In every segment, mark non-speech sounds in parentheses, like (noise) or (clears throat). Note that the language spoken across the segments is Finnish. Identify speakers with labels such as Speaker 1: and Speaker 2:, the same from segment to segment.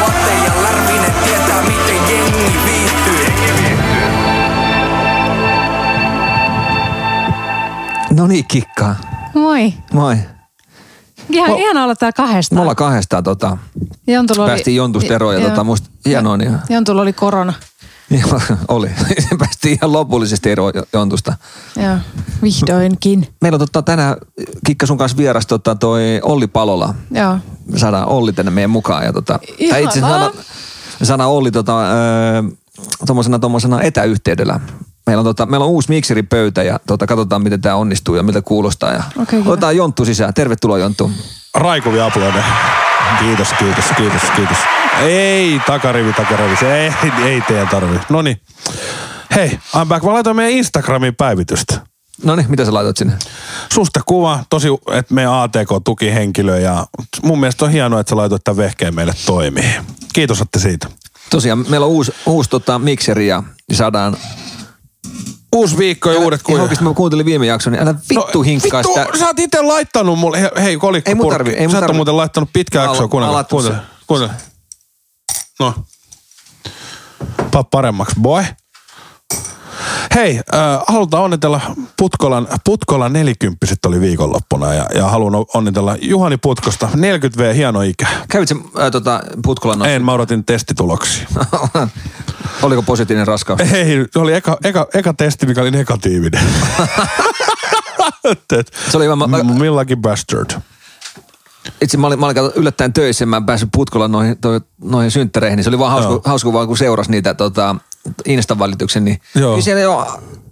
Speaker 1: Vatte ja Lärvinen tietää miten jengi viihtyy.
Speaker 2: No niin, kikka.
Speaker 3: Moi.
Speaker 2: Moi.
Speaker 3: Ihan,
Speaker 2: Mo-
Speaker 3: ihana olla täällä kahdestaan.
Speaker 2: Me ollaan kahdestaan tota,
Speaker 3: Jontulla oli-
Speaker 2: päästiin jontusta eroon ja
Speaker 3: No niin. Joo.
Speaker 2: tota, musta hienoa, niin,
Speaker 3: Jontulla oli korona.
Speaker 2: niin (laughs) oli. päästiin ihan lopullisesti eroon jo- jontusta.
Speaker 3: Joo. Vihdoinkin.
Speaker 2: Meillä on tota, tänään Kikka sun kanssa vieras tota, toi Olli Palola.
Speaker 3: Joo.
Speaker 2: Me saadaan Olli tänne meidän mukaan. Ja tota,
Speaker 3: Ihanaa.
Speaker 2: tai itse asiassa saadaan, me saadaan Olli tota, öö, tommosena, tommosena etäyhteydellä. Meillä on, tota, meillä on uusi mikseripöytä ja tota, katsotaan, miten tämä onnistuu ja miltä kuulostaa. Ja
Speaker 3: Okei, kiva.
Speaker 2: otetaan Jonttu sisään. Tervetuloa Jonttu.
Speaker 4: Raikuvia aplodeja. Kiitos, kiitos, kiitos, kiitos. Ei, takarivi, takarivi. Se ei, ei teidän tarvi. Noniin. Hei, I'm back. Mä laitoin meidän Instagramin päivitystä.
Speaker 2: No niin, mitä sä laitat sinne?
Speaker 4: Susta kuva, tosi, että meidän ATK-tukihenkilö ja mun mielestä on hienoa, että sä laitoit tämän vehkeen meille toimii. Kiitos, että siitä.
Speaker 2: Tosiaan, meillä on uusi, uusi tota, mikseri ja saadaan...
Speaker 4: Uusi viikko ja uudet
Speaker 2: Ihan
Speaker 4: kuivat.
Speaker 2: oikeesti mä kuuntelin viime jakson, niin älä vittu no, hinkkaa
Speaker 4: vittu,
Speaker 2: sitä.
Speaker 4: sä oot itse laittanut mulle. He- Hei, kolikko
Speaker 2: Ei mun
Speaker 4: purkki.
Speaker 2: tarvi, ei mun
Speaker 4: Sä et
Speaker 2: tarvi.
Speaker 4: oo muuten laittanut pitkää
Speaker 2: Mä
Speaker 4: jaksoa.
Speaker 2: ala-
Speaker 4: Kuunnella,
Speaker 2: alatun
Speaker 4: kuuntele,
Speaker 2: sen.
Speaker 4: kuuntele. No. Pa paremmaksi, boy. Hei, äh, halutaan onnitella Putkolan, Putkolan nelikymppiset oli viikonloppuna ja, ja haluan o- onnitella Juhani Putkosta. 40V, hieno ikä.
Speaker 2: Kävitkö äh, tota, Putkolan noin?
Speaker 4: En, mä odotin testituloksia.
Speaker 2: No. Oliko positiivinen raskaus?
Speaker 4: (laughs) Ei, se oli eka, eka, eka testi, mikä oli
Speaker 2: (laughs)
Speaker 4: negatiivinen. (laughs)
Speaker 2: Se oli hyvä. Mä, mä-
Speaker 4: M- Millakin bastard.
Speaker 2: itse mä olin, mä olin kato, yllättäen töissä, mä en päässyt Putkolan noihin, toi, noihin synttäreihin, niin se oli vaan hauska,
Speaker 4: Joo.
Speaker 2: hauska vaan, kun seurasi niitä tota, Instan välityksen, niin,
Speaker 4: Joo.
Speaker 2: niin siellä jo,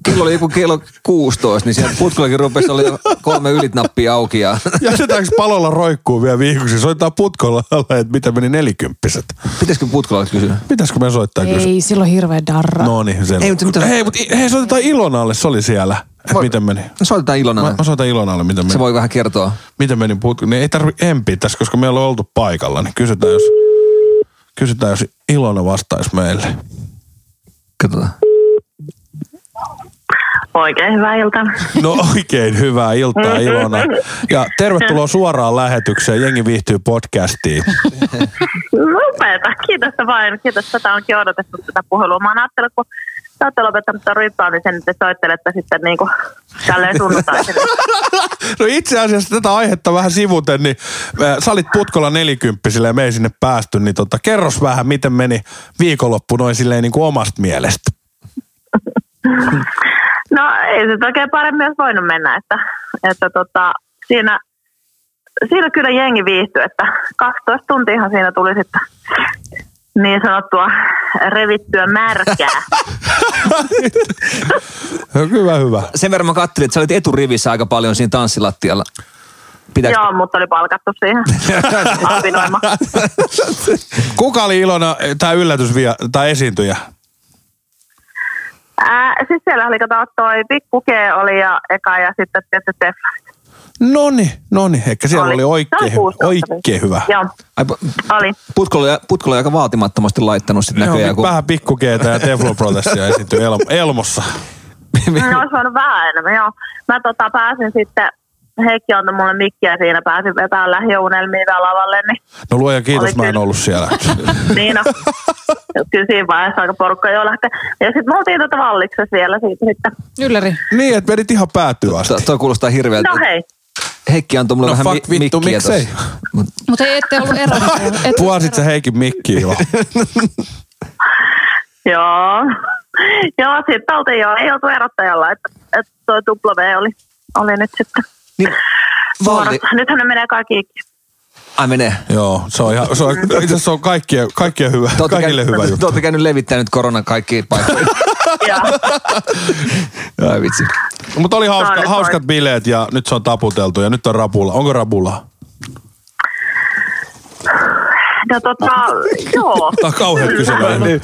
Speaker 2: kello oli joku kello 16, niin siellä Putkolakin rupesi, oli jo kolme ylitnappia auki ja (laughs)
Speaker 4: Jätetäänkö palolla roikkuu vielä viikoksi? Soittaa putkolla, että mitä meni nelikymppiset.
Speaker 2: pitäisikö Putkolalle kysyä?
Speaker 4: Pitäisikö me soittaa kysyä?
Speaker 3: Ei, silloin hirveä darra.
Speaker 4: No niin, selvä.
Speaker 2: Ei, mutta mitä-
Speaker 4: hei, mutta i- hei, soitetaan Ilonalle, se oli siellä. Et
Speaker 2: Voi-
Speaker 4: miten meni?
Speaker 2: No Soitetaan Ilona.
Speaker 4: Mä, mä soitan Ilonalle, miten meni.
Speaker 2: Se voi vähän kertoa.
Speaker 4: Miten meni putko? Niin ei tarvi empiä tässä, koska meillä on oltu paikalla. Niin kysytään, jos, kysytään, jos Ilona vastaisi meille.
Speaker 2: Katsotaan.
Speaker 5: Oikein hyvää iltaa.
Speaker 4: No oikein hyvää iltaa Ilona. Ja tervetuloa suoraan lähetykseen Jengi viihtyy podcastiin.
Speaker 5: Upeeta. Kiitos vain. Kiitos. Tätä onkin odotettu tätä puhelua. Mä oon ajatellut, kun te olette lopettanut tuon ryppään, niin sen nyt te soittelette sitten niinku tälleen sunnuntaisin.
Speaker 4: No itse asiassa tätä aihetta vähän sivuten, niin äh, sä olit Putkolla nelikymppisille ja me ei sinne päästy, niin tota, kerros vähän, miten meni viikonloppu noin silleen niin kuin omasta mielestä.
Speaker 5: No ei se nyt oikein paremmin olisi voinut mennä, että, että tota, siinä, siinä kyllä jengi viihtyi, että 12 tuntiahan siinä tuli sitten niin sanottua revittyä märkää.
Speaker 4: No, Hyvä, hyvä.
Speaker 2: Sen verran mä katselin, että sä olit eturivissä aika paljon siinä tanssilattialla. Pitääkö?
Speaker 5: Joo, mutta oli palkattu siihen apinoimaan.
Speaker 4: Kuka oli Ilona tämä yllätys tai esiintyjä?
Speaker 5: Ää, siis siellä oli, kato, toi Pikku G oli ja eka ja sitten tietysti Teflarit.
Speaker 4: Noni, noni, niin, no ehkä siellä oli, oli oikein,
Speaker 5: Se oli
Speaker 4: hyvä,
Speaker 5: 16.
Speaker 4: oikein hyvä.
Speaker 5: Joo,
Speaker 2: Ai, pu-
Speaker 5: oli.
Speaker 2: Putkolla, Putkolla oli aika vaatimattomasti laittanut sitten
Speaker 4: Joo,
Speaker 2: näköjään.
Speaker 4: nyt
Speaker 2: kun- (laughs)
Speaker 4: vähän pikkukeetä ja Teflon protestia esiintyi
Speaker 5: (laughs)
Speaker 4: El- Elmossa. Niin.
Speaker 5: No, olisi voinut vähän enemmän, joo. Mä tota, pääsin sitten, Heikki antoi mulle mikkiä siinä, pääsin vetämään lähiunelmia vielä lavalle, niin,
Speaker 4: (laughs) No luoja
Speaker 5: Oli
Speaker 4: kiitos, mä en
Speaker 5: kyllä.
Speaker 4: ollut siellä.
Speaker 5: niin no. Kyllä siinä vaiheessa aika porukka jo lähtee. Ja sitten me oltiin tota valliksessa vielä siitä sitten.
Speaker 3: Ylläri.
Speaker 4: niin, että vedit ihan päätyä asti.
Speaker 2: To- Toi kuulostaa hirveältä.
Speaker 5: No hei,
Speaker 2: Heikki antoi mulle
Speaker 4: No
Speaker 2: vähän mi-
Speaker 4: fuck vittu,
Speaker 2: mikkiä
Speaker 4: miksei?
Speaker 2: tossa. Mut
Speaker 3: Mutta ei ette ollut
Speaker 4: (laughs)
Speaker 3: eroa. Et...
Speaker 4: Puhasit sä Heikin mikkiin (laughs) Ilo?
Speaker 5: joo. joo, sitten oltiin jo, ei oltu erottajalla, että, että toi W oli, oli nyt sitten.
Speaker 2: Niin, Valli,
Speaker 5: Valli. Nythän ne menee kaikki ikki.
Speaker 2: ai menee.
Speaker 4: Joo, se on ihan, se
Speaker 5: (laughs)
Speaker 4: on, itse asiassa se on kaikkien, kaikkien hyvä,
Speaker 2: Te ootte
Speaker 4: kaikille
Speaker 2: käynyt-
Speaker 4: hyvä
Speaker 2: Te
Speaker 4: juttu.
Speaker 2: olette käynyt levittänyt koronan kaikkiin paikkoihin.
Speaker 4: (laughs)
Speaker 5: Joo.
Speaker 2: ai vitsi.
Speaker 4: Mutta oli hauska,
Speaker 5: Tää oli
Speaker 4: hauskat bileet ja nyt se on taputeltu ja nyt on rapulla. Onko rapulla?
Speaker 5: No tota, joo, (laughs)
Speaker 4: Tämä on kauhean Niin, kysely.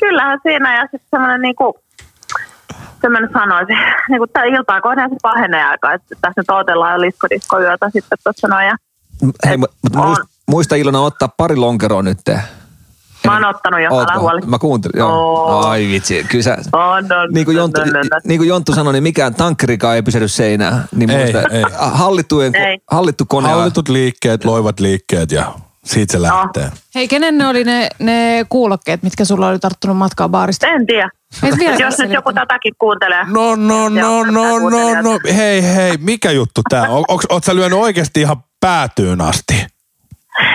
Speaker 5: kyllähän siinä ja sitten semmoinen niinku, sen mä nyt sanoisin. Niin kuin tää iltaa kohden se pahenee aika, että tässä nyt odotellaan jo liskodiskoyötä sitten tuossa noin. Ja
Speaker 2: Hei, mutta
Speaker 5: On.
Speaker 2: muista, muista Ilona ottaa pari lonkeroa nyt.
Speaker 5: mä oon ottanut jo, älä
Speaker 2: Ootko?
Speaker 5: huoli.
Speaker 2: Mä kuuntelin, joo.
Speaker 5: Oo.
Speaker 2: Ai vitsi, kyllä sä,
Speaker 5: On, on,
Speaker 2: niin kuin,
Speaker 5: on,
Speaker 2: Jonttu,
Speaker 5: on, on, on.
Speaker 2: niin kuin Jonttu sanoi, niin mikään tankkerikaan ei pysähdy seinään. Niin
Speaker 4: Ei,
Speaker 2: muista,
Speaker 4: ei.
Speaker 2: Hallittujen,
Speaker 5: Ei.
Speaker 2: Hallittu kone.
Speaker 4: Hallitut liikkeet, loivat liikkeet ja siitä se lähtee.
Speaker 3: Hei, kenen ne oli ne, ne kuulokkeet, mitkä sulla oli tarttunut matkaa baarista?
Speaker 5: En tiedä.
Speaker 3: Et vieläkään
Speaker 5: Jos nyt
Speaker 3: selitä.
Speaker 5: joku tätäkin kuuntelee.
Speaker 4: No, no,
Speaker 5: Ja
Speaker 4: no,
Speaker 5: ottaa
Speaker 4: no, no,
Speaker 5: kuuntelijat.
Speaker 4: no. Hei, hei, mikä juttu tää on? Onks, oot sä lyönyt oikeesti ihan päätyyn asti?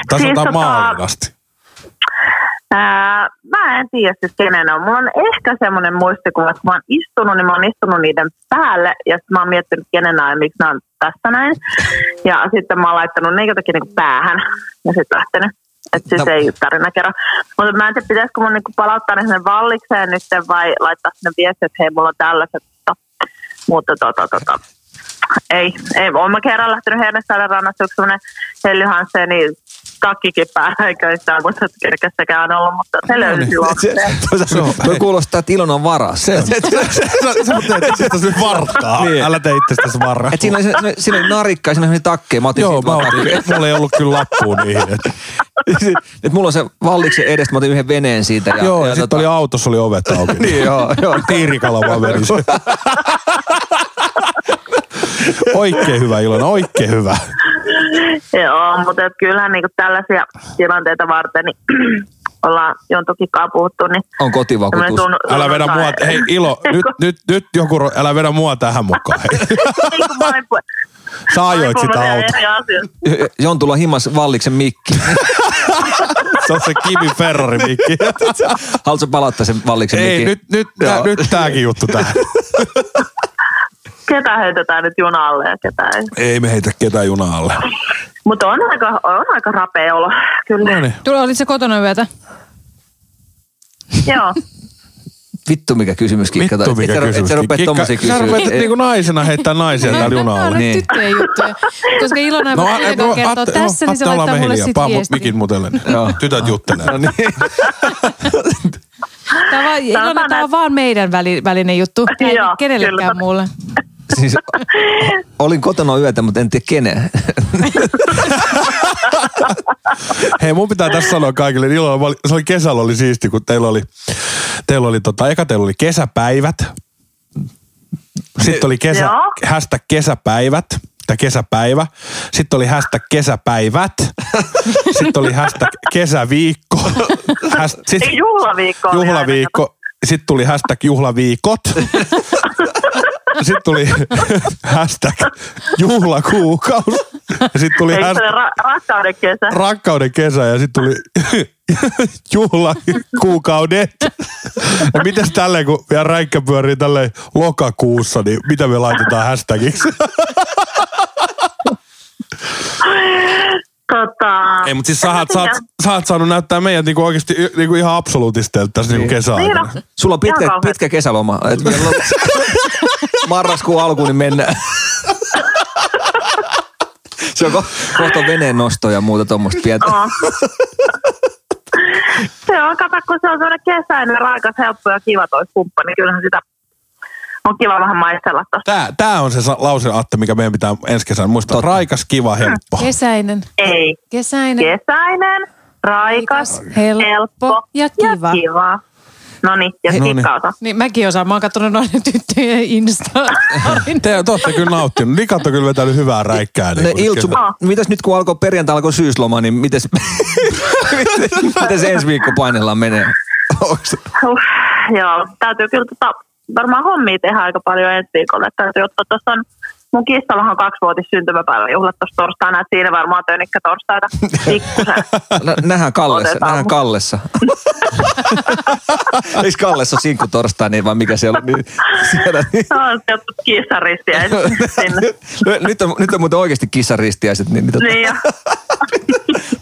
Speaker 4: Tai
Speaker 5: Siis tota-
Speaker 4: sanotaan maaliin asti.
Speaker 5: Ää, mä en tiedä siis kenen on. Mulla on ehkä semmoinen muistikuva, että kun mä oon istunut, niin mä oon istunut niiden päälle ja sitten mä oon miettinyt kenen nämä on ja miksi nämä on tässä näin. Ja sitten mä oon laittanut ne jotenkin niinku päähän ja sitten lähtenyt. Että siis
Speaker 2: No.
Speaker 5: no. ei tarina kerro. Mutta mä en tiedä, pitäisikö mun niinku palauttaa ne sinne vallikseen nyt vai laittaa sinne viesti, että hei, mulla on tällaiset. Mutta, mutta tota, tota, ei, ei. Olen mä kerran lähtenyt Hernesaaren rannasta yksi semmoinen Helly Hansenin takkikin päällä, eikä sitä muista, että kerkessäkään ollut, mutta
Speaker 4: No
Speaker 5: se
Speaker 4: niin.
Speaker 5: löysi silloin.
Speaker 4: (laughs)
Speaker 2: Se, toi kuulostaa, että Ilona on varas. Se, se, se,
Speaker 4: Sä, sä teet (laughs) itsestäsi vartaa.
Speaker 2: Niin.
Speaker 4: Älä tee itsestäsi vartaa.
Speaker 2: Et siinä oli, se, se- siinä oli narikka ja siinä oli takkeja. Mä otin
Speaker 4: Joo,
Speaker 2: siitä
Speaker 4: mä
Speaker 2: vaan
Speaker 4: otin.
Speaker 2: takkeja.
Speaker 4: Mulla ei ollut kyllä lappua niihin. Et.
Speaker 2: Nyt mulla on se valliksen edestä, mä otin yhden veneen siitä. Ja,
Speaker 4: Joo, ja, tota-
Speaker 2: ja tota-
Speaker 4: sitten
Speaker 2: (laughs)
Speaker 4: oli autossa oli ovet auki.
Speaker 2: Niin, joo, joo.
Speaker 4: Tiirikala vaan verisi. Oikein hyvä Ilona, oikein hyvä.
Speaker 5: Joo, mutta et kyllähän niinku tällaisia tilanteita varten niin (clears throat) ollaan jontokin puhuttu,
Speaker 4: (laughs)
Speaker 5: niin
Speaker 2: on kotivakuutus.
Speaker 5: semmoinen tunnu-
Speaker 4: Älä vedä mua,
Speaker 5: tunnustaa-
Speaker 4: hei Ilo, nyt, nyt, nyt joku, ro- älä vedä mua tähän mukaan. Hei.
Speaker 5: Ei, kun niinku mä olin pu-
Speaker 4: Sä
Speaker 5: mä olin
Speaker 4: ajoit sitä
Speaker 5: puhunut ihan
Speaker 4: autoa.
Speaker 5: eri asioista.
Speaker 2: Jontulla himas valliksen mikki.
Speaker 4: Se on se Kimi Ferrari mikki.
Speaker 2: Haluatko palauttaa sen valliksen
Speaker 4: Ei,
Speaker 2: mikin?
Speaker 4: nyt, nyt, tää, nyt tääkin juttu tähän.
Speaker 5: Ketä heitetään nyt junalle ja ketä ei.
Speaker 4: Ei me heitä ketään juna alle.
Speaker 5: Mutta on aika, on aika rapea olo, (laughs) kyllä.
Speaker 4: No niin.
Speaker 3: Tule, olit se kotona yötä?
Speaker 5: Joo.
Speaker 2: Vittu mikä kysymys, Kikka.
Speaker 4: Vittu
Speaker 2: et
Speaker 4: mikä
Speaker 2: sä,
Speaker 4: kysymys.
Speaker 2: Et sä rupea
Speaker 4: Kikka,
Speaker 2: tommosia
Speaker 4: Sä
Speaker 2: kysyä.
Speaker 4: rupeat
Speaker 2: Ei-
Speaker 4: niinku naisena heittää naisia
Speaker 3: Nämä
Speaker 4: täällä
Speaker 3: nämä
Speaker 4: junalla.
Speaker 3: on nyt
Speaker 2: Niin.
Speaker 3: tyttöjen juttuja. Koska Ilona ei voi
Speaker 4: no,
Speaker 3: kuitenkaan kertoa
Speaker 4: Atte-
Speaker 3: tässä,
Speaker 4: joo,
Speaker 3: niin se
Speaker 4: Atte, ollaan
Speaker 3: laittaa
Speaker 4: me
Speaker 3: mulle
Speaker 4: hiljaa.
Speaker 3: sit
Speaker 4: Paa mut
Speaker 3: viestin.
Speaker 4: mikin mutellen.
Speaker 2: Joo.
Speaker 4: (laughs) Tytöt juttelee.
Speaker 2: No niin.
Speaker 3: Tämä on, Ilona,
Speaker 5: Sanotaan,
Speaker 3: tämä on vaan meidän väli, välinen juttu. Tää Ei
Speaker 5: Joo,
Speaker 3: ole kenellekään
Speaker 5: kyllä.
Speaker 3: muulle.
Speaker 2: (laughs) Siis, o- olin kotona yötä, mutta en tiedä kenen. (laughs)
Speaker 4: Hei, mun pitää tässä sanoa kaikille. niin Illalla, oli- se oli kesällä oli siisti, kun teillä oli, teillä oli tota, eka teillä oli kesäpäivät. Sitten oli kesä,
Speaker 5: Joo.
Speaker 4: hashtag kesäpäivät tai kesäpäivä. Sitten oli hashtag
Speaker 3: (laughs)
Speaker 4: kesäpäivät. Sitten oli hashtag kesäviikko. Häst, (laughs) siis,
Speaker 5: Ei, juhlaviikko oli
Speaker 4: Juhlaviikko. Sitten tuli hashtag
Speaker 5: (laughs)
Speaker 4: juhlaviikot. Sitten tuli hashtag juhlakuukaus. Ja sitten tuli
Speaker 5: Eikö se
Speaker 4: hashtag
Speaker 5: ole ra- rakkauden kesä?
Speaker 4: rakkauden kesä ja sitten tuli (laughs) juhla kuukaudet. Ja mitäs tälleen, kun vielä räikkä pyörii tälleen lokakuussa, niin mitä me laitetaan hashtagiksi?
Speaker 5: Tota,
Speaker 4: Ei, mutta siis sä oot, sä, oot, sä oot saanut näyttää meidät niinku oikeasti y- niinku ihan absoluutisteilta tässä niinku
Speaker 5: Niin
Speaker 4: kesäaikana.
Speaker 5: on.
Speaker 2: Sulla on pitkä,
Speaker 5: Ihan kauheeta.
Speaker 2: pitkä kesäloma. Et vielä on- (laughs) marraskuun alkuun niin mennään. (laughs) Se on ko- kohta veneen nosto ja muuta tuommoista pientä.
Speaker 5: Joo. se on, kato, kun se on semmoinen kesäinen, raikas, helppo ja kiva toi kumppani. Kyllähän sitä on kiva vähän maistella tosta.
Speaker 4: Tää, tää on se sa- lause, Atte, mikä meidän pitää ensi kesänä muistaa.
Speaker 2: Totta.
Speaker 4: Raikas, kiva, helppo.
Speaker 2: (laughs)
Speaker 3: Kesäinen.
Speaker 5: Ei.
Speaker 3: Kesäinen.
Speaker 5: Kesäinen, Niin. raikas,
Speaker 3: Helppo
Speaker 5: helppo,
Speaker 3: ja
Speaker 5: ja
Speaker 3: kiva.
Speaker 5: kiva. kiva. No niin, ja
Speaker 4: Noniin.
Speaker 5: kikkauta.
Speaker 3: Niin mäkin osaan. Mä oon kattonut noiden tyttöjen insta
Speaker 2: (laughs)
Speaker 4: Te, te ootte kyllä nauttinut. Likat on kyllä vetänyt hyvää räikkää.
Speaker 2: Ne
Speaker 4: niinku nyt
Speaker 2: iltsu,
Speaker 4: kesä-
Speaker 5: Joo.
Speaker 2: mitäs nyt kun alkoi perjantai alkoi syysloma, niin (laughs) mitäs, mitäs ensi viikko painellaan menee? Onks-
Speaker 5: Huh, joo, täytyy kyllä tota, varmaan hommia tehdä aika paljon ensi viikolla. Että täytyy ottaa tuossa on, mun kissallahan on kaksivuotis syntymäpäiväjuhlat tuossa torstaina, että siinä varmaan tönikkä torstaina pikkusen.
Speaker 2: Nä- Nähdään Kallessa.
Speaker 5: Otetaan
Speaker 2: Nähdään
Speaker 5: mut. (laughs)
Speaker 2: Kallessa. Eikö Kallessa ole sinkku torstai, niin vai mikä siellä on? Niin, siellä, niin.
Speaker 5: Se on jotkut kissaristiä sinne.
Speaker 2: Nyt- nyt, on, nyt on muuten oikeasti kissaristiäiset, niin, niin, niin.
Speaker 5: Niin jo.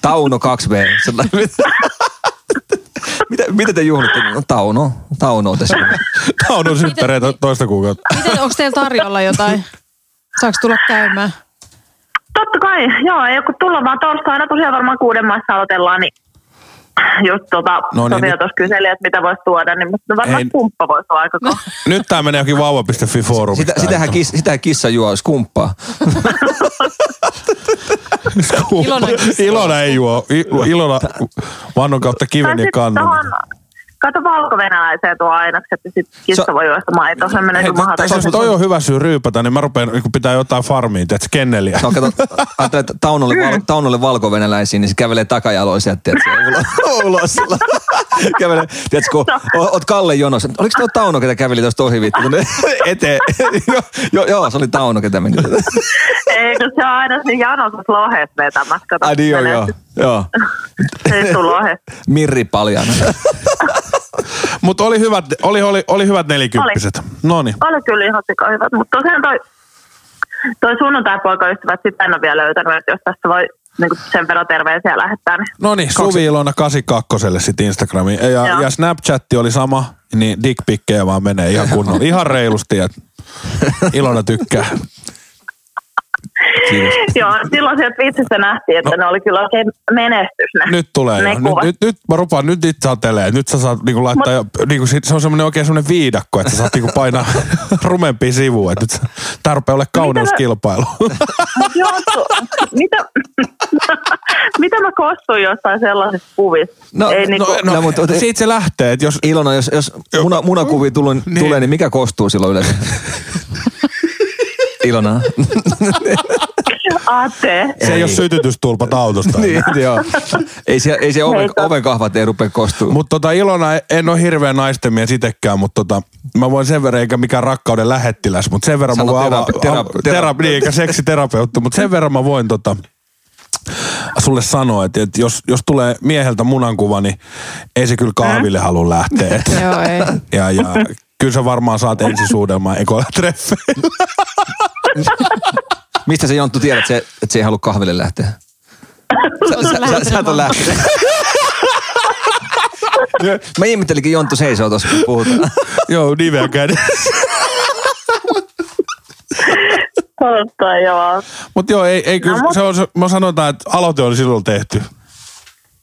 Speaker 2: Tauno 2V. Sellainen- mitä, mitä te juhlitte? No, Tauno. Tauno on tässä.
Speaker 4: Taudun synttäreitä toista kuukautta.
Speaker 3: Miten, onko teillä tarjolla jotain? Saaks tulla käymään?
Speaker 5: Totta kai, joo, ei kun tulla vaan torstaina tosiaan varmaan kuuden maissa aloitellaan, niin just tota,
Speaker 4: No
Speaker 5: no
Speaker 4: niin,
Speaker 5: niin,
Speaker 4: nyt-
Speaker 5: Sofia tuossa kyseli, että mitä voisi tuoda, niin mutta varmaan
Speaker 4: Ei-
Speaker 5: Ei. kumppa voisi olla aika no.
Speaker 4: Nyt tää menee jokin vauva.fi foorumista.
Speaker 2: Sitä, sitähän, kis, sitähän kissa juo skumppaa.
Speaker 3: Ilona kissa.
Speaker 4: (laughs) Ilona ei juo. I- Ilona vannon kautta kiven ja kannun.
Speaker 5: siis kato valko-venäläiseen tuo ainekset ja sitten kissa
Speaker 2: Sä-
Speaker 5: voi juosta maitoa, se niinku menee
Speaker 4: Hei,
Speaker 5: kuin mahdoton.
Speaker 4: tässä toi on hyvä syy ryypätä, niin mä rupean, kun pitää jotain farmiin, tiedätkö, kenneliä.
Speaker 2: No kato, ajattelin, että Taunolle, val, Taunolle valkovenäläisiin, niin se kävelee takajaloin sieltä, tiedätkö, ulos- (laughs) ulos. sillä- kävelee, tiedätkö, kun o- oot Kalle jonossa. Oliko tuo Tauno, ketä käveli tuosta ohi vittu tuonne (laughs) eteen? joo, joo, joo, se oli Tauno, ketä meni.
Speaker 5: Ei, kun se on aina siinä janossa lohet vetämässä. Kato,
Speaker 2: Ai niin, joo,
Speaker 5: menee
Speaker 2: joo,
Speaker 5: sit-
Speaker 2: joo.
Speaker 5: Se istuu lohet.
Speaker 2: Mirri paljana.
Speaker 4: Mutta oli hyvät, oli, oli, oli hyvät nelikymppiset. No niin.
Speaker 5: Oli kyllä ihan sikahyvät, mutta tosiaan toi, toi sunnuntai-poikaystävät, sitä en ole vielä löytänyt, että jos tässä voi niin sen verran terveisiä lähettää, niin
Speaker 4: No niin, Suvi Ilona 82 sitten Instagramiin. Ja,
Speaker 5: Joo.
Speaker 4: ja Snapchatti oli sama, niin dickpikkejä vaan menee ihan
Speaker 2: (laughs)
Speaker 4: kunnolla. Ihan reilusti, että Ilona tykkää.
Speaker 2: Kiitos.
Speaker 5: (laughs) Joo, silloin sieltä viitsistä nähtiin, että no. ne oli kyllä oikein menestys ne,
Speaker 4: Nyt tulee
Speaker 5: ne
Speaker 4: jo. Nyt,
Speaker 5: kuvat.
Speaker 4: nyt, nyt mä rupaan, nyt itse satelee. Nyt sä saat niinku laittaa, Mut... jo, niinku, sit- se on semmoinen oikein semmoinen viidakko, että sä saat niinku painaa (laughs) rumempia sivuja. Et Nyt sä- tää rupeaa olla
Speaker 5: No
Speaker 4: kauneuskilpailu.
Speaker 5: Mut Joo, tu, mitä, (laughs) mitä mä kostuin jossain sellaisissa kuvissa?
Speaker 2: No, no,
Speaker 4: (laughs)
Speaker 5: Ei, niinku,
Speaker 2: no, mut-
Speaker 4: siitä se lähtee, että jos
Speaker 2: Ilona, jos, jos muna, munakuvi tulee, niin. tulee, niin mikä kostuu silloin yleensä? Ilona.
Speaker 5: Ate,
Speaker 4: se ei
Speaker 2: Ei.
Speaker 4: ole sytytystulpat autosta.
Speaker 2: niin, joo. Ei se, ei se oven,
Speaker 5: Heitä.
Speaker 2: oven kahvat ei rupea kostuu.
Speaker 4: Mutta tota Ilona, en ole hirveä naisten mies itekään, mutta tota, mä voin sen verran, eikä mikään rakkauden lähettiläs, mutta sen verran
Speaker 2: Sano
Speaker 4: mä voin
Speaker 2: terapi-
Speaker 4: avaa,
Speaker 2: terapi-
Speaker 4: tera, niin, eikä seksiterapeutti, mutta sen verran mä voin tota, sulle sanoa, että, että jos, jos tulee mieheltä munankuva, niin ei se kyllä kahville halua lähteä. Et-
Speaker 3: Joo, ei.
Speaker 4: Ja, ja kyllä sä varmaan saat ensisuudelmaa ekoilla treffeillä.
Speaker 2: Mistä se Jonttu tiedät, se, että se ei halua kahville lähteä? Sä, sä, sä, sä et ole lähtenyt. Mä ihmettelinkin Jonttu seisoo tuossa, kun puhutaan.
Speaker 4: Joo, niveä kädessä.
Speaker 5: totta joo.
Speaker 4: Mutta joo, ei, ei kyllä,
Speaker 5: No mut-
Speaker 4: se on, se, mä sanotaan, että aloite oli silloin tehty.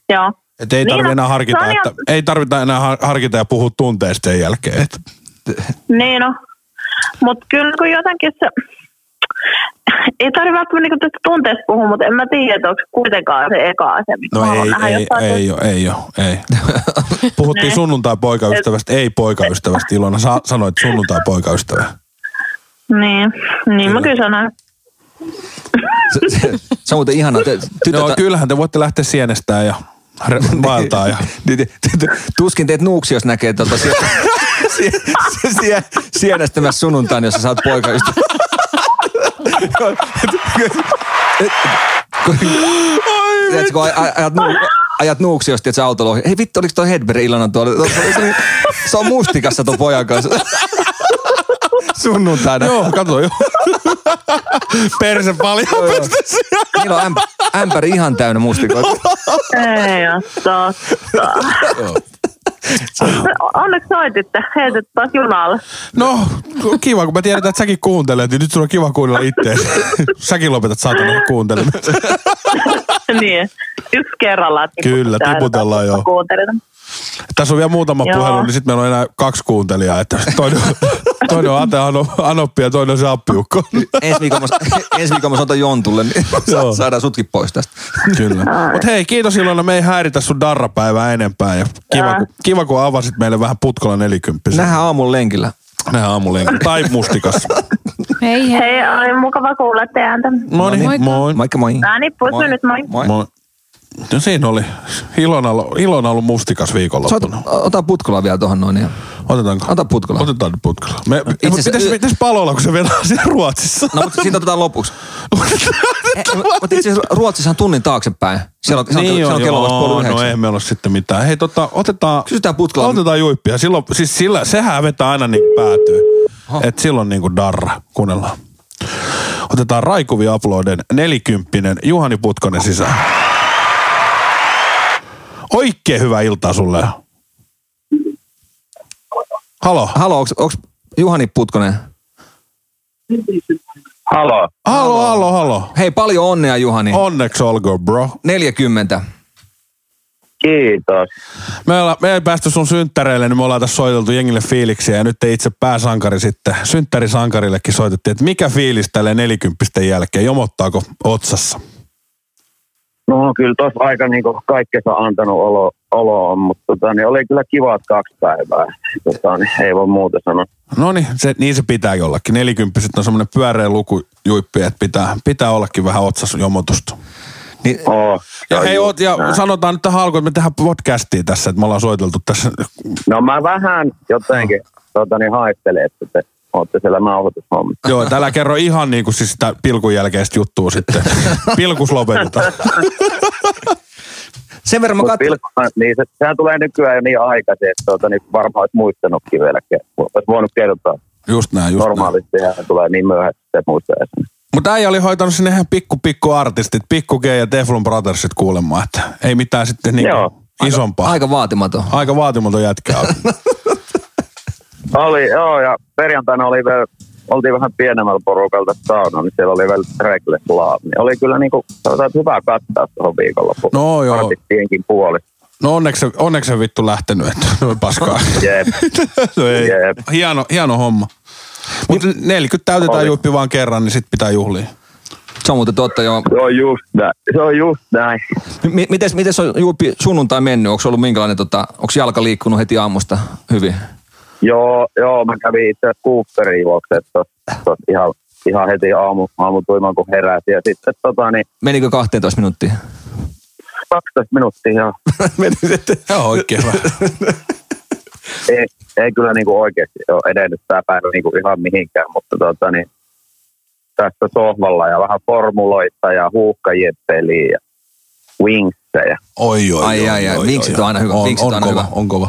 Speaker 5: joo.
Speaker 4: Että ei tarvitse
Speaker 5: Niin,
Speaker 4: enää
Speaker 5: no,
Speaker 4: harkita,
Speaker 5: se on
Speaker 4: että,
Speaker 5: ihan-
Speaker 4: ei tarvita enää har- harkita ja puhua tunteista sen jälkeen. Et,
Speaker 5: Niin no. Mutta kyllä kun jotenkin se... Ei tarvitse välttämättä niinku tästä tunteesta puhua, mutta en mä tiedä, että onko se kuitenkaan se eka asia, mikä
Speaker 4: no
Speaker 5: mä haluan
Speaker 4: ei,
Speaker 5: nähdä
Speaker 4: ei,
Speaker 5: jossain
Speaker 4: ei, ole, ei ole,
Speaker 5: (laughs)
Speaker 4: ei. Puhuttiin sunnuntai poikaystävästä, ei poikaystävästä. Ilona sa- sanoit sunnuntai poikaystävä.
Speaker 5: Niin, niin mä
Speaker 4: Kyllä.
Speaker 5: kyllä sanoin.
Speaker 2: Se, se, se on muuten ihanaa. Te, tytöt,
Speaker 4: No kyllähän te voitte lähteä sienestään ja re- vaeltaa ja...
Speaker 2: (laughs) Niin, niin, niin, Tuskin teet nuuksi, jos näkee tuota sie, (laughs) sie, sie, sie, sienestämässä sunnuntain, jossa saat (laughs) poikaystä. Tiedätkö, kun aj- aj- ajat, nu, ajat nuuksi, jos tiedät sä autolla ohi. Hei vittu, oliko toi Hedberg Ilona tuolla? Se oli- Se on mustikassa tuon pojan kanssa. (laughs) Sunnuntaina.
Speaker 4: Joo, kato joo. (laughs) Perse paljon pystys.
Speaker 2: Niillä on ämp, ämpäri ihan täynnä mustikoita.
Speaker 5: Ei ole totta. Onneksi soititte. Heitit taas junalle.
Speaker 4: No, kiva, kun mä tiedän, että säkin kuuntelet, niin nyt sun on kiva kuunnella itteesi. Säkin lopetat saatana kuuntelemisen.
Speaker 5: (laughs) niin. Yksi kerrallaan.
Speaker 4: Kyllä, tiputellaan, joo.
Speaker 5: Kuuntelin.
Speaker 4: Tässä on vielä muutama
Speaker 5: Joo.
Speaker 4: puhelu, niin sitten meillä on enää kaksi kuuntelijaa. Että toinen, toinen on Ate Ano- Anoppi ja toinen on se appiukko.
Speaker 2: Ensi viikolla mä, (laughs) ensi viikolla mä soitan Jontulle, niin
Speaker 4: Joo.
Speaker 2: sa- saadaan sutkin pois tästä.
Speaker 4: Kyllä. Mutta hei, kiitos Ilona, me ei häiritä sun darrapäivää enempää. Ja kiva, kun, kiva, kun avasit meille vähän putkolla nelikymppisen.
Speaker 2: Nähdään aamun lenkillä.
Speaker 4: Nähdään aamulenkin. Tai
Speaker 2: (laughs)
Speaker 4: mustikassa.
Speaker 2: No
Speaker 3: Hei, hei.
Speaker 5: Hei, oli mukava kuulla teidän ääntä.
Speaker 4: No niin,
Speaker 3: Moikka.
Speaker 4: moi.
Speaker 2: Moikka moi.
Speaker 5: No niin, pussy nyt, moi.
Speaker 2: Moi.
Speaker 4: moi. No siinä oli. Ilona, Ilona on ollut mustikas
Speaker 2: Soit,
Speaker 4: viikonloppuna.
Speaker 2: ota putkola vielä tuohon noin. ja-
Speaker 4: Otetaanko?
Speaker 2: Ota putkula.
Speaker 4: Otetaan nyt putkula. Me, Itse
Speaker 2: asiassa-
Speaker 4: mitäs, mitäs palolla, kun se vetää siellä Ruotsissa? (laughs)
Speaker 2: No, mutta siitä otetaan lopuksi. Eh, mutta itse asiassa Ruotsissahan tunnin taaksepäin. Siellä on, siellä on, niin siellä on kello vasta puoli
Speaker 4: No ei
Speaker 2: yhdeksän.
Speaker 4: me olla sitten mitään. Hei, tota, otetaan...
Speaker 2: Kysytään putkalla.
Speaker 4: Otetaan juippia. Silloin, siis sillä, sehän vetää aina niin päätyy. Et silloin niin kuin darra. Kuunnellaan. Otetaan Raikuvi Uploaden nelikymppinen Juhani Putkonen sisään. Oikein hyvää iltaa sulle. Halo.
Speaker 2: Halo, onks, onks Juhani Putkonen?
Speaker 6: Halo.
Speaker 4: Halo, halo, halo.
Speaker 2: Niin. Oh. Hei, paljon onnea Juhani.
Speaker 4: Onneksi olkoon, bro.
Speaker 2: 40.
Speaker 6: Kiitos.
Speaker 4: Me, olla, me ei päästy sun synttäreille, niin me ollaan tässä soiteltu jengille fiiliksiä ja nyt ei itse pääsankari sitten, synttärisankarillekin soitettiin, että mikä fiilis tälle nelikymppisten jälkeen, jomottaako otsassa?
Speaker 6: No kyllä tuossa aika niin kaikkensa antanut olo, olo on, mutta tota, niin oli kyllä kivat kaksi päivää. Tota, niin ei voi muuta sanoa.
Speaker 4: No niin, se, niin se pitää jollakin. Nelikymppiset on semmoinen pyöreä luku juippi, että pitää, pitää ollakin vähän otsassa jomotusta.
Speaker 2: Niin,
Speaker 6: Oh,
Speaker 4: Ja, hei, oot, ja
Speaker 6: näin.
Speaker 4: sanotaan nyt tähän alkuun, että me tehdään podcastia tässä, että me ollaan soiteltu tässä.
Speaker 6: No mä vähän jotenkin tota, niin haistelen, että te olette siellä nauhoitushommissa.
Speaker 4: Joo, että älä kerro ihan niin kuin siis sitä pilkun jälkeistä juttua sitten. Pilkus lopetetaan.
Speaker 2: sen verran mä
Speaker 6: Mut
Speaker 2: katsoin.
Speaker 6: pilkkuhan- Niin, se, sehän tulee nykyään jo niin aikaisin, että tuota, niin varmaan olisi muistanutkin vielä. Olisi voinut kertoa.
Speaker 4: Just näin, just näin.
Speaker 6: Normaalisti sehän tulee niin myöhäisesti, että muistaa edes.
Speaker 4: Mutta äijä oli hoitanut sinne ihan pikku pikku artistit, pikku G ja Teflon Brothersit kuulemma, että ei mitään sitten niin
Speaker 6: Joo.
Speaker 4: isompaa. Aika,
Speaker 2: Aika vaatimaton.
Speaker 4: aika vaatimaton jätkä (laughs) oli.
Speaker 6: Oli, joo, ja perjantaina oli vielä, oltiin vähän pienemmällä porukalla sauna, niin siellä oli vielä Reckless Love. Niin oli kyllä niin kuin, sanotaan, että hyvä kattaus tuohon viikonloppuun.
Speaker 4: No joo.
Speaker 6: Artistienkin puoli.
Speaker 4: No onneksi, onneksi on vittu lähtenyt, että no (laughs) paskaa.
Speaker 6: Jep. (laughs)
Speaker 4: no ei.
Speaker 6: Jep.
Speaker 4: Hieno, hieno homma. Mutta 40 täytetään
Speaker 6: Oli.
Speaker 4: juppi vaan kerran, niin sit pitää juhlia.
Speaker 2: Se on muuten totta, joo.
Speaker 6: Se on just näin. Se on just näin.
Speaker 2: M- mites, mites on Juuppi sunnuntai mennyt? Onko ollut minkälainen, tota, onko jalka liikkunut heti aamusta hyvin?
Speaker 6: Joo, joo, mä kävin itse asiassa Cooperin juokset ihan, ihan heti aamu, aamu tuimaan, kun heräsin. Ja sitten tota, niin
Speaker 2: Menikö 12 (laughs) minuuttia?
Speaker 6: 12 minuuttia ihan.
Speaker 2: Meni sitten.
Speaker 4: Joo, oikein hyvä.
Speaker 6: Ei, ei kyllä niin kuin oikeasti ole edennyt tämä päivä niin kuin ihan mihinkään, mutta tota, niin, tässä sohvalla ja vähän formuloita ja huuhkajien peliä ja wingsejä.
Speaker 4: (laughs) Oi, oi,
Speaker 2: Ai,
Speaker 4: oi,
Speaker 2: ai, ai.
Speaker 4: oi,
Speaker 2: Vinksit
Speaker 4: oi,
Speaker 2: on aina hyvä,
Speaker 4: On,
Speaker 2: vinksit on
Speaker 4: on,
Speaker 2: aina
Speaker 4: kova,
Speaker 2: hyvä.
Speaker 4: on kova.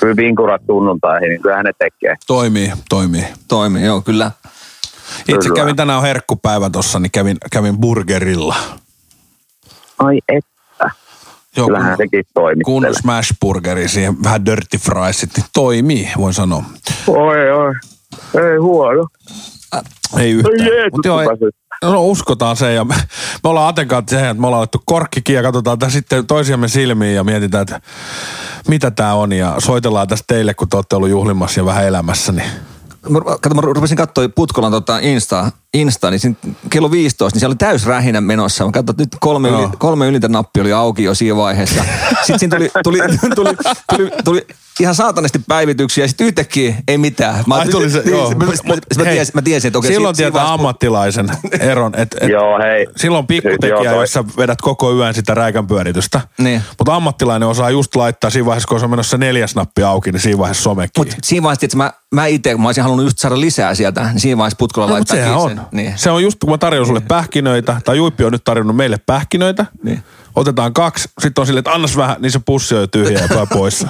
Speaker 6: Kyllä vinkurat sunnuntaihin, niin kyllähän ne tekee.
Speaker 4: Toimii, toimii.
Speaker 2: Toimi, joo, kyllä.
Speaker 4: Itse
Speaker 6: Kyllä.
Speaker 4: kävin tänään herkkupäivä tossa, niin kävin, kävin burgerilla.
Speaker 6: Ai et,
Speaker 4: Joo,
Speaker 6: kyllähän
Speaker 4: No kun-
Speaker 6: sekin toimii.
Speaker 4: kunnon smashburgeri, siihen vähän dirty friesit, niin toimii, voin sanoa.
Speaker 6: Oi, oi. Ei huono.
Speaker 4: Ei yhtään.
Speaker 6: Ei No Jeesus,
Speaker 4: Mut joo, ei-
Speaker 6: kuka
Speaker 4: no uskotaan se ja (laughs) me, me ollaan Aten kanssa siihen, että me ollaan otettu korkkikin ja katsotaan tässä sitten toisiamme silmiin ja mietitään, että mitä tämä on ja soitellaan tästä teille, kun te olette ollut juhlimassa ja vähän elämässä, niin
Speaker 2: Mä, kato, mä rupesin katsoa Putkolan tota Insta, Insta, niin siinä kello 15, niin siellä oli täys rähinä menossa. Mä katsoin, että nyt kolme, yli,
Speaker 4: Joo.
Speaker 2: kolme ylintä nappi oli auki jo siinä vaiheessa. Sitten siinä tuli, tuli, tuli, tuli, tuli, tuli ihan saatanasti päivityksiä, ja sitten yhtäkkiä ei mitään. Mä,
Speaker 4: Ai tuli se,
Speaker 2: niin,
Speaker 4: joo.
Speaker 2: mä, mä, mä,
Speaker 4: Hei,
Speaker 2: tiesin, mä tiesin, että okei.
Speaker 4: Silloin
Speaker 2: siinä-
Speaker 4: tietää
Speaker 2: siinä vaiheessa-
Speaker 4: ammattilaisen eron, että et,
Speaker 6: Joo, hei.
Speaker 4: silloin
Speaker 6: Siis joo,
Speaker 4: pikkutekijä,
Speaker 6: toi-
Speaker 4: jos sä vedät koko yön sitä räikänpyöritystä.
Speaker 2: Niin.
Speaker 4: Mutta ammattilainen osaa just laittaa siinä vaiheessa, kun se on menossa neljäs nappi auki, niin siinä vaiheessa some
Speaker 2: Mutta
Speaker 4: kiinni.
Speaker 2: siinä vaiheessa, että mä, mä itse, kun mä olisin halunnut just saada lisää sieltä, niin siinä vaiheessa Putkola
Speaker 4: No, mutta
Speaker 2: laittaa
Speaker 4: sehän
Speaker 2: kiinni
Speaker 4: on.
Speaker 2: Niin.
Speaker 4: Se on just, kun mä tarjoan sulle pähkinöitä, tai Juippi on nyt tarjonnut meille pähkinöitä.
Speaker 2: Niin.
Speaker 4: Otetaan kaksi, sitten on silleen, että annas vähän, niin se pussi on jo tyhjä ja pää
Speaker 2: (laughs)
Speaker 4: pois.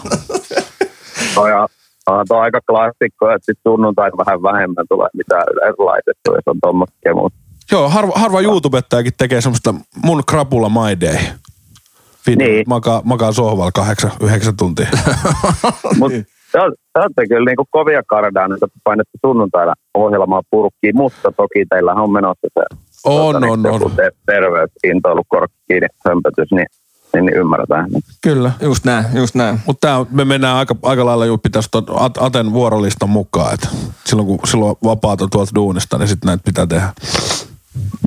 Speaker 6: Toi on, onhan toi aika klassikko, että sit sunnuntaina vähän vähemmän tulee mitään yleensä laitettu, jos on tuommoista kemuutta.
Speaker 4: Joo, harva, harva YouTubettajakin tekee semmoista mun krapula my day. Video.
Speaker 6: Niin.
Speaker 4: Makaa, makaa sohvalla kahdeksan, yhdeksän tuntia.
Speaker 6: Mutta
Speaker 4: Niin.
Speaker 6: te, ol- te olette kyllä niinku kovia kardaan, että painette sunnuntaina ohjelmaa purkkiin, mutta toki teillä on menossa se
Speaker 4: On,
Speaker 6: niin,
Speaker 4: on,
Speaker 6: se
Speaker 4: on.
Speaker 6: joku te- terveysintoilukorkkiin hömpötys, niin, niin, niin ymmärretään.
Speaker 4: Kyllä.
Speaker 2: Just näin, just näin.
Speaker 4: Mutta me mennään aika, aika lailla juu pitäisi ton At- Aten vuorolistan mukaan. Et silloin kun silloin vapaata tuolta duunista, niin sitten näitä pitää tehdä.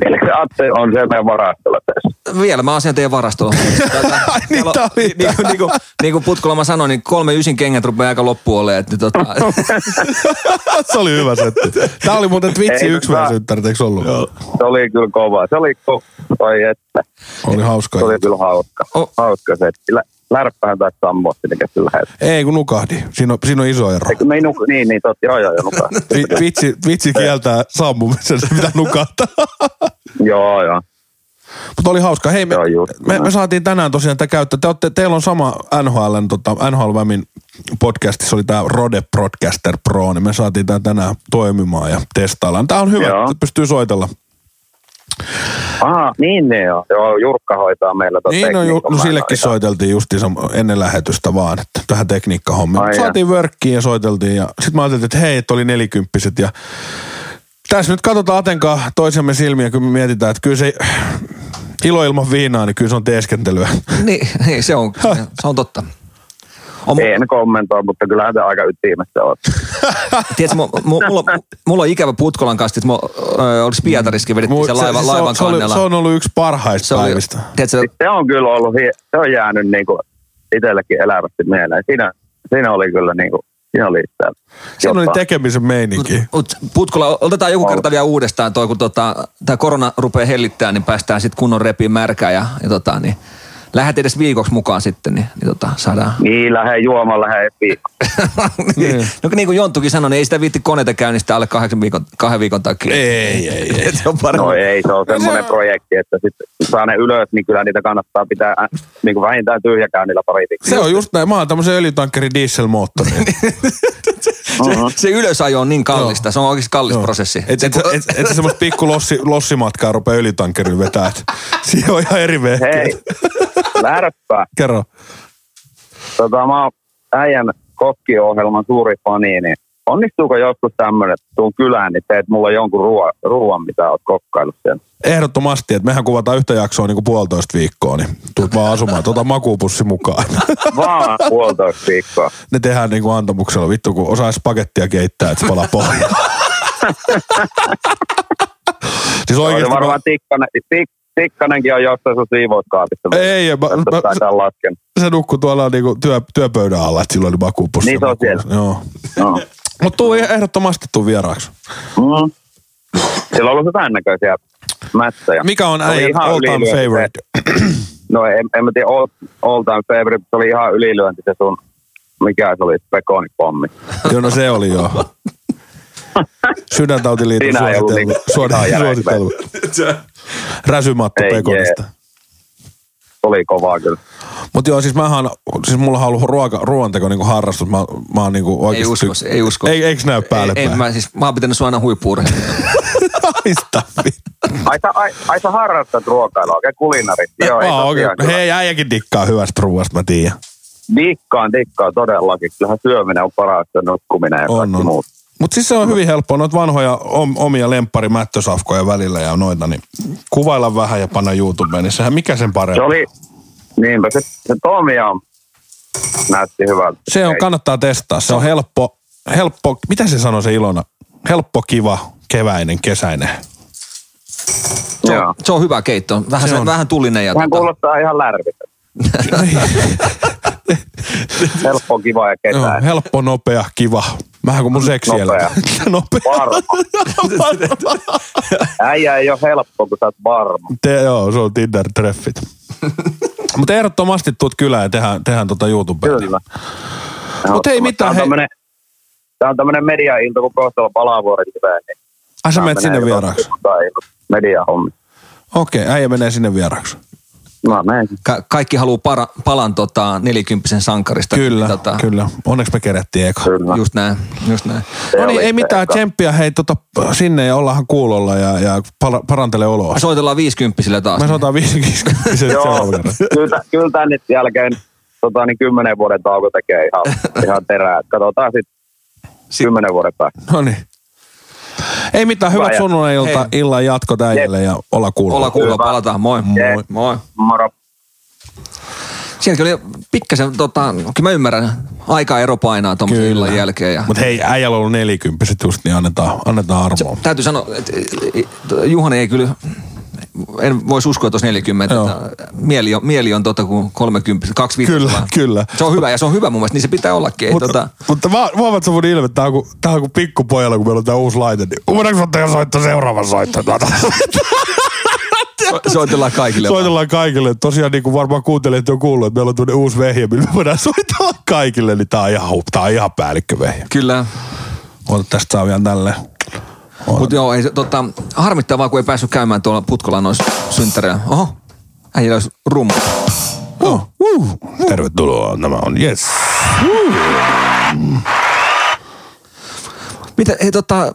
Speaker 6: Eli se Atte on siellä meidän varastolla tässä.
Speaker 2: Vielä mä asian teidän varastoon.
Speaker 4: (laughs) Ai niin, tää oli
Speaker 2: niin, niin, kuin- niin, kuin- niin kuin Putkola mä sanoin, niin kolme ysin kengät rupeaa aika loppu olemaan. Että tota,
Speaker 4: (laughs)
Speaker 2: (laughs)
Speaker 4: se oli hyvä setti. Tää oli muuten Twitchi
Speaker 6: Ei, no
Speaker 4: yksi
Speaker 6: mä-
Speaker 4: vähän synttärit, eikö ollut?
Speaker 6: Se oli kyllä kova. Se oli, ko- toi että,
Speaker 4: Oli hauska.
Speaker 6: se oli kyllä hauska.
Speaker 2: O-
Speaker 6: Hauska se, että lä- lärppähän taisi sammua sinne keskellä lähellä.
Speaker 4: Ei kun nukahdi. Siinä on, siinä on iso ero.
Speaker 6: Eikö me ei nuk- niin, niin, tot, joo, joo, joo,
Speaker 4: (laughs)
Speaker 6: nukaa.
Speaker 4: Vi- Vitsi, vitsi kieltää sammumisen, se pitää nukahtaa.
Speaker 6: joo, joo.
Speaker 4: Mutta oli hauska. Hei, me,
Speaker 6: Joo, just
Speaker 4: me,
Speaker 6: näin.
Speaker 4: me saatiin tänään tosiaan tätä käyttöä. Te olette, teillä on sama NHL, tota, NHL Vämin podcastissa oli tämä Rode Broadcaster Pro, niin me saatiin tämä tänään toimimaan ja testaillaan. Tämä on hyvä,
Speaker 6: Joo. Tota
Speaker 4: että pystyy soitella.
Speaker 6: Aha, niin ne joo. Joo, Jurkka hoitaa meillä tuon
Speaker 4: Niin, no, ju,
Speaker 6: tekniikan.
Speaker 4: no
Speaker 6: Mä en
Speaker 4: sillekin
Speaker 6: hoitaa.
Speaker 4: soiteltiin justiinsa ennen lähetystä vaan, että tähän tekniikkahommiin.
Speaker 6: Ai
Speaker 4: Mut
Speaker 6: jaa.
Speaker 4: Saatiin vörkkiin ja soiteltiin ja sitten mä ajattelin, että hei, että oli nelikymppiset ja tässä nyt katsotaan Atenkaan toisemme silmiä, kun me mietitään, että kyllä se Ilo ilman viinaa, niin kyllä se on teeskentelyä.
Speaker 2: Niin, niin se, on, se on totta. On, mu-
Speaker 6: En kommentoi, mutta kyllähän te aika ytimessä oot.
Speaker 2: tiedätkö, mu- mu- mulla, mulla, on ikävä Putkolan kanssa, että oliko Pietariskin vedettiin
Speaker 4: Mut
Speaker 2: sen laivan,
Speaker 4: se,
Speaker 2: laivan
Speaker 4: se, oli,
Speaker 2: kannella.
Speaker 4: se on ollut yksi parhaista
Speaker 2: se oli,
Speaker 4: päivistä.
Speaker 2: tiedätkö,
Speaker 6: Siis Se on kyllä ollut, hie- se on jäänyt niinku itsellekin elävästi mieleen. Siinä, siinä oli kyllä niinku, siinä oli sitä.
Speaker 4: Siinä oli
Speaker 6: jotain.
Speaker 4: tekemisen meininki.
Speaker 2: Mut Putkola, otetaan joku kerta vielä uudestaan toi, kun tota, tämä korona rupeaa hellittää, niin päästään sitten kunnon repiin märkää ja, ja tota, niin, lähet edes viikoksi mukaan sitten, niin, niin tota, saadaan.
Speaker 6: Niin, lähde juomaan, lähde epi.
Speaker 2: (laughs) niin. No niin kuin Jonttukin sanoi, niin ei sitä viitti koneita käynnistää alle kahden viikon, kahden viikon takia.
Speaker 4: Ei, ei,
Speaker 2: (laughs)
Speaker 4: ei.
Speaker 2: Et se on parempi.
Speaker 6: No ei, se on semmoinen projekti, että sit, kun saa ne ylös, niin kyllä niitä kannattaa pitää ä, niin kuin vähintään tyhjäkäynnillä pari viikkoa.
Speaker 4: Se on just näin. Mä oon tämmöisen öljytankkerin
Speaker 2: (laughs)
Speaker 4: dieselmoottori.
Speaker 2: Niin, Se ylösajo on niin kallista, se on oikeasti kallis prosessi.
Speaker 4: Et, et, et, et, et semmoista pikku lossi, lossimatkaa rupea öljytankkerin vetää. Et (laughs) Siihen on ihan eri vehkeet.
Speaker 6: Hei, lähdäpä.
Speaker 4: Kerro.
Speaker 6: Tota, mä oon äijän kokkiohjelman suuri fani, niin onnistuuko joskus tämmöinen, että tuun kylään, niin teet mulla jonkun ruoan, ruoan mitä oot kokkaillut sen.
Speaker 4: Ehdottomasti, että mehän kuvataan yhtä jaksoa niinku puolitoista viikkoa, niin tuut vaan asumaan. Tota makuupussi mukaan. (laughs)
Speaker 6: Vaan puolitoista viikkoa.
Speaker 4: Ne tehdään niinku antamuksella. Vittu, kun osaa spagettia keittää, että se palaa
Speaker 6: (laughs)
Speaker 4: pohjaan. siis
Speaker 6: Se oli
Speaker 4: (laughs) oikeesti mä-
Speaker 6: varmaan tikkanen, tik, tikkanenkin on jossain sun siivouskaapissa.
Speaker 4: Ei, ei, mä,
Speaker 6: Mä,
Speaker 4: mä,
Speaker 6: Taitaa lasken.
Speaker 4: se nukkuu tuolla niinku työ, työpöydän alla, että sillä oli makuupussi.
Speaker 6: Niin se on siellä.
Speaker 4: Joo.
Speaker 6: No.
Speaker 4: Mutta tuu ihan ehdottomasti tuu vieraaksi.
Speaker 6: Mm. Sillä on ollut hyvän näköisiä mättäjä.
Speaker 4: Mikä on
Speaker 6: Se oli
Speaker 4: äijän
Speaker 6: ihan
Speaker 4: all time
Speaker 6: ylilyönti se.
Speaker 4: favorite?
Speaker 6: No en, en mä tiedä all, all time favorite, mutta se oli ihan ylilyönti se sun, mikä se oli, pekonipommi.
Speaker 4: Joo, no se oli
Speaker 6: (laughs)
Speaker 4: joo. Sydäntautiliiton
Speaker 6: Siinä ei ollut
Speaker 4: suositelma.
Speaker 6: niinku mitään
Speaker 4: Suositelma.
Speaker 6: järkeä.
Speaker 4: suositelma. Räsymatto
Speaker 6: Ei,
Speaker 4: Pekonista.
Speaker 6: Se oli kovaa kyllä.
Speaker 4: Mutta joo, siis mähän, siis mulla on ollut ruoka, ruoanteko niinku harrastus. Mä, mä oon niinku
Speaker 2: ei
Speaker 4: oikeesti...
Speaker 2: usko, se- ei usko.
Speaker 4: Ei, eikö näy päälle
Speaker 2: ei,
Speaker 4: päin?
Speaker 2: en mä, siis, mä oon pitänyt sua aina huippuurheilijana.
Speaker 4: (laughs) Aista vittu.
Speaker 6: Ai sä, ai, ai sä harrastat ruokailua, oikein kulinarit. Joo, ei
Speaker 4: Mä oon
Speaker 6: tosiaan
Speaker 4: oikein-
Speaker 6: kyllä.
Speaker 4: Äh, Hei, äijäkin dikkaa hyvästä ruuasta, mä tiedän.
Speaker 6: Dikkaan, dikkaan todellakin. Kyllähän syöminen on parasta, nukkuminen ja
Speaker 4: On,
Speaker 6: kaikki
Speaker 4: on.
Speaker 6: muut.
Speaker 4: Mutta siis se on hyvin helppoa, noita vanhoja om, omia lempparimättösafkoja välillä ja noita, niin kuvailla vähän ja panna YouTubeen, niin sehän mikä sen parempi.
Speaker 6: Se oli, niinpä se, se Tomiam näytti hyvältä.
Speaker 4: Se on,
Speaker 6: Ei,
Speaker 4: kannattaa testaa. Se on helppo, helppo, mitä se sanoi se Ilona? Helppo, kiva, keväinen,
Speaker 6: (laughs)
Speaker 4: kesäinen.
Speaker 2: Se
Speaker 6: joo.
Speaker 2: on, se on hyvä keitto. Vähän, se
Speaker 4: on.
Speaker 2: vähän tulinen ja
Speaker 6: Hän
Speaker 2: tota,
Speaker 6: kuulostaa ihan lärviltä. Helppo, kiva ja
Speaker 4: Joo,
Speaker 6: ketään.
Speaker 4: helppo, nopea, kiva. Vähän kuin mun seksi
Speaker 6: Nopea.
Speaker 4: (laughs) nopea.
Speaker 6: Varma.
Speaker 4: (laughs)
Speaker 6: Äijä ei ole helppo, kun sä oot varma.
Speaker 4: Te, joo, se on
Speaker 6: (laughs)
Speaker 4: Tinder-treffit. Mutta ehdottomasti tuut kylään ja tehdään, tehdään tota YouTubeen.
Speaker 6: Kyllä.
Speaker 4: Mut ei mitään,
Speaker 6: Tää on
Speaker 4: hei.
Speaker 6: tämmönen, tää on tämmönen mediailta, kun kohta on palavuori kiveen. Niin
Speaker 4: Ai sä
Speaker 6: tää
Speaker 4: menet sinne
Speaker 6: menee jotain
Speaker 4: vieraaksi.
Speaker 6: jotain Mediahommi.
Speaker 4: Okei, äijä menee sinne vieraaksi.
Speaker 6: Mä menen.
Speaker 2: ka- kaikki haluaa para, palan tota, nelikymppisen sankarista.
Speaker 4: Kyllä,
Speaker 2: Tota,
Speaker 4: kyllä. Onneksi me kerättiin eka.
Speaker 6: Kyllä.
Speaker 2: Just näin, just näin.
Speaker 6: Se
Speaker 4: No niin,
Speaker 6: oli
Speaker 4: No ei
Speaker 6: se
Speaker 4: mitään
Speaker 6: eka.
Speaker 4: tsemppiä. Hei, tota, sinne ja ollaanhan kuulolla ja, ja pala- parantele oloa.
Speaker 2: Soitellaan viisikymppisillä taas.
Speaker 4: Me sanotaan 50
Speaker 6: (laughs) Joo,
Speaker 4: seuraavan kerran.
Speaker 6: kyllä, tä- kyllä tän nyt jälkeen tota, niin kymmenen vuoden tauko tekee ihan,
Speaker 4: (laughs)
Speaker 6: ihan terää. Katsotaan sitten kymmenen vuoden päästä.
Speaker 4: No niin. Ei mitään, hyvät
Speaker 6: Hyvä
Speaker 4: sunnuntai-ilta, illan jatko täijille ja olla kuulolla.
Speaker 2: Olla kuulla,
Speaker 6: Hyvä.
Speaker 2: palataan. Moi.
Speaker 6: Jee.
Speaker 2: Moi. Moi.
Speaker 6: Moro.
Speaker 2: Sielläkin oli pikkasen, tota, kyllä mä ymmärrän, aika ero painaa tuommoisen illan jälkeen. Ja...
Speaker 4: Mutta hei, äijällä on ollut nelikymppiset just, niin annetaan, annetaan armoa.
Speaker 2: Täytyy sanoa, että Juhani ei kyllä, en voisi uskoa, että olisi 40.
Speaker 4: Joo.
Speaker 2: että Mieli on, mieli on tota kuin 30, 25.
Speaker 4: Kyllä, kyllä.
Speaker 2: Se on hyvä ja se on hyvä mun mielestä, niin se pitää ollakin. Ei,
Speaker 4: Mutta,
Speaker 2: tota,
Speaker 4: mutta mä, huomaat sä mun ilme, tää on kuin, tää on kuin pikkupojalla, kun meillä on tää uusi laite, niin uudeks mä teidän soittaa seuraavan soittaa.
Speaker 2: soitellaan kaikille. vaan.
Speaker 4: Soitellaan kaikille. Tosiaan niin kuin varmaan kuuntelijat on kuullut, että meillä on tuonne uusi vehje, millä me voidaan (laughs) soitella kaikille, niin tää on ihan, hu- tää on ihan päällikkövehje.
Speaker 2: Kyllä.
Speaker 4: Ota tästä saa vielä tälleen. Ota.
Speaker 2: Mutta joo, ei, se- tota, harmittavaa, kun ei päässyt käymään tuolla Putkolan noissa synttäreillä. Oho, äijillä olisi rumma.
Speaker 4: Oh, uh, tervetuloa, nämä on yes.
Speaker 2: Mitä, hei tota,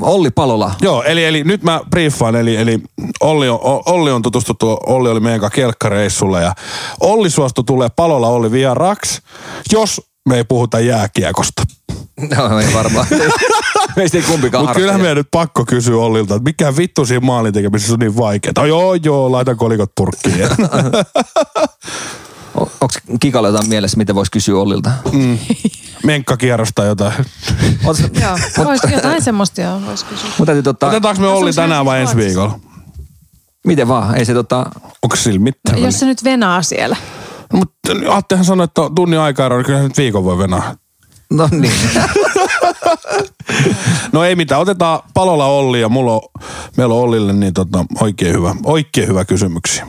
Speaker 2: Olli Palola. (laughs)
Speaker 4: Joo, eli, eli nyt mä briefaan, eli, eli Olli, on, O- Olli on tutustuttu, Olli oli meidän kanssa kelkkareissulla ja Olli suostui tulee palolla Olli vieraksi, jos me ei puhuta jääkiekosta.
Speaker 2: No ei varmaan. Meistä ei kumpikaan
Speaker 4: Mutta kyllähän meidän nyt pakko kysyä Ollilta, että mikä vittu siinä maalin tekemisessä on niin vaikeaa. Oh, joo, joo, laita kolikot purkkiin.
Speaker 2: Onko Kikalla jotain mielessä, mitä voisi kysyä Ollilta?
Speaker 4: Menkka kierrosta jotain.
Speaker 2: (laughs) Otas,
Speaker 3: Joo, voisi jotain semmoista, joo, voisi kysyä.
Speaker 2: mutta täytyy tota,
Speaker 4: Otetaanko me Olli
Speaker 3: No, se on
Speaker 4: tänään vai ensi
Speaker 3: Ruotsissa.
Speaker 4: viikolla?
Speaker 2: miten vaan, ei se tota,
Speaker 4: Onko sillä mitään?
Speaker 3: Jos se nyt venaa siellä.
Speaker 4: Mutta Attehan sanoi, että on tunnin aikaa, niin kyllähän nyt viikon voi venaa.
Speaker 2: no
Speaker 4: (laughs)
Speaker 2: niin.
Speaker 4: No ei mitään, otetaan palolla Olli ja mulla on, meillä on Ollille niin tota, oikein, hyvä, oikein hyvä kysymyksiä.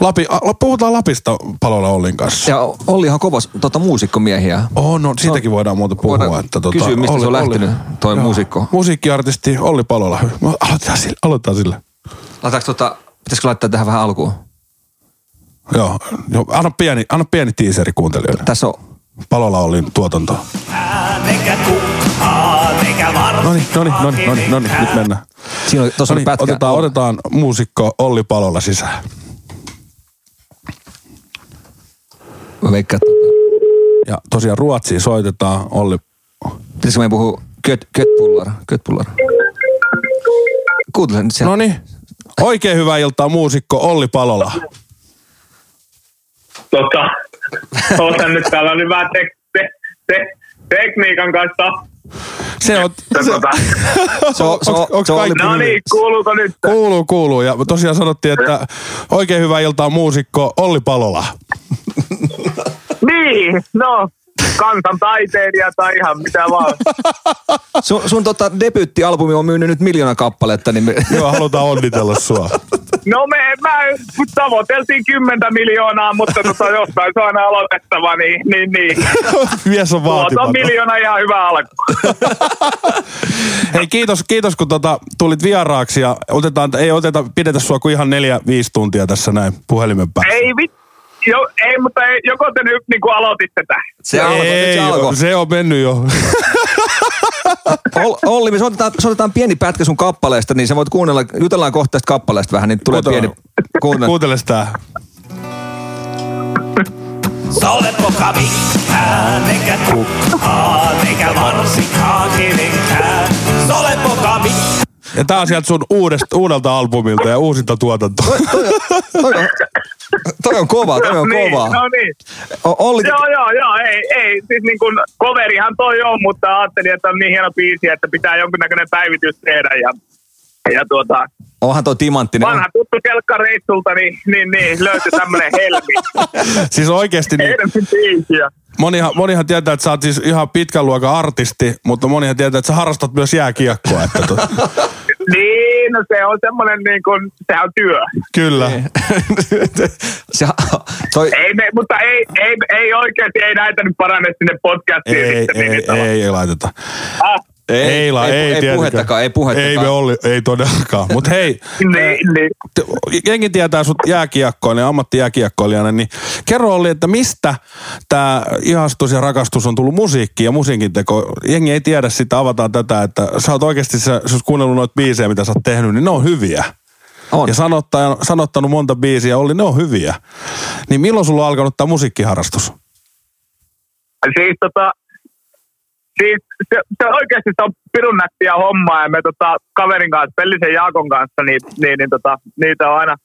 Speaker 4: Lapi, a, puhutaan Lapista palolla Ollin kanssa.
Speaker 2: Ja Ollihan kovas tota, muusikkomiehiä.
Speaker 4: Oh, no, siitäkin voidaan muuta puhua.
Speaker 2: voidaan
Speaker 4: että, tota,
Speaker 2: kysyä, mistä se on lähtenyt, toi muusikko.
Speaker 4: Musiikkiartisti Olli Palola. No, aloitetaan sillä. Aloitetaan sillä.
Speaker 2: Laitetaanko tota, pitäisikö laittaa tähän vähän alkuun?
Speaker 4: Joo, joo, anna pieni, anna pieni tiiseri kuuntelijoille.
Speaker 2: Tässä on,
Speaker 4: Palola Ollin tuotanto.
Speaker 1: Eikä kukkaa, eikä varsinkaan
Speaker 4: No niin, no niin, no niin, no niin, no niin, nyt mennään.
Speaker 2: siinä oli, tossa
Speaker 4: No
Speaker 2: oli
Speaker 4: niin,
Speaker 2: pätkä.
Speaker 4: otetaan, otetaan muusikko Olli Palola sisään.
Speaker 2: Mä veikkaan, tota,
Speaker 4: Ja tosiaan Ruotsiin soitetaan Olli.
Speaker 2: pitäisikö meidän puhua köt, kötpullar, kötpullar. Kuuntele nyt siellä.
Speaker 4: No niin, oikein hyvää iltaa muusikko Olli Palola.
Speaker 7: tota, ootan nyt täällä oli vähän tek, te, te, tekniikan kanssa.
Speaker 4: Se on,
Speaker 7: Ja
Speaker 4: se,
Speaker 7: Tota,
Speaker 4: (laughs)
Speaker 2: Se on- se on-
Speaker 4: onks- onks
Speaker 2: se on
Speaker 4: kaikki
Speaker 2: Olli
Speaker 7: no
Speaker 4: hyvin?
Speaker 7: niin, kuuluuko nyt?
Speaker 4: Kuuluu, kuuluu. Ja tosiaan sanottiin, että oikein hyvää iltaa muusikko Olli Palola.
Speaker 7: Niin, no, kansantaiteilija tai ihan mitä vaan.
Speaker 4: niin.
Speaker 2: Sun, sun tota, debyyttialbumi on myynyt nyt miljoona kappaletta,
Speaker 4: (laughs)
Speaker 2: niin me...
Speaker 4: Joo, halutaan onnitella sua. (laughs)
Speaker 7: No me, mä, mut tavoiteltiin 10 miljoonaa, mutta tota, jostain se on aina aloitettava, niin, niin, niin.
Speaker 4: Mies on
Speaker 7: Tuo on
Speaker 4: vaatimaton.
Speaker 7: miljoona ihan hyvä alku.
Speaker 4: Hei, kiitos, kiitos kun tota, tulit vieraaksi ja otetaan, ei oteta, pidetä sua kuin ihan neljä, viisi tuntia tässä näin puhelimen päässä.
Speaker 7: Ei vit, jo, ei, mutta ei, joko te nyt niin kuin aloititte tämän?
Speaker 2: se alkoi, nyt
Speaker 4: ei,
Speaker 2: se alkoi.
Speaker 4: se on mennyt jo.
Speaker 2: Ol- Olli, me soitetaan, soitetaan pieni pätkä sun kappaleesta, niin sä voit kuunnella, jutellaan kohta tästä kappaleesta vähän, niin tulee
Speaker 4: Kuuntele-
Speaker 2: pieni... Kuunnella.
Speaker 4: Kuunteles tää.
Speaker 1: Sä olet poka mikään, eikä kukkaan, eikä varsinkaan kenenkään. Sä olet poka mikään.
Speaker 4: Ja tää on sieltä sun uudesta, uudelta albumilta ja uusinta
Speaker 2: (laughs)
Speaker 4: tuotantoa.
Speaker 2: Toi on, toi on kova, toi on
Speaker 7: niin,
Speaker 2: kova.
Speaker 7: no niin.
Speaker 2: O- Olli,
Speaker 7: Joo, joo, joo, ei, ei. Siis niin kuin coverihan toi on, mutta ajattelin, että on niin hieno biisi, että pitää jonkinnäköinen päivitys tehdä. Ja, ja tuota,
Speaker 2: onhan toi timanttinen.
Speaker 7: vanha tuttu kelkka reissulta, niin, niin, niin löytyi tämmöinen helmi.
Speaker 4: siis oikeesti (laughs) niin,
Speaker 7: Helmin biisi. ja-
Speaker 4: monihan, monihan tietää, että sä oot siis ihan pitkän luokan artisti, mutta monihan tietää, että sä harrastat myös jääkiekkoa. Että tota,
Speaker 2: (laughs)
Speaker 4: tot,
Speaker 7: Niin, no se on semmoinen niin kuin, sehän on työ.
Speaker 4: kyllä.
Speaker 2: Niin. se, toi,
Speaker 7: Ei me, mutta ei, ei, ei oikeasti, ei näitä nyt parane sinne
Speaker 4: (laughs)
Speaker 7: podcastiin.
Speaker 4: Ei, ei,
Speaker 7: sitten
Speaker 4: ei,
Speaker 7: millään tavalla.
Speaker 4: ei, ei laiteta.
Speaker 7: Ah,
Speaker 4: Ei, ei, la, ei,
Speaker 2: ei,
Speaker 4: tietenkään.
Speaker 2: puhettakaan, ei puhettakaan.
Speaker 4: Ei me Olli, ei todellakaan. Mutta hei,
Speaker 7: niin, niin.
Speaker 4: te- jengi tietää sut jääkiekkoilijana, ammattijääkiekkoilijana, niin kerro Olli, että mistä tämä ihastus ja rakastus on tullut musiikkiin ja musiikin teko. Jengi ei tiedä sitä, avataan tätä, että sä oot oikeasti, sä, sä oot kuunnellut noita biisejä, mitä sä oot tehnyt, niin ne on hyviä.
Speaker 2: on.
Speaker 4: Ja sanottajan, sanottanut monta biisiä, Olli, ne on hyviä. Niin milloin sulla on alkanut tämä musiikkiharrastus?
Speaker 7: Siis tota, siis se, se oikeasti se on pirun nättiä hommaa ja me tota, kaverin kanssa, Pellisen Jaakon kanssa, niin, niin, niin tota, niitä on aina,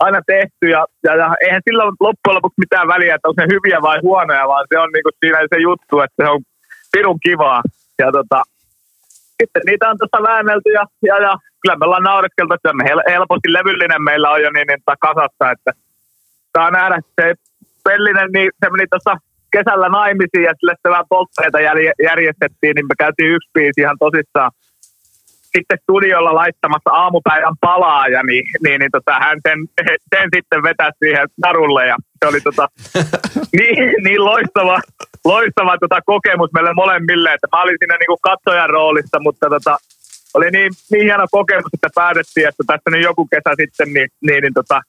Speaker 7: aina tehty ja, ja, ja eihän sillä ole loppujen lopuksi mitään väliä, että onko ne hyviä vai huonoja, vaan se on niinku siinä se juttu, että se on pirun kivaa ja tota, sitten niitä on tuossa väännelty ja, ja, ja kyllä me ollaan naureskeltu, että me hel- helposti levyllinen meillä on jo niin, niin tota kasassa, että saa nähdä. Se Pellinen, niin se meni tuossa kesällä naimisiin ja sille sitten vähän poltteita järje- järjestettiin, niin me käytiin yksi biisi ihan tosissaan sitten studiolla laittamassa aamupäivän palaa ja niin, niin, niin tota, hän sen, (laughs) sen, sitten vetäisi siihen narulle ja se oli tota, niin, niin loistava, loistava tota kokemus meille molemmille, että mä olin siinä niinku katsojan roolissa, mutta tota, oli niin, niin hieno kokemus, että päätettiin, että tässä nyt joku kesä sitten niin, niin, niin tota,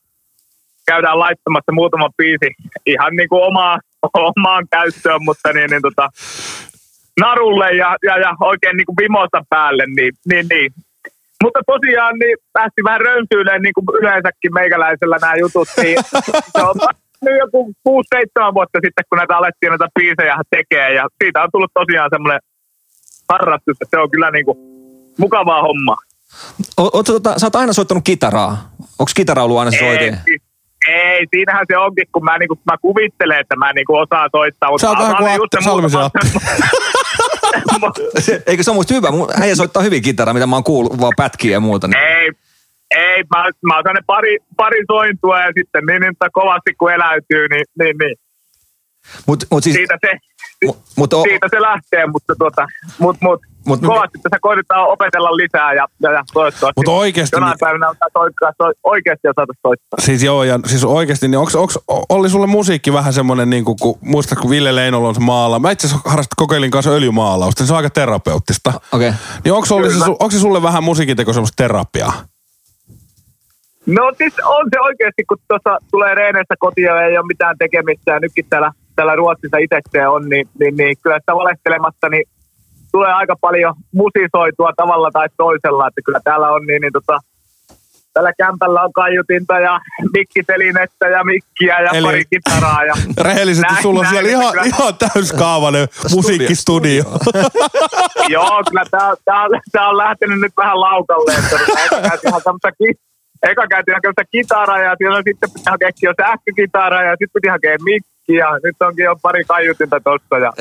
Speaker 7: käydään laittamassa muutama biisi ihan niin kuin omaa, omaan käyttöön, mutta niin, niin tota, narulle ja, ja, ja oikein niin kuin vimosta päälle, niin, niin, niin. Mutta tosiaan niin päästi vähän rönsyilemään niin kuin yleensäkin meikäläisellä nämä jutut, niin (laughs) se on nyt joku 6-7 vuotta sitten, kun näitä alettiin näitä biisejä tekee ja siitä on tullut tosiaan semmoinen harrastusta. Se on kyllä niinku mukavaa hommaa.
Speaker 2: O, oot, tota, sä oot aina soittanut kitaraa. Onko kitara ollut aina se oikein?
Speaker 7: Ei, si- ei, siinähän se onkin, kun mä, niinku, mä kuvittelen, että mä niinku osaan soittaa. Mutta
Speaker 4: Sä oot
Speaker 7: mä
Speaker 4: vähän
Speaker 7: osaan niinku
Speaker 4: kuin
Speaker 7: just
Speaker 4: Atte
Speaker 7: sen
Speaker 4: Salmisen
Speaker 7: muutaman-
Speaker 2: Se- Eikö se ole muista hyvä? Mun Äijä soittaa hyvin kitaraa, mitä mä oon kuullut, vaan pätkiä ja muuta. Niin.
Speaker 7: (laughs) Ei, ei, mä, mä otan ne pari, pari sointua ja sitten niin, niin että kovasti kun eläytyy, niin, niin, niin.
Speaker 4: Siis-
Speaker 2: Mut, mut siis,
Speaker 7: Siitä, se,
Speaker 2: mu- mut, o,
Speaker 7: siitä se lähtee, mutta tuota, mut, mut,
Speaker 2: Mut-
Speaker 7: mut, kovasti tässä koitetaan opetella lisää ja, ja, ja toivottavasti
Speaker 4: Mut oikeesti-
Speaker 7: jonain päivänä osaa soittaa, so, oikeasti osata soittaa.
Speaker 4: Siis joo, ja siis oikeesti, niin onks, onks, oli sulle musiikki vähän semmonen, niin kuin, kun, muista kun Ville Leinola on se maala. Mä itse asiassa harrastin kokeilin kanssa öljymaalausta, niin se on aika terapeuttista.
Speaker 2: Okei.
Speaker 4: Niin onks, oli se, su- onks se sulle vähän musiikinteko semmoista terapiaa?
Speaker 7: No siis on se oikeasti, kun tuossa tulee reenessä kotiin ja ei ole mitään tekemistä ja nytkin täällä, täällä Ruotsissa itsekseen on, niin, niin, niin kyllä sitä valehtelematta niin tulee aika paljon musisoitua tavalla tai toisella, että kyllä täällä on niin, niin tota, Tällä kämpällä on kaiutinta ja mikkitelinettä ja mikkiä ja
Speaker 4: Eli-
Speaker 7: Eli... pari kitaraa. Ja...
Speaker 4: Rehellisesti
Speaker 7: Näin-
Speaker 4: sulla on
Speaker 7: näin,
Speaker 4: siellä
Speaker 7: että
Speaker 4: ihan,
Speaker 7: kyllä-
Speaker 4: ihan täyskaavainen musiikkistudio.
Speaker 7: Joo, kyllä tää, tää, on- tää on lähtenyt nyt vähän laukalle. Että tota, eka käytiin ihan tämmöstä ki- Eka käytiin ihan tämmöistä kitaraa ja siellä sitten piti hakea jo sähkökitaraa ja sitten piti hakea mikki ja nyt onkin jo pari kaiutinta tossa
Speaker 4: (laughs)
Speaker 7: ja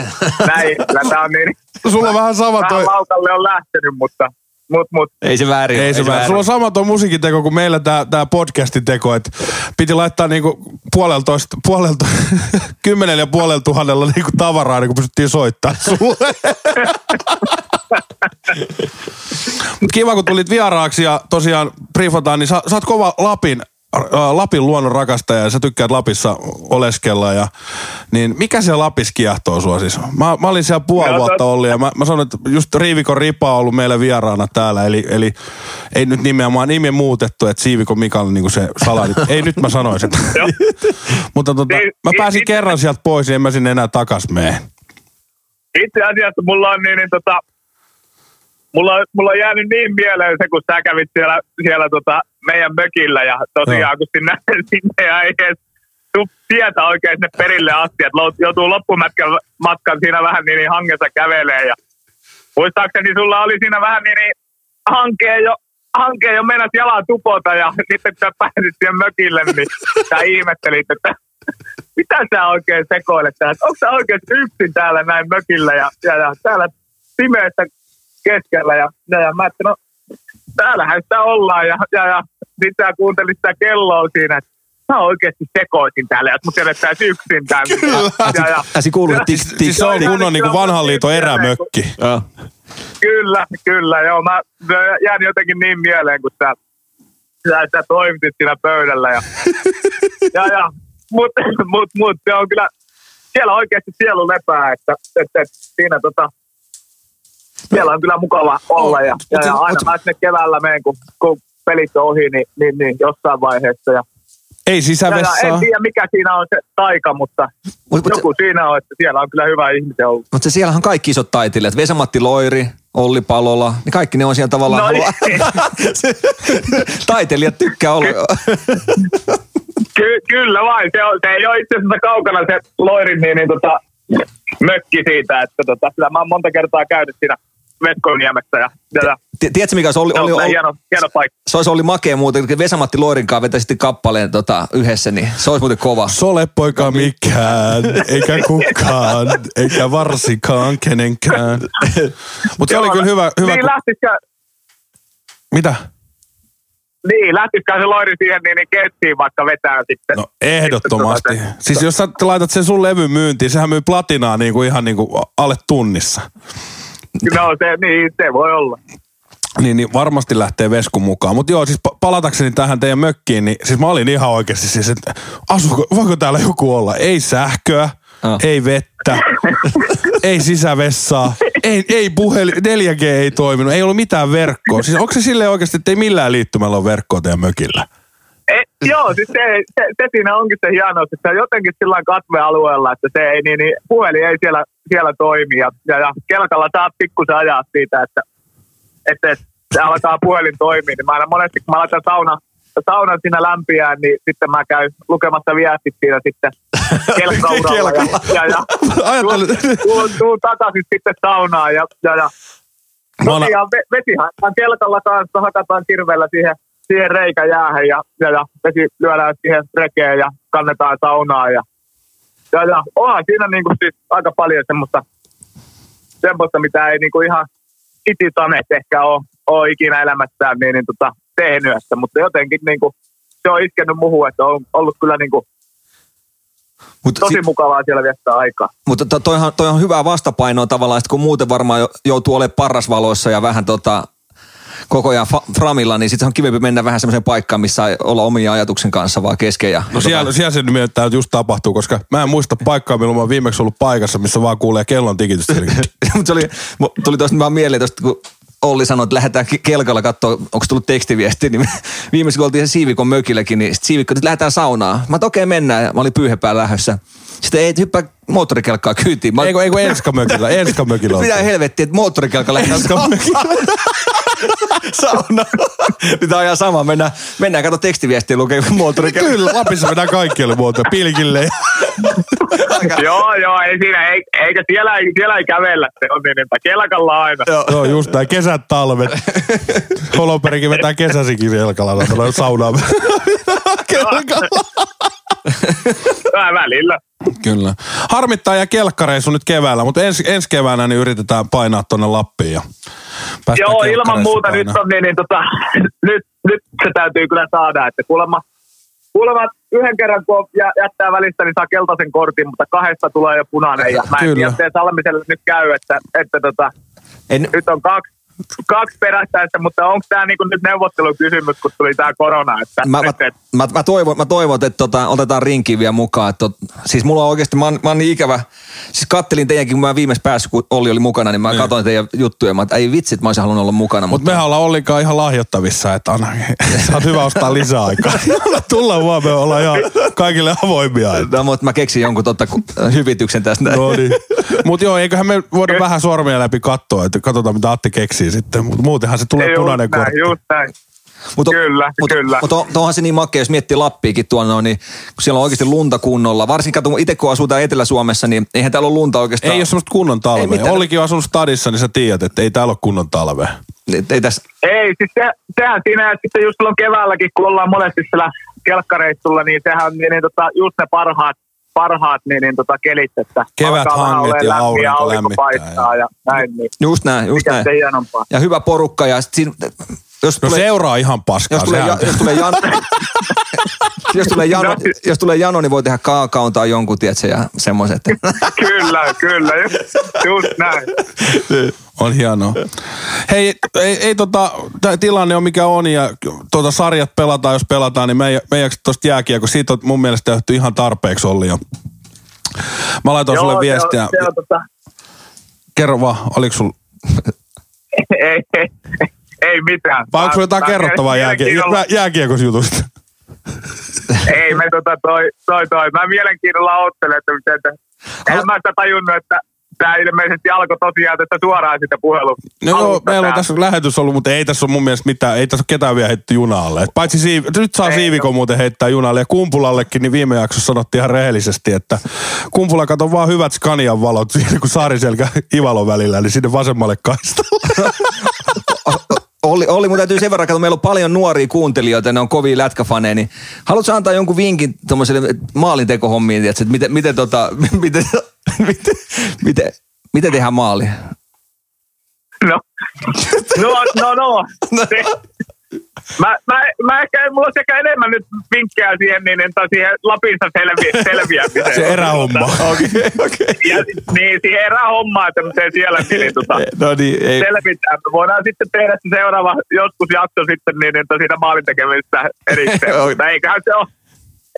Speaker 7: näin. Kyllä tää on niin,
Speaker 4: (laughs) Sulla on vähän sama
Speaker 7: vähän
Speaker 4: toi...
Speaker 7: laukalle on lähtenyt, mutta mut, mut,
Speaker 2: Ei se väärin.
Speaker 4: Ei se väärin. Sulla on sama tuo musiikinteko kuin meillä tämä tää podcastin teko, että piti laittaa niinku puoleltoista, puolelto, (laughs) kymmenellä ja puolella tuhannella niinku tavaraa, niin kun pystyttiin soittaa sulle. Mut kiva, kun tulit vieraaksi ja tosiaan briefataan, niin sä, sä oot kova Lapin, ä, Lapin luonnon rakastaja ja sä tykkäät Lapissa oleskella. Ja, niin mikä siellä Lapissa kiehtoo sua siis? Mä, mä olin siellä puoli
Speaker 7: No,
Speaker 4: vuotta
Speaker 7: tot-
Speaker 4: Olli ja mä, mä sanoin, että just Riivikon Ripa on ollut meillä vieraana täällä. Eli, eli ei nyt nimenomaan nimi muutettu, että Siivikon Mika on niinku se salari. (laughs) ei nyt mä sanoin sen. (laughs) Mutta tota,
Speaker 7: Niin,
Speaker 4: mä
Speaker 7: i-
Speaker 4: pääsin
Speaker 7: i-
Speaker 4: kerran sieltä pois, niin en mä sinne enää takas mene.
Speaker 7: itse asiassa mulla on niin, niin tota, mulla, on- mulla on jäänyt niin mieleen se, kun sä kävit siellä, siellä tota, meidän mökillä ja tosiaan kun sinne, (laughs) sinne ja ei edes tuu tietä oikein sinne perille asti, että lou- joutuu loppumatkan matkan siinä vähän niin, niin hangessa kävelee ja muistaakseni sulla oli siinä vähän niin, niin hankkeen jo hanke jo mennä jalan tupota ja (laughs) sitten kun sä pääsit siihen mökille, niin sä ihmettelit, että (laughs) mitä sä oikein sekoilet täällä? Onko sä oikeasti yksin täällä näin mökillä ja, ja, ja täällä pimeässä keskellä? Ja, ja, ja mä että no, täällähän sitä ollaan. Ja, ja, ja sitten sä kuuntelit sitä kelloa siinä, että mä oikeasti sekoitin täällä, että mut jätettäis yksin tänne.
Speaker 4: Kyllä.
Speaker 7: Ja, ja, ja,
Speaker 2: Äsi kuuluu
Speaker 7: Ja-
Speaker 2: tik, tik,
Speaker 4: Siis se on
Speaker 7: Joo,
Speaker 4: kunnon
Speaker 7: joo,
Speaker 4: niinku
Speaker 7: kyllä,
Speaker 4: vanhan
Speaker 7: mutta
Speaker 4: liiton
Speaker 7: siis silleen,
Speaker 4: erämökki.
Speaker 2: Joo.
Speaker 7: Kyllä, kyllä, joo. Mä mä jään jotenkin niin mieleen, kun sä, sä, sä toimitit siinä pöydällä.
Speaker 2: (laughs)
Speaker 7: Ja, ja, ja mut, mut, mut, se on kyllä, siellä oikeasti sielu lepää, että, että, että siinä tota, siellä on kyllä mukava olla. Ja, ja, ja aina mä sinne keväällä menen, kun, kun pelit on ohi, niin, niin, niin jossain vaiheessa. Ja,
Speaker 4: Ei
Speaker 7: ja, ja en
Speaker 4: sisävessaa.
Speaker 7: tiedä, mikä siinä on se taika, mutta
Speaker 2: Mut- mut-
Speaker 7: joku siinä on, että siellä on kyllä hyvä ihmisen ollut.
Speaker 2: Mutta siellähän on kaikki isot taiteilijat. Vesamatti Loiri, Olli Palola, niin kaikki ne on siellä tavallaan.
Speaker 7: No
Speaker 2: haluaa- (laughs) taiteilijat tykkää olla.
Speaker 7: Ky- kyllä vain. Se, on, se ei ole itse asiassa kaukana se Loirin niin, niin tota, mökki siitä, että tota, sillä mä oon monta kertaa käynyt siinä Vetkoniemessä ja, ja, ja
Speaker 2: Ti- Tiedätkö mikä se oli?
Speaker 7: No, se on
Speaker 2: oli,
Speaker 7: kyllä
Speaker 2: oli
Speaker 7: hieno, hieno paikka.
Speaker 2: se olisi ollut makea muuten, kun Vesamatti Loirinkaan vetäisitte kappaleen tota, yhdessä, niin se olisi muuten kova.
Speaker 4: Solepoika mikään, eikä kukaan, eikä varsinkaan kenenkään. Mutta se oli kyllä hyvä. hyvä
Speaker 7: niin,
Speaker 4: kun...
Speaker 7: lähtisikö,
Speaker 4: Mitä?
Speaker 7: niin, lähtisikö se Loiri siihen niin, niin kettiin vaikka vetää sitten.
Speaker 4: No ehdottomasti.
Speaker 7: Sitten tota
Speaker 4: Siis jos sä laitat sen sun levyn myyntiin, sehän myy platinaa niinku ihan niinku alle tunnissa.
Speaker 7: se- No se, niin, se voi olla.
Speaker 4: Niin, niin varmasti lähtee vesku mukaan. Mutta joo, siis pa- palatakseni tähän teidän mökkiin, niin siis mä olin ihan oikeasti siis, että asuko, voiko täällä joku olla? Ei sähköä,
Speaker 2: Joo.
Speaker 4: ei vettä, ei sisävessaa, ei, ei puhelin, 4G ei toiminut, ei ollut mitään verkkoa. Siis onko se silleen oikeasti, että ei millään liittymällä ole verkkoa teidän mökillä?
Speaker 7: E, joo, siis se, se, se, siinä onkin se hienous, että se on jotenkin sillä lailla katvealueella, että se ei, niin, niin, puhelin ei siellä, siellä toimi ja, ja, ja kelkalla saa pikkusen ajaa siitä, että, että, että se alkaa puhelin toimia. Niin mä aina monesti, kun mä laitan sauna, saunan siinä lämpiään, niin sitten mä käyn lukemassa viestit siinä sitten kelkkauralla.
Speaker 4: Kelkalla.
Speaker 7: Ja, ja, ja
Speaker 4: Ajattelin,
Speaker 7: tuu, tuu takaisin sitten saunaan ja, ja, ja.
Speaker 4: Mä oon-
Speaker 7: Tosiaan ve- vesi haetaan kelkalla kanssa, hakataan kirveellä siihen, siihen reikä jäähän ja, ja, ja vesi lyödään siihen rekeen ja kannetaan saunaan. Ja, ja, ja onhan siinä niinku siis aika paljon semmoista, semmoista mitä ei niinku ihan ititanet ehkä ole, ole ikinä elämässään niin, niin tota, tehnyt. Että, mutta jotenkin niinku, se on iskenyt muuhun, että on ollut kyllä niinku
Speaker 2: Mutta
Speaker 7: tosi mukavaa siellä viettää aikaa.
Speaker 2: Mutta to, toihan, toi on hyvää vastapainoa tavallaan, sit kun muuten varmaan jo- joutuu olemaan parrasvaloissa ja vähän tota, koko ajan fa- framilla, niin sitten on kivempi mennä vähän semmoiseen paikkaan, missä ei olla omia ajatuksen kanssa, vaan kesken. Ja,
Speaker 4: No siellä, siellä se nimittäin että just tapahtuu, koska mä en muista paikkaa, milloin mä oon viimeksi ollut paikassa, missä vaan kuulee kellon tikitystä.
Speaker 2: (laughs) Mut se oli, mu- tuli tuosta vaan mieleen tosta, kun Olli sanoi, että lähdetään ke- kelkalla katsoa, onko tullut tekstiviesti, niin (laughs) viimeksi kun oltiin se siivikon mökilläkin, niin sit siivikko, että lähdetään saunaan. Mä että okei, mennään, ja mä olin pyyhepää lähössä. Sitten ei, hyppää moottorikelkkaa kyytiin. Mä,
Speaker 4: Eikö,
Speaker 2: (laughs)
Speaker 4: eikö Enska mökillä? Enska mökillä on.
Speaker 2: Mitä helvettiä, että moottorikelkka lähdetään saunaan. (laughs) sauna. Niin Tää on ihan sama. Mennään, mennään kato tekstiviestiä lukee kun moottorikelkka.
Speaker 4: Kyllä, Lapissa mennään kaikkialle muuta, pilkille. ja-
Speaker 7: Joo, joo, ei siinä, ei, eikä siellä, ei, siellä ei kävellä, se on niin, että kelkalla aina.
Speaker 4: Joo, just näin. Kesät, talvet. Holoperikin vetää kesäsikin kelkalla. Tulee saunaa kelkalla.
Speaker 7: Vähän välillä.
Speaker 4: Kyllä. Harmittaa ja kelkkareissu nyt keväällä, mutta ens, ensi keväänä niin yritetään painaa tuonne Lappiin. Ja päästään
Speaker 7: Joo, ilman
Speaker 4: kelkkareissu
Speaker 7: muuta nyt
Speaker 4: painaa.
Speaker 7: on niin, niin tota, (laughs) nyt, nyt se täytyy kyllä saada, että kuulemma, kuulemma yhden kerran kun on jä, jättää välistä, niin saa keltaisen kortin, mutta kahdesta tulee jo punainen. Ja mä en
Speaker 4: Kyllä.
Speaker 7: tiedä, miten Salmiselle nyt käy, että, että tota,
Speaker 2: En,
Speaker 7: nyt on kaksi, kaksi perättäessä, mutta onko tämä niinku nyt neuvottelukysymys, kun tuli tämä korona? Että
Speaker 2: mä, mä,
Speaker 7: nyt, et,
Speaker 2: mä, mä, toivon, mä toivon, että tota, otetaan rinkiin vielä mukaan. Että, tot- siis mulla on oikeasti, mä, oon- mä oon niin ikävä. Siis kattelin teidänkin, kun mä viimeis päässyt, kun Olli oli mukana, niin mä niin. katsoin teidän juttuja. Mä, että ei vitsi, että mä olisin halunnut olla mukana.
Speaker 4: Mutta mehän ollaan Ollinkaan ihan lahjoittavissa, että anna, (laughs) sä oot hyvä ostaa lisää (laughs) aikaa. Anna tulla vaan, me ollaan ihan kaikille avoimia. että-
Speaker 2: No, mutta mä keksin jonkun totta, ku- hyvityksen tästä. näin.
Speaker 4: No niin. Mutta joo, eiköhän me voida vähän sormia läpi katsoa, että katsotaan mitä Atti keksii sitten. Mutta muutenhan se tulee
Speaker 7: just
Speaker 4: punainen
Speaker 7: näin,
Speaker 4: kortti.
Speaker 7: just näin.
Speaker 2: (laughs) Mut,
Speaker 7: Kyllä,
Speaker 2: mut,
Speaker 7: kyllä.
Speaker 2: Mutta mut onhan se niin makea, jos miettii Lappiikin tuolla, noin, niin kun siellä on oikeasti lunta kunnolla. Varsinkin kun itse kun asuu täällä Etelä-Suomessa, niin eihän täällä ole lunta oikeastaan.
Speaker 4: Ei ole semmoista kunnon
Speaker 2: Ei
Speaker 4: talvea.
Speaker 2: mitään.
Speaker 4: Ollikin on asunut stadissa, niin sä tiedät, että ei täällä ole kunnon talvea.
Speaker 2: Et ei tässä,
Speaker 7: Ei, siis se, sehän siinä, että sitten just silloin keväälläkin, kun ollaan monesti siellä kelkkareissulla, niin sehän on niin, niin, tota, just ne parhaat, parhaat niin, niin, tota, kelit, että
Speaker 4: Kevät
Speaker 7: alkaa vähän
Speaker 4: hanget
Speaker 7: olemaan
Speaker 4: ja
Speaker 7: lämmin
Speaker 4: aurinko lämmittää
Speaker 7: paistaa ja, näin, niin
Speaker 2: just näin, just
Speaker 7: mikä
Speaker 2: näin.
Speaker 7: se hienompaa.
Speaker 2: Ja hyvä porukka. Ja sit siinä, jos
Speaker 4: No
Speaker 2: tulee-
Speaker 4: seuraa ihan paskaa.
Speaker 2: Jos tulee, ja,
Speaker 4: sehän-
Speaker 2: jos tulee jano, jos tulee jano,
Speaker 7: No.
Speaker 2: jos tulee jano, niin voi tehdä kaakaon tai jonkun, tiedätkö, ja semmoiset.
Speaker 7: kyllä, kyllä, just, just näin.
Speaker 4: On hienoa. Hei, ei, ei tota, tää tilanne on mikä on ja tota sarjat pelataan, jos pelataan, niin me ei, me ei jaksa tosta jääkiä, kun siitä on mun mielestä tehty ihan tarpeeksi Olli jo. Mä laitoin
Speaker 7: Joo,
Speaker 4: sulle
Speaker 7: se on-
Speaker 4: viestiä.
Speaker 7: se on tota, (laughs)
Speaker 4: Kerro vaan, oliko sulla...
Speaker 7: ei, ei, ei mitään.
Speaker 4: Vai onko
Speaker 7: Mä-
Speaker 4: sulla jotain
Speaker 7: mä-
Speaker 4: kerrottavaa
Speaker 7: mielenkiinnolla-
Speaker 4: jääkie- jä- jääkiekosjutusta?
Speaker 7: Ei, me tota toi, toi, toi. Mä mielenkiinnolla odottelen, että miten te... Eihän mä sitä tajunnut, että tämä ilmeisesti alkoi tosiaan tästä suoraan sitä puhelua.
Speaker 4: No joo,
Speaker 7: alusta
Speaker 4: meillä on
Speaker 7: tää.
Speaker 4: tässä lähetys ollut, mutta ei tässä ole mun mielestä mitään, ei tässä ole ketään vielä heitetty junalle. Et paitsi siiv- nyt saa
Speaker 7: Ei
Speaker 4: siivikon muuten heittää junalle ja kumpulallekin, niin viime jaksossa sanottiin ihan rehellisesti, että kumpula kato vaan hyvät Scanian valot (laughs) siinä, kun Saariselkä Ivalon välillä, niin sinne vasemmalle kaistalle.
Speaker 2: (laughs) Olli, Olli, mun täytyy sen verran katsoa, meillä on paljon nuoria kuuntelijoita, ne on kovia lätkäfaneja, niin haluatko antaa jonkun vinkin tuommoiselle maalintekohommiin, tiedätkö, että miten, miten, tota, (laughs) miten, miten, miten, miten tehdään maali?
Speaker 7: No, no, no. no. Se, mä, mä, mä ehkä, mulla olisi ehkä enemmän nyt vinkkejä siihen, niin, että siihen Lapissa selvi, selviämiseen.
Speaker 4: Se erähomma.
Speaker 2: Okei, okei.
Speaker 7: Ja, niin, siihen erähommaan, että miten siellä niin, niin, tota,
Speaker 2: (laughs) No niin, ei.
Speaker 7: selvitään. Me voidaan sitten tehdä se seuraava joskus jakso sitten niin, että siinä maalin tekemistä erikseen.
Speaker 2: Joo.
Speaker 7: Mutta eiköhän se ole,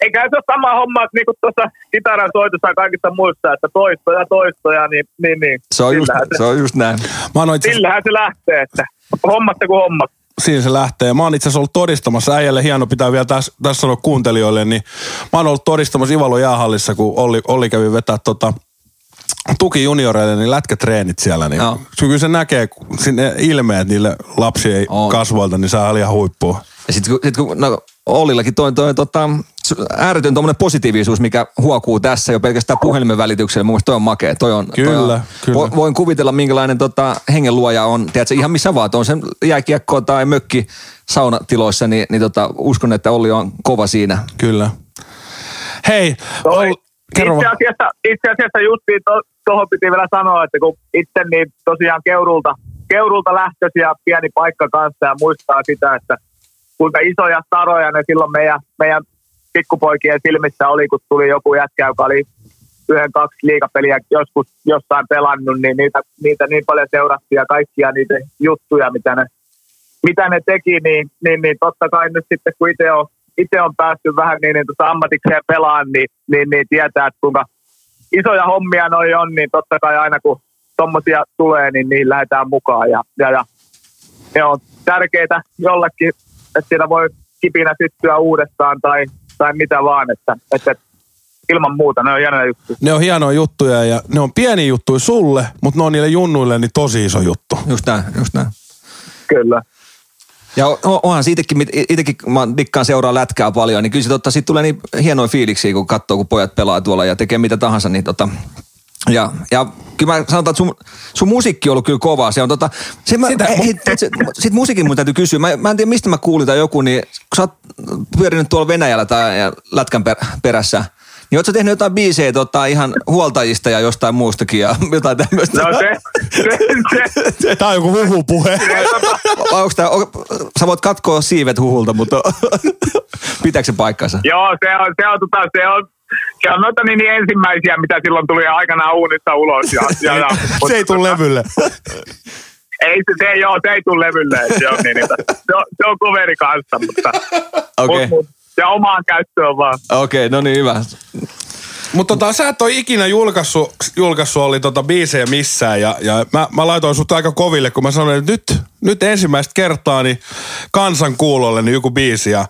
Speaker 7: eiköhän se ole sama homma, että niin kuin tuossa kitaran soitossa ja kaikista muista, että toistoja, toistoja, niin, niin, niin.
Speaker 2: Se on, just,
Speaker 7: sillähän, se,
Speaker 2: se on just näin.
Speaker 4: Mä annoin itse
Speaker 7: sillähän se lähtee, että hommasta kuin hommat.
Speaker 4: siinä se lähtee. Mä oon itse asiassa ollut todistamassa äijälle, hieno pitää vielä tässä, tässä sanoa kuuntelijoille, niin mä oon ollut todistamassa Ivalo jäähallissa, kun Olli, Olli kävi vetää tota, tuki junioreille, niin lätkätreenit siellä, niin
Speaker 2: Joo.
Speaker 4: no. kyllä se näkee kun sinne ilmeet niille lapsien
Speaker 2: On.
Speaker 4: kasvoilta, niin se oli ihan huippua.
Speaker 2: Ja sit, kun, sit, kun no, Ollillakin toi, toi tota, ääretön tuommoinen positiivisuus, mikä huokuu tässä jo pelkästään puhelimen välityksellä. Mun mielestä toi on makea. Toi on,
Speaker 4: Kyllä,
Speaker 2: toi on,
Speaker 4: kyllä.
Speaker 2: Vo, voin kuvitella, minkälainen tota, hengenluoja on. Tiedätkö, ihan missä vaan, että on sen jääkiekko tai mökki saunatiloissa, niin, niin tota, uskon, että Olli on kova siinä.
Speaker 4: Kyllä. Hei, Olli, kerro
Speaker 7: Itse
Speaker 4: vaan.
Speaker 7: asiassa, itse asiassa justiin to, tuohon piti vielä sanoa, että kun itse niin tosiaan keurulta, keurulta lähtöisiä pieni paikka kanssa ja muistaa sitä, että kuinka isoja taroja ne silloin meidän, meidän pikkupoikien silmissä oli, kun tuli joku jätkä, joka oli yhden, kaksi liikapeliä joskus jossain pelannut, niin niitä, niitä niin paljon seurattiin ja kaikkia niitä juttuja, mitä ne, mitä ne teki, niin, niin, niin totta kai nyt sitten kun itse on, itse on päässyt vähän niin, niin tota ammatikseen pelaan, niin, niin, niin tietää, että kuinka isoja hommia noi on, niin totta kai aina kun tommosia tulee, niin niihin lähdetään mukaan. Ja, ja, ja ne on tärkeitä jollekin, että siellä voi kipinä syttyä uudestaan tai, tai mitä vaan, että, että ilman muuta ne on hienoja juttuja.
Speaker 4: Ne on hienoja juttuja ja ne on pieni juttu sulle, mutta ne on niille junnuille niin tosi iso juttu.
Speaker 2: Just näin, just näin.
Speaker 7: Kyllä.
Speaker 2: Ja o- o- onhan siitäkin, mit- itsekin kun mä dikkaan seuraa lätkää paljon, niin kyllä se totta, siitä tulee niin hienoja fiiliksiä, kun katsoo, kun pojat pelaa tuolla ja tekee mitä tahansa, niin tota, ja, ja kyllä mä sanotaan, että sun, sun musiikki on ollut kyllä kova. Se on tota, se mä, Sitä, hei, se, sit musiikin mun täytyy kysyä. Mä, mä en tiedä, mistä mä kuulin tai joku, niin kun sä oot pyörinyt tuolla Venäjällä tai ja Lätkän per, perässä, niin oot sä tehnyt jotain biisejä tota, ihan huoltajista ja jostain muustakin ja (laughs) jotain tämmöistä?
Speaker 7: No se, se, se,
Speaker 4: Tää on joku huhupuhe.
Speaker 2: Vai onko tää, on, sä voit katkoa siivet huhulta, mutta (laughs) pitääkö se paikkansa?
Speaker 7: Joo, se on, se on, tota, se on, se on noita niin, niin ensimmäisiä, mitä silloin tuli aikanaan uunista ulos. Ja, ja, ja, mut-
Speaker 4: (laughs) Se ei tule levylle.
Speaker 7: Ei se, se, joo, se ei tule levylle. Se on, niin, niitä. se on, se on kuveri kanssa, mutta
Speaker 2: Okei,
Speaker 7: mut, mut, se omaan käyttöön vaan.
Speaker 2: okei, no niin hyvä.
Speaker 4: Mutta tota, sä et ole ikinä julkaissut, julkaissut oli tota biisejä missään ja, ja mä, mä, laitoin sut aika koville, kun mä sanoin, että nyt, nyt ensimmäistä kertaa niin kansan kuulolle niin joku biisi ja,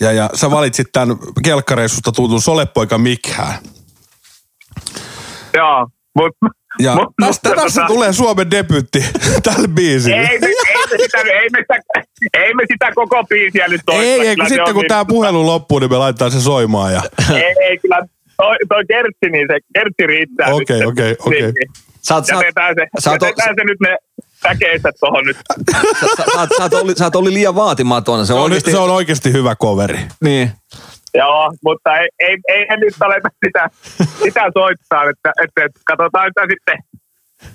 Speaker 4: ja, ja sä valitsit tämän kelkkareissusta tutun Solepoika Mikhään.
Speaker 7: Joo, mut,
Speaker 4: Ja
Speaker 7: mut-
Speaker 4: tästä,
Speaker 7: mutta
Speaker 4: tästä
Speaker 7: tota-
Speaker 4: tulee Suomen debyytti (laughs) tällä biisillä.
Speaker 7: Ei me, ei, me sitä, ei, me sitä, ei me sitä koko biisiä nyt toista.
Speaker 4: ei, ei
Speaker 7: Kyllä
Speaker 4: kun
Speaker 7: se
Speaker 4: sitten
Speaker 7: on
Speaker 4: kun
Speaker 7: niin-
Speaker 4: tämä puhelu loppuu, niin me laitetaan se soimaan. Ja...
Speaker 7: Ei, ei kyllä, toi, toi kertsi, niin se kertsi riittää. nyt.
Speaker 4: Okei, okei, okei.
Speaker 7: Niin, niin.
Speaker 2: Sä oot, sä oot,
Speaker 7: Jätetään se,
Speaker 2: sä oot,
Speaker 7: jätetään se nyt ne säkeiset tohon nyt.
Speaker 2: sä, sä, sä, oot, sä, oot, Olli- sä oot Olli liian vaatimaton. Se on
Speaker 4: Se on,
Speaker 2: oikeasti,
Speaker 4: se on oikeasti hyvä coveri.
Speaker 2: niin. (laughs)
Speaker 7: Joo, mutta ei, ei, ei en nyt aleta sitä, sitä soittaa, että, että, että katsotaan sitä sitten.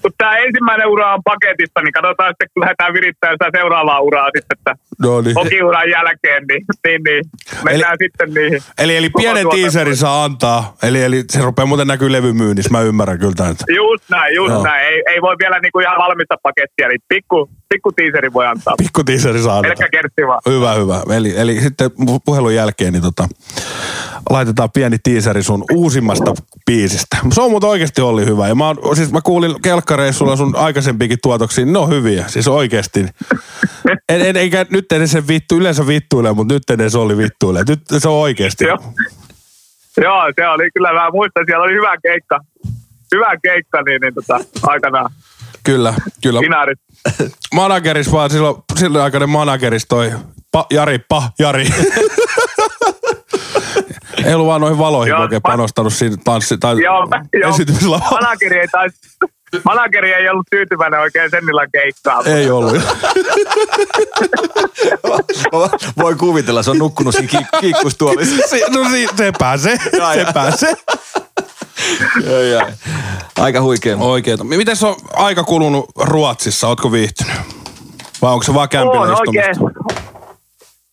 Speaker 7: Kun tämä ensimmäinen ura on paketissa, niin katsotaan sitten, kun lähdetään virittämään sitä seuraavaa uraa sitten, että
Speaker 4: No niin.
Speaker 7: hokiuran jälkeen, niin, niin, niin mennään
Speaker 4: Eli-
Speaker 7: sitten niihin.
Speaker 4: Eli, eli
Speaker 7: Koko
Speaker 4: pienen
Speaker 7: tuotanto-
Speaker 4: teaserin saa antaa. Eli, eli se rupeaa muuten näkyy levymyynnissä, mä ymmärrän kyllä tämän.
Speaker 7: Just näin, just
Speaker 4: Joo.
Speaker 7: Joo. näin. Ei, ei voi vielä niinku ihan valmista pakettia, niin pikku, pikku tiiseri voi antaa.
Speaker 4: Pikku teaseri saa antaa.
Speaker 7: Pelkkä kertsi vaan.
Speaker 4: Hyvä, hyvä. Eli, eli sitten pu- puhelun jälkeen niin tota, laitetaan pieni teaseri sun uusimmasta biisistä. Se on muuten oikeasti oli hyvä. Ja mä, oon, siis mä kuulin kelkkareissulla sun aikaisempiakin tuotoksia. Ne on hyviä, siis oikeasti. En, en, eikä nyt edes se vittu, yleensä vittuilee, mutta nyt edes oli vittuilee. Nyt se on oikeasti.
Speaker 7: Joo. Joo, se oli kyllä, mä muistan, siellä oli hyvä keikka. Hyvä keikka, niin, niin tota, aikanaan.
Speaker 4: Kyllä, kyllä.
Speaker 7: Inarit.
Speaker 4: Manageris vaan silloin, silloin aikainen manageris toi pa, Jari, pa,
Speaker 7: (laughs)
Speaker 4: Jari. ei ollut vaan noihin valoihin
Speaker 7: Joo,
Speaker 4: oikein
Speaker 7: pa-
Speaker 4: panostanut siinä tanssi tai
Speaker 7: Joo, joo.
Speaker 4: esitymisellä.
Speaker 7: Manageri ei, taisi, manageri ei ollut tyytyväinen oikein Sennilän keikkaan.
Speaker 4: Ei
Speaker 7: (laughs)
Speaker 4: ollut.
Speaker 2: Voi kuvitella, se on nukkunut siinä kiik- kiikkustuolissa.
Speaker 4: Se, no (laughs) si, se pääsee,
Speaker 2: Ai,
Speaker 4: se
Speaker 2: ai.
Speaker 4: pääsee.
Speaker 2: Ai, ai. Aika huikea.
Speaker 4: Oikeeta. Miten se on aika kulunut Ruotsissa? Ootko viihtynyt? Vai onko se vaan kämpillä
Speaker 7: on oikein,
Speaker 4: istumista?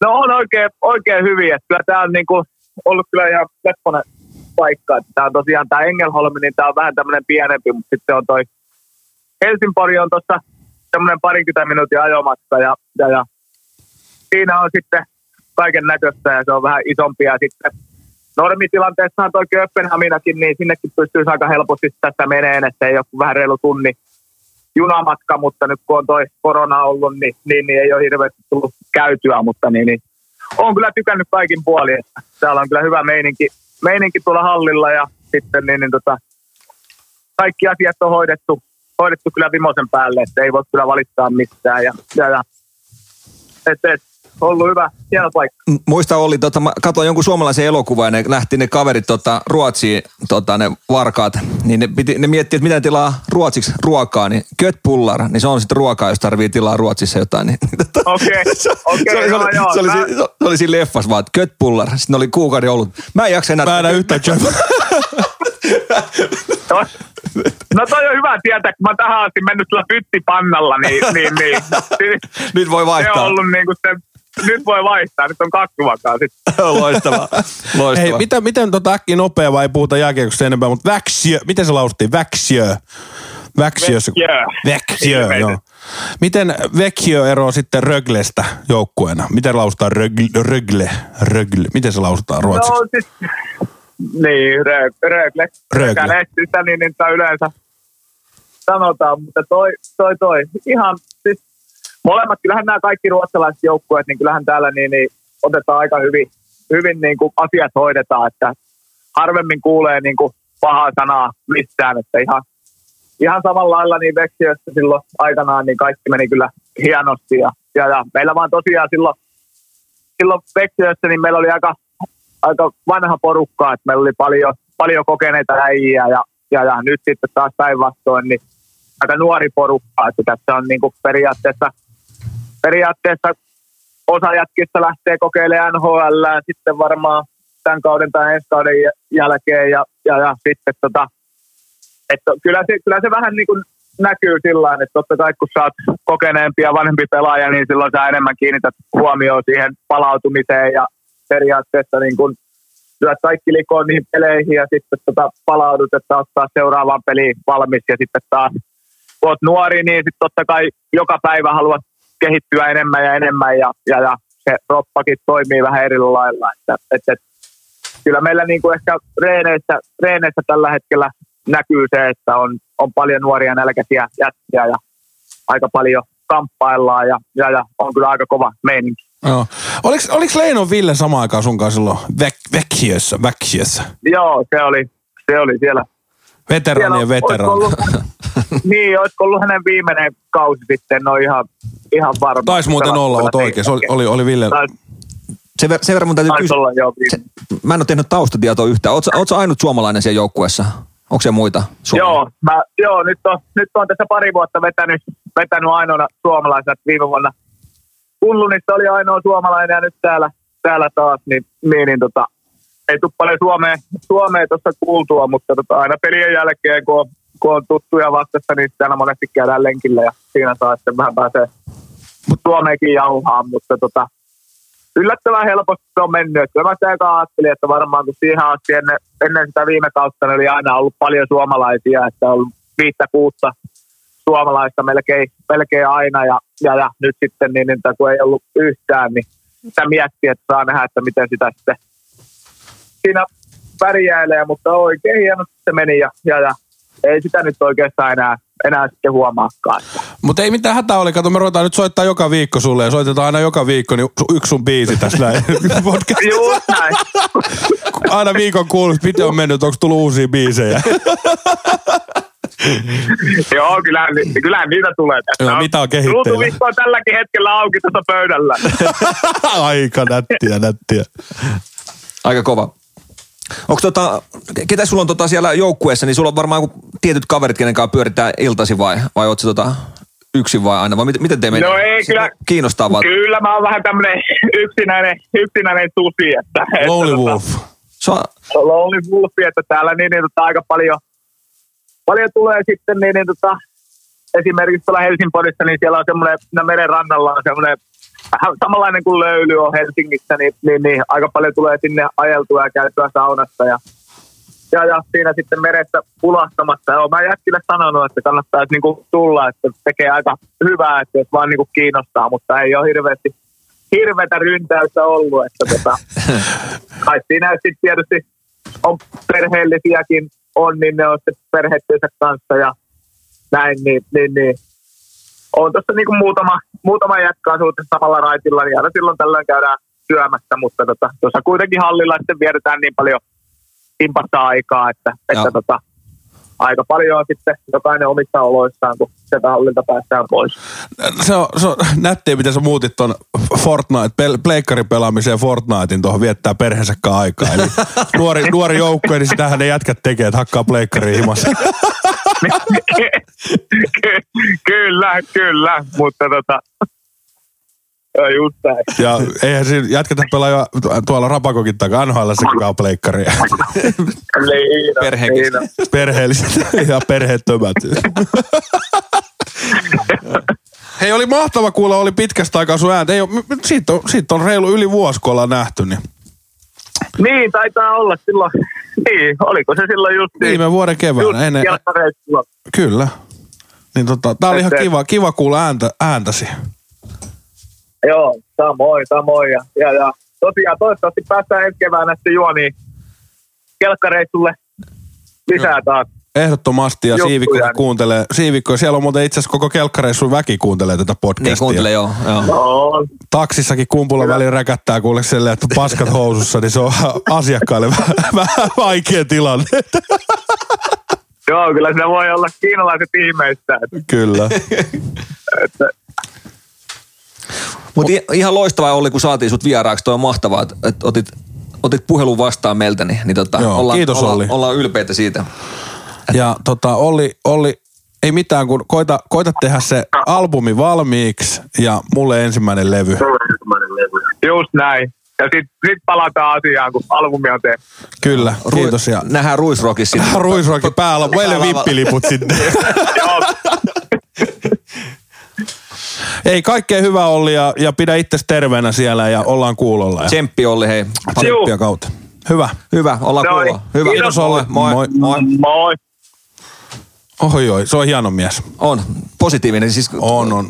Speaker 7: no on oikein, oikein hyvin. Että kyllä tämä on niinku ollut kyllä ihan lepponen paikka. Tämä on tosiaan tämä Engelholmi, niin tämä on vähän tämmöinen pienempi, mutta sitten on toi Helsingborg on tuossa semmoinen parikymmentä minuutin ajomatka ja, ja, ja siinä on sitten kaiken näköistä ja se on vähän isompi ja sitten normitilanteessahan toi Kööpenhaminakin, niin sinnekin pystyy aika helposti tässä meneen, että ei ole kuin vähän reilu tunni junamatka, mutta nyt kun on toi korona ollut, niin, niin, niin ei ole hirveästi tullut käytyä, mutta niin, niin on kyllä tykännyt kaikin puolin. että Täällä on kyllä hyvä meininki, meininki tuolla hallilla ja sitten niin, niin tota, kaikki asiat on hoidettu, hoidettu kyllä vimosen päälle, että ei voi kyllä valittaa mistään. Ja, ja, ja, et, et, ollut hyvä, hieno paikka.
Speaker 2: Muista oli, tota, mä katsoin jonkun suomalaisen elokuvan ja ne lähti ne kaverit tota, Ruotsiin, tota, ne varkaat, niin ne, piti, ne miettii, että mitä tilaa ruotsiksi ruokaa, niin köttpullar, niin se on sitten ruokaa, jos tarvii tilaa Ruotsissa jotain. Niin, (laughs) tota,
Speaker 7: Okei,
Speaker 2: se-
Speaker 7: okei,
Speaker 2: se oli- se
Speaker 7: joo,
Speaker 2: oli-
Speaker 7: joo,
Speaker 2: se oli
Speaker 7: mä-
Speaker 2: si- se oli siinä leffas vaan, että köttpullar, sitten oli kuukauden ollut. Mä en jaksa enää.
Speaker 4: Mä en näe yhtään Jeff.
Speaker 7: No toi on hyvä tietää, kun mä tähän asti mennyt sillä pyttipannalla, niin, niin, niin.
Speaker 2: (laughs) (laughs) Nyt voi
Speaker 7: Se
Speaker 2: vaihtaa.
Speaker 7: on ollut niinku se, nyt voi vaihtaa, nyt on kakkuvakaa sitten.
Speaker 2: (laughs) Loistavaa. Loistavaa.
Speaker 4: Hei, miten, miten tota äkkiä nopea vai ei puhuta jääkiekosta enempää, mutta väksiö, miten se lausuttiin? Väksiö. Väksiö. se-
Speaker 7: Väksiö.
Speaker 4: Väksiö, joo.
Speaker 7: Ilmeisesti.
Speaker 4: Miten Väksiö eroaa sitten Röglestä joukkueena? Miten lausutaan Rögle, Rögle, Rögle? Miten se lausutaan ruotsiksi?
Speaker 7: No siis, niin, röö- röökle.
Speaker 4: Röökle.
Speaker 7: Röökle. Sitä niin, niin sitä yleensä sanotaan, mutta toi, toi, toi. Ihan siis molemmat, kyllähän nämä kaikki ruotsalaiset joukkueet, niin kyllähän täällä niin, niin otetaan aika hyvin, hyvin niin kuin asiat hoidetaan, että harvemmin kuulee niin kuin pahaa sanaa mistään, että ihan, ihan samalla lailla niin Veksiössä silloin aikanaan, niin kaikki meni kyllä hienosti ja, ja, ja meillä vaan tosiaan silloin silloin Veksiössä, niin meillä oli aika, aika vanha porukka, että meillä oli paljon, paljon kokeneita äijiä ja, ja, ja nyt sitten taas päinvastoin, niin aika nuori porukka, että tässä on niin kuin periaatteessa, periaatteessa osa jätkistä lähtee kokeilemaan NHL, sitten varmaan tämän kauden tai ensi kauden jä- jälkeen ja, ja, ja sitten tota, että kyllä, se, kyllä se vähän niin kuin näkyy sillä lailla, että totta kai kun sä oot kokeneempi ja vanhempi pelaaja, niin silloin sä enemmän kiinnität huomioon siihen palautumiseen ja periaatteessa niin kuin syöt kaikki likoon niihin peleihin ja sitten tota palaudut, että oot taas seuraavaan peliin valmis ja sitten taas kun oot nuori, niin sitten totta kai joka päivä haluat kehittyä enemmän ja enemmän ja, ja, ja se roppakin toimii vähän eri lailla. Että, että, että kyllä meillä niin kuin ehkä reeneissä, reeneissä tällä hetkellä näkyy se, että on, on paljon nuoria nälkäisiä jätkiä ja aika paljon kamppaillaan ja, ja, ja on kyllä aika kova meininki.
Speaker 4: Joo. Oliks, oliks Leinon Ville samaan aikaan sun kanssa silloin Väk, Väksiössä? Väksiössä.
Speaker 7: Joo, se oli, se oli siellä.
Speaker 4: Veteraanien
Speaker 7: siellä olisiko
Speaker 4: veteraani.
Speaker 7: ollut- (laughs) niin, olisiko ollut hänen viimeinen kausi sitten, no ihan, ihan varma.
Speaker 4: Taisi muuten olla, oot oikein. Se oli, oli, oli Ville.
Speaker 7: Taisi,
Speaker 2: Sen, ver- sen verran mun täytyy
Speaker 7: taisi
Speaker 2: kysyä.
Speaker 7: olla jo
Speaker 2: Se, mä en ole tehnyt taustatietoa yhtään. Ootko, ootko ainut suomalainen siellä joukkueessa? Onko se muita?
Speaker 7: Joo, mä, joo nyt, on, nyt on tässä pari vuotta vetänyt, vetänyt ainoana suomalaisena. että Viime vuonna Hullunissa oli ainoa suomalainen ja nyt täällä, täällä taas, niin, niin, niin tota, ei tule paljon Suomeen, Suomeen tuossa kuultua, mutta tota, aina pelien jälkeen, kun on, kun on tuttuja vastassa, niin sitten aina monesti käydään lenkillä ja siinä saa sitten vähän pääsee Suomeenkin jauhaan, mutta tota, yllättävän helposti se on mennyt. Et Kyllä mä sitä eka ajattelin, että varmaan kun siihen asti ennen, ennen sitä viime kautta niin oli aina ollut paljon suomalaisia, että on ollut viittä kuutta suomalaista melkein, melkein aina ja, ja, ja nyt sitten niin, niin, kun ei ollut yhtään, niin sitä miettii, että saa nähdä, että miten sitä sitten siinä pärjäilee, mutta oikein hienosti se meni ja, ja, ja ei sitä nyt oikeastaan enää, enää sitten huomaakaan.
Speaker 4: Mutta ei mitään hätää ole. Kato, me ruvetaan nyt soittaa joka viikko sulle ja soitetaan aina joka viikko niin su- yksi sun biisi tässä näin. (laughs) Podcast.
Speaker 7: Juu, näin.
Speaker 4: aina viikon kuulut, miten on mennyt, onko tullut uusia biisejä. (laughs)
Speaker 7: Joo, kyllähän, ni- kyllähän niitä tulee tässä. No,
Speaker 4: Joo, mitä on kehitteillä?
Speaker 7: Ruutuviikko on tälläkin hetkellä auki tuossa pöydällä.
Speaker 4: Aika nättiä, nättiä.
Speaker 2: Aika kova. Onko tota, ketä sulla on tota siellä joukkueessa, niin sulla on varmaan joku tietyt kaverit, kenen kanssa pyöritään iltasi vai, vai ootko tota yksin vai aina, vai miten, miten te menee?
Speaker 7: No ei,
Speaker 2: Se
Speaker 7: kyllä-
Speaker 2: Kiinnostaa vaan.
Speaker 7: Kyllä mä oon vähän tämmönen (laughs) yksinäinen, yksinäinen susi. Että, että
Speaker 4: Lonely
Speaker 7: tota,
Speaker 4: Wolf.
Speaker 2: Sua, niin
Speaker 7: Lonely Wolf, että täällä niin, niin tota, aika paljon, paljon tulee sitten niin, niin tota, esimerkiksi tuolla Helsingborissa, niin siellä on semmoinen, no meren rannalla on semmoinen vähän samanlainen kuin löyly on Helsingissä, niin, niin, niin aika paljon tulee sinne ajeltua ja käytyä saunassa ja ja, ja siinä sitten meressä pulastamassa. Joo, mä jätkille sanonut, että kannattaisi niinku tulla, että tekee aika hyvää, että jos vaan niinku kiinnostaa, mutta ei ole hirveästi hirveätä ryntäystä ollut, että tota, kai siinä sitten tietysti on perheellisiäkin on, niin ne on sitten perhettensä kanssa ja näin, niin, niin, niin. on tuossa niinku muutama, muutama jätkä asuu tässä samalla raitilla, niin aina silloin tällöin käydään syömässä, mutta tota, tuossa kuitenkin hallilla sitten vietetään niin paljon timpasta aikaa, että, että
Speaker 2: Joo.
Speaker 7: tota, aika paljon on sitten jokainen omissa oloissaan, kun sieltä hallilta päästään pois.
Speaker 4: Se on, se on nättiä, miten sä muutit ton Fortnite, pel- pleikkarin pelaamiseen Fortnitein tuohon viettää perheensä kanssa aikaa. Eli nuori, nuori joukkue, niin sitähän ne jätkät tekee, että hakkaa pleikkariin himassa.
Speaker 7: Ky- (laughs) kyllä, kyllä, mutta tota, joo, just näin.
Speaker 4: Ja eihän siinä jätkätä pelaa jo tuolla Rapakokin takaa NHL sekaan pleikkaria.
Speaker 7: Liina,
Speaker 2: Perheenkin.
Speaker 7: Liina.
Speaker 4: Perheelliset (laughs) ja perheettömät. Hei, oli mahtava kuulla, oli pitkästä aikaa sun ääntä. Ei, oo- m- m- siitä, on, siitä on reilu yli vuosi, kun ollaan nähty, niin
Speaker 7: Niin, taitaa olla silloin. (laughs) Niin, oliko se silloin just niin?
Speaker 4: viime vuoden keväänä. Ennen,
Speaker 7: Just
Speaker 4: kyllä. Niin tota, tää oli ihan kiva, kiva kuulla ääntä, ääntäsi.
Speaker 7: Joo, samoin, samoin. Ja, ja, ja tosiaan toivottavasti päästään ensi keväänä sitten juoniin niin kelkkareissulle lisää taas.
Speaker 4: Ehdottomasti ja
Speaker 7: Juttuja,
Speaker 4: siivikko kun
Speaker 7: niin.
Speaker 4: kuuntelee. Siivikko, siellä on muuten itse asiassa koko kelkkareissun väki kuuntelee tätä podcastia.
Speaker 2: Niin kuuntele, joo. joo.
Speaker 7: On,
Speaker 4: taksissakin kumpulla välillä räkättää kuule silleen, että paskat housussa, niin se on (laughs) asiakkaille vähän- vähän vaikea tilanne.
Speaker 7: joo, kyllä siinä voi olla kiinalaiset ihmeistä. Että,
Speaker 4: (laughs) Kyllä.
Speaker 7: että,
Speaker 2: Mutta ihan loistavaa oli, kun saatiin sut vieraaksi. Toi on mahtavaa, että et otit, otit puhelun vastaan meiltä, niin, niin tota,
Speaker 4: Joo,
Speaker 2: ollaan,
Speaker 4: kiitos, Olli.
Speaker 2: ollaan, ollaan, ylpeitä siitä.
Speaker 4: Ja tota, Olli, Olli, ei mitään, kun koita, koita tehdä se albumi valmiiksi ja mulle ensimmäinen levy.
Speaker 7: just näin. Ja sitten sit palataan asiaan, kun albumi on tehty.
Speaker 4: Kyllä, kiitos. Ja
Speaker 2: Nähdään Ruisrockissa.
Speaker 4: Ruisrokin päällä, meille vippiliput sinne.
Speaker 2: (laughs)
Speaker 7: Joo,
Speaker 4: Ei, kaikkea hyvää Olli ja, ja pidä itsesi terveenä siellä ja ollaan kuulolla. Ja
Speaker 2: Tsemppi Olli, hei.
Speaker 7: Juu.
Speaker 4: tsemppiä kautta. Hyvä.
Speaker 2: Hyvä, ollaan
Speaker 7: Noi.
Speaker 2: kuulla. Hyvä.
Speaker 7: Kiitos,
Speaker 4: Olli.
Speaker 2: Moi.
Speaker 4: Moi.
Speaker 2: Moi. Moi.
Speaker 7: moi.
Speaker 4: Oi, oi, se on hieno mies.
Speaker 2: On, positiivinen. Siis
Speaker 4: On, on.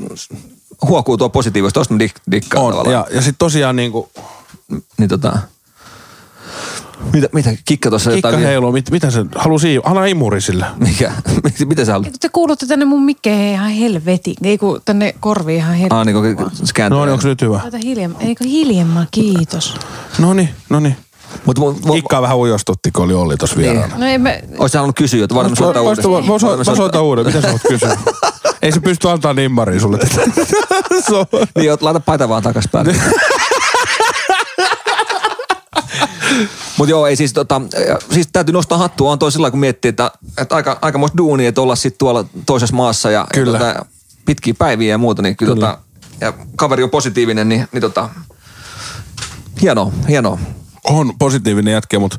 Speaker 2: Huokuu tuo positiivista, tosta mä dik- dikkaan
Speaker 4: on.
Speaker 2: tavallaan.
Speaker 4: Ja, ja sitten tosiaan niin kuin,
Speaker 2: Niin tota... Mitä, mitä kikka tuossa
Speaker 4: Kikka
Speaker 2: jotain... vie-
Speaker 4: heiluu, mit, mitä se halusi, anna imuri sille.
Speaker 2: (laughs) Mikä? mitä sä haluat?
Speaker 3: Te kuulutte tänne mun mikkeen ihan helvetin. Ei kun tänne korviin ihan helvetin.
Speaker 2: Ah, niin kuin
Speaker 4: No niin, onko nyt hyvä?
Speaker 3: Laita hiljemmin. Eikö hiljemmin? Kiitos.
Speaker 4: No niin, no niin.
Speaker 2: Mut, mut, mut,
Speaker 4: Kikkaa vähän ujostutti, kun oli Olli tuossa vieraana.
Speaker 3: No ei me...
Speaker 2: Ois halunnut kysyä, että varmaan soittaa
Speaker 4: Voisi tulla-
Speaker 2: uudestaan.
Speaker 4: Mä so-
Speaker 2: Varmaan
Speaker 4: mä soitan uuden, mitä sä oot kysynyt? Ei se pysty antaa nimmaria (laughs) sulle. Se on-
Speaker 2: Niin, oot, laita paita vaan takas (laughs)
Speaker 4: Niin.
Speaker 2: päälle. Mutta joo, ei siis tota, äh, siis täytyy nostaa hattua on toi sillä lailla, kun miettii, että, että aika, aikamoista duunia, että olla sitten tuolla toisessa maassa ja,
Speaker 4: Kyllä.
Speaker 2: ja tota, pitkiä päiviä ja muuta, niin kyllä, kyllä. Tota, ja kaveri on positiivinen, niin, niin tota, hienoa, hienoa.
Speaker 4: on positiivinen jätkä, mutta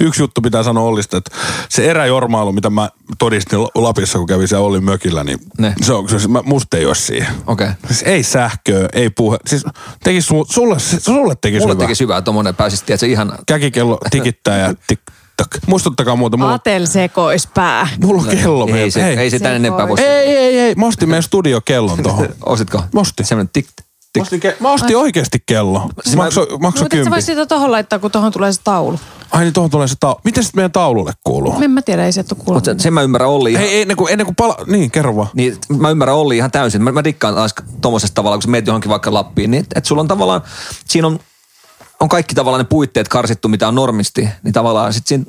Speaker 4: yksi juttu pitää sanoa Ollista, että se eräjormailu, mitä mä todistin La- Lapissa, kun kävin siellä Ollin mökillä, niin
Speaker 2: Ne.
Speaker 4: se on, se, mä, musta ei ole siihen.
Speaker 2: Okei. Okay.
Speaker 4: Siis ei sähköä, ei puhe. Siis tekis su, sulle, sulle tekis
Speaker 2: Mulle
Speaker 4: hyvää.
Speaker 2: teki syvää, että tuommoinen pääsisi, tiedätkö, ihan
Speaker 4: käkikello tikittää ja tik tak. Muistuttakaa muuta. Mulla,
Speaker 3: Atel sekoispää.
Speaker 4: mulla on kello.
Speaker 2: ei,
Speaker 4: meidän-
Speaker 2: se, ei,
Speaker 4: ei,
Speaker 2: ei se tän
Speaker 3: Se
Speaker 2: enempää voi.
Speaker 3: voi.
Speaker 4: ei, ei, ei. Mä ostin meidän
Speaker 2: (laughs)
Speaker 4: studiokellon tohon.
Speaker 2: Ostitko?
Speaker 4: Mä ostin.
Speaker 2: Semmoinen tik,
Speaker 4: Mä
Speaker 2: tik.
Speaker 4: ostin, ke- mä ostin oikeesti kello. Makso, makso
Speaker 3: No, mutta et sä
Speaker 4: kympi.
Speaker 3: vois sitä tohon laittaa, kun tohon tulee se taulu.
Speaker 4: Ai niin, tohon tulee se taulu. Miten sitten meidän taululle kuuluu?
Speaker 3: En mä tiedä, ei se ole
Speaker 2: Mut
Speaker 3: kuulunut.
Speaker 2: sen, sen mä ymmärrän Olli ihan,
Speaker 4: Hei, ennen kuin, ennen kuin pala... Niin, kerro (laughs) vaan.
Speaker 2: Niin mä ymmärrän Olli ihan täysin. Mä, mä dikkaan taas tommosesta tavalla, kun sä meet johonkin vaikka Lappiin, niin että et sulla on tavallaan, siinä on, on kaikki tavallaan ne puitteet karsittu, mitä on normisti, niin tavallaan sit siinä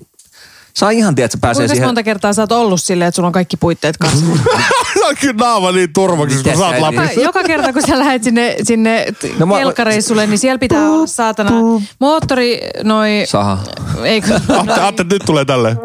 Speaker 2: saa ihan tiedä, että se pääsee
Speaker 3: Kuinka
Speaker 2: siihen.
Speaker 3: monta kertaa sä oot ollut silleen, että sulla on kaikki
Speaker 2: (laughs)
Speaker 3: puitteet kanssa?
Speaker 4: Se on No, kyllä naama niin turvaksi,
Speaker 2: Mitäs äiti?
Speaker 3: joka, joka kerta, kun sä lähet sinne, sinne
Speaker 2: No
Speaker 3: no,
Speaker 2: mä-
Speaker 3: kelkareissulle, niin siellä pitää olla saatana moottori, noi...
Speaker 2: Saha. (laughs)
Speaker 3: Eikö,
Speaker 4: Aatte, aatte, että nyt tulee tälleen.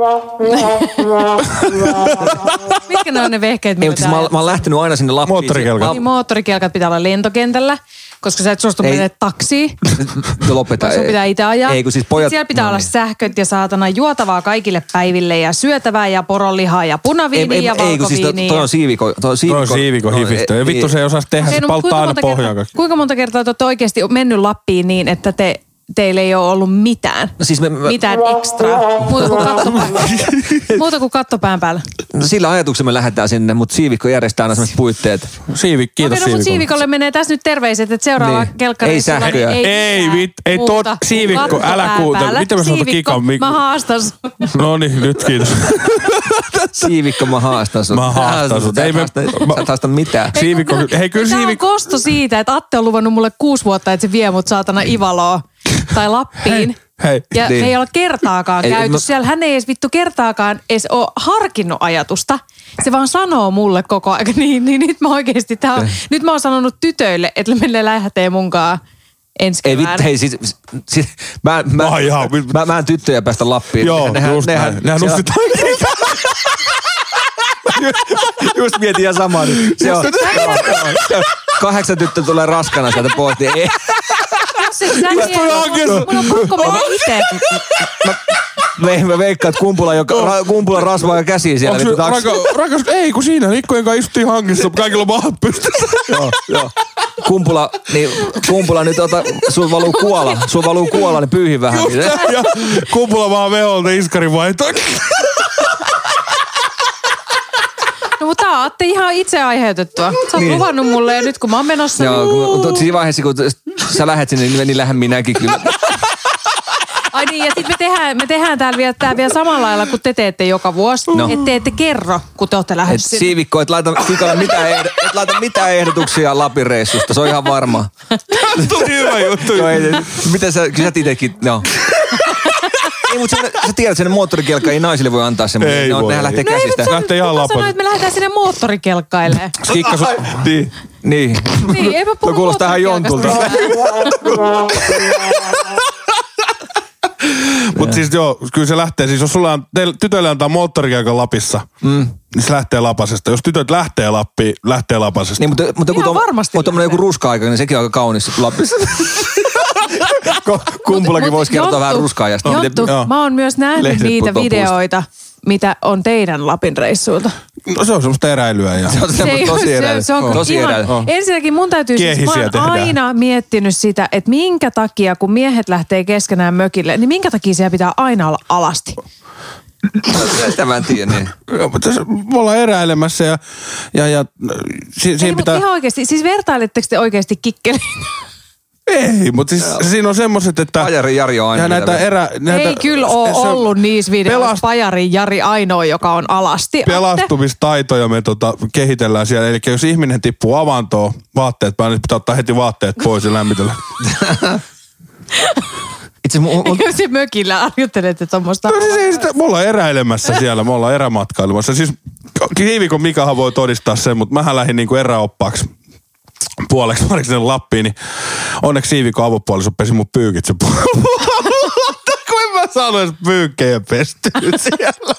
Speaker 3: mitkä ne on ne vehkeet,
Speaker 2: Ei,
Speaker 3: millä
Speaker 2: mutta siis mä, oon- mä oon lähtenyt aina sinne Lappiin. (laughs)
Speaker 4: Moottorikelka.
Speaker 2: Mä
Speaker 3: Niin moottorikelkat pitää olla lentokentällä, koska sä et suostu
Speaker 2: Ei.
Speaker 3: menemään
Speaker 2: (laughs)
Speaker 3: taksiin.
Speaker 2: oon- No Lopeta.
Speaker 3: Sun pitää itse ajaa.
Speaker 2: Ei, kun siis
Speaker 3: Sit
Speaker 2: pojat...
Speaker 3: Siellä pitää
Speaker 2: no
Speaker 3: olla
Speaker 2: niin.
Speaker 3: sähköt ja saatana juotavaa kaikille päiville ja syötävää ja poronlihaa ja punaviiniä ja
Speaker 2: ei, kun siis to,
Speaker 3: valkoviiniä.
Speaker 2: toi on siiviko. Toi niin. on
Speaker 4: Toi
Speaker 2: siiviko,
Speaker 4: on siiviko hifistö. Ja vittu se ei osaa tehdä, se
Speaker 3: Okei, no, mutta
Speaker 4: palttaa
Speaker 3: kuinka
Speaker 4: aina
Speaker 3: monta
Speaker 4: pohjaan
Speaker 3: kertaa-
Speaker 4: kaikki.
Speaker 3: Kuinka monta kertaa te olette oikeasti mennyt Lappiin niin, että te, teillä ei ole ollut mitään?
Speaker 2: No siis me, me,
Speaker 3: mitään ekstraa. Muuta kuin,
Speaker 4: (laughs)
Speaker 3: kattopään. Muuta kuin kattopään päällä.
Speaker 2: no sillä ajatuksella me lähdetään sinne, mutta siivikko järjestää aina sellaiset puitteet.
Speaker 4: Siivi,
Speaker 3: Okei,
Speaker 4: kiitos
Speaker 3: no, mut
Speaker 4: Siivikko.
Speaker 3: Siivikolle menee tässä nyt terveiset, että seuraava
Speaker 2: Niin.
Speaker 3: niin. kelkkari.
Speaker 2: Ei sähköjä.
Speaker 4: Ei vit- ei tot- Siivikko, älä kuuntele. Miten mä sanon Kikan mik-
Speaker 3: Mä haastan sut.
Speaker 4: (laughs) No niin,
Speaker 3: (laughs)
Speaker 4: nyt kiitos.
Speaker 2: Siivikko, mä haastan sut.
Speaker 4: Mä haastan sut. Ei
Speaker 2: Ei
Speaker 4: me-
Speaker 2: me... Sä et haasta mitään.
Speaker 4: Siivikko, hei kyllä
Speaker 3: Tää on
Speaker 4: Siivikko.
Speaker 3: kosto siitä, että Atte on luvannut mulle kuusi vuotta, että se vie mut saatana Ivaloa. tai Lappiin.
Speaker 4: Hei, hei.
Speaker 3: Ja
Speaker 2: Niin.
Speaker 3: me ei olla kertaakaan
Speaker 2: Ei,
Speaker 3: ei, käyty.
Speaker 2: no-
Speaker 3: No... Siellä hän ei edes vittu kertaakaan edes ole harkinnut ajatusta. Se vaan sanoo mulle koko ajan, (laughs) niin, niin nyt mä oikeasti, tää on, nyt mä oon sanonut tytöille, että meille lähtee munkaan ensi
Speaker 2: Ei
Speaker 3: kevään.
Speaker 2: vittu, hei siis, siis mä, mä,
Speaker 4: Ai ihan, mit-
Speaker 2: mä, mä en tyttöjä päästä Lappiin.
Speaker 4: Joo, just näin.
Speaker 2: siellä-
Speaker 4: Nehän nosti toi-
Speaker 2: (laughs) Just mietin ihan samaa. Niin se on, joo, joo. Se on- kahdeksan tyttö tulee raskana sieltä pois, niin ei,
Speaker 3: Jos et sä niin,
Speaker 4: toi oikeesti-
Speaker 3: mun on pakko mennä itse.
Speaker 2: mä, mä veikkaan, että kumpula, joka, ra, kumpula rasvaa ja käsiä siellä.
Speaker 4: Onks
Speaker 2: vittu
Speaker 4: se
Speaker 2: taks-
Speaker 4: raka- rakas? Ei, kun siinä Nikkojen kanssa istuttiin hankissa, kaikilla on mahat pystyssä.
Speaker 2: Joo, joo. Kumpula, niin kumpula nyt ota, sun valuu kuola, sun valuu kuola, niin pyyhi vähän.
Speaker 4: Just
Speaker 2: Niin,
Speaker 4: näin, (laughs) ja kumpula vaan veholta iskarin vaihtoon.
Speaker 3: No mutta tää on Atte ihan itse aiheutettua. Sä oot
Speaker 2: Niin.
Speaker 3: niin. luvannut mulle ja nyt kun mä oon menossa,
Speaker 2: Joo,
Speaker 3: niin...
Speaker 2: kun- kun, siinä vaiheessa, kun sä lähet sinne, niin, niin lähden minäkin kyllä.
Speaker 3: Ai niin, ja sitten me tehdään, me tehdään täällä vielä, tää vielä samalla lailla, kun te teette joka vuosi.
Speaker 2: No.
Speaker 3: No. Että te ette kerro, kun te ootte
Speaker 2: Et
Speaker 3: lähdössä. sinne.
Speaker 2: siivikko, et laita, sikalla mitään,
Speaker 3: (laughs)
Speaker 2: ehdo, et laita mitään ehdotuksia Lapin reissusta, se on ihan varma.
Speaker 4: Tuli hyvä juttu.
Speaker 2: No ei, mitä sä, kyllä sä itsekin, (laughs) no. Ei, mutta sä, sä tiedät, että sen moottorikelkka ei naisille voi antaa semmoinen.
Speaker 4: Ei
Speaker 2: ne, on-
Speaker 4: voi.
Speaker 2: Nehän lähtee
Speaker 3: No ei,
Speaker 2: käsistä.
Speaker 3: mutta se on,
Speaker 4: Lähtee ihan
Speaker 3: kuka
Speaker 4: lapasesta.
Speaker 3: sanoi, että me lähdetään sinne
Speaker 2: (laughs)
Speaker 3: moottorikelkkailemaan.
Speaker 4: Kikka sun... Niin.
Speaker 2: Niin.
Speaker 3: Niin, eipä puhu
Speaker 4: No
Speaker 2: Tuo kuulostaa ihan jontulta.
Speaker 3: moottorikelkasta enää.
Speaker 4: Mut siis joo, kyllä se lähtee. Siis jos sulla on, teille, tytöille antaa moottorikelkan Lapissa, mm. niin se lähtee Lapasesta. Jos tytöt lähtee Lappiin, lähtee Lapasesta.
Speaker 2: Niin, mutta, mutta kun
Speaker 3: Ihan
Speaker 2: tommo-
Speaker 3: varmasti
Speaker 2: Mutta tommonen joku ruska-aika, niin sekin on aika kaunis Lapissa. (laughs) Ko- Kumpulakin
Speaker 3: Mut
Speaker 2: voisi kertoa
Speaker 3: Jonttu-
Speaker 2: vähän ruska-ajasta. miten-
Speaker 3: Jonttu,
Speaker 4: joo.
Speaker 3: mä oon myös nähnyt
Speaker 2: Lehdet
Speaker 3: niitä
Speaker 2: putoaa
Speaker 3: videoita, mitä on teidän Lapin reissuilta.
Speaker 4: No se on semmoista eräilyä ja...
Speaker 2: Se on
Speaker 3: ei
Speaker 2: semmoinen
Speaker 3: oo-
Speaker 2: tosi
Speaker 3: se,
Speaker 2: eräinen.
Speaker 3: se on
Speaker 2: Tosi
Speaker 3: ihan,
Speaker 2: eräinen.
Speaker 3: Ensinnäkin mun täytyy siis, mä
Speaker 4: Kiehisiä
Speaker 3: oon
Speaker 4: tehdään.
Speaker 3: aina miettinyt sitä, että minkä takia kun miehet lähtee keskenään mökille, niin minkä takia siellä pitää aina olla alasti.
Speaker 2: Sitä mä en tiedä, niin.
Speaker 4: Joo, mutta se, me ollaan eräilemässä ja... ja, ja si,
Speaker 3: Ei,
Speaker 4: siinä
Speaker 3: mutta
Speaker 4: pitää...
Speaker 3: ihan oikeasti, siis vertailitteko te oikeasti
Speaker 2: (laughs)
Speaker 3: kikkeliin?
Speaker 4: Ei, mutta siis siinä on semmoiset, että...
Speaker 2: Pajari Jari on aina
Speaker 4: ja näitä
Speaker 2: vielä-
Speaker 4: erä, näitä,
Speaker 3: Ei kyllä ole
Speaker 4: se on
Speaker 3: ollut niin- niissä videoissa
Speaker 4: pelast-
Speaker 3: Pajarin Jari ainoa, joka on alasti. Atte. (laughs)
Speaker 4: Pelastumistaitoja me tota, kehitellään siellä. Eli jos ihminen tippuu avantoon, vaatteet päälle, niin pitää ottaa heti vaatteet pois ja lämmitellä.
Speaker 2: Itse mu- mu-
Speaker 3: Jos se mökillä arjuttelette tuommoista.
Speaker 4: No siis ei sitä, me ollaan eräilemässä siellä, me ollaan erämatkailemassa. Siis Kiivikon Mikahan voi todistaa sen, mutta mähän lähdin niinku eräoppaaksi puoleksi (laughs) variksi sinne Lappiin, niin onneksi Siivikon avopuoliso pesi mun pyykit sen puolelta, (laughs) kun en mä saanut edes pyykkejä pestyä siellä.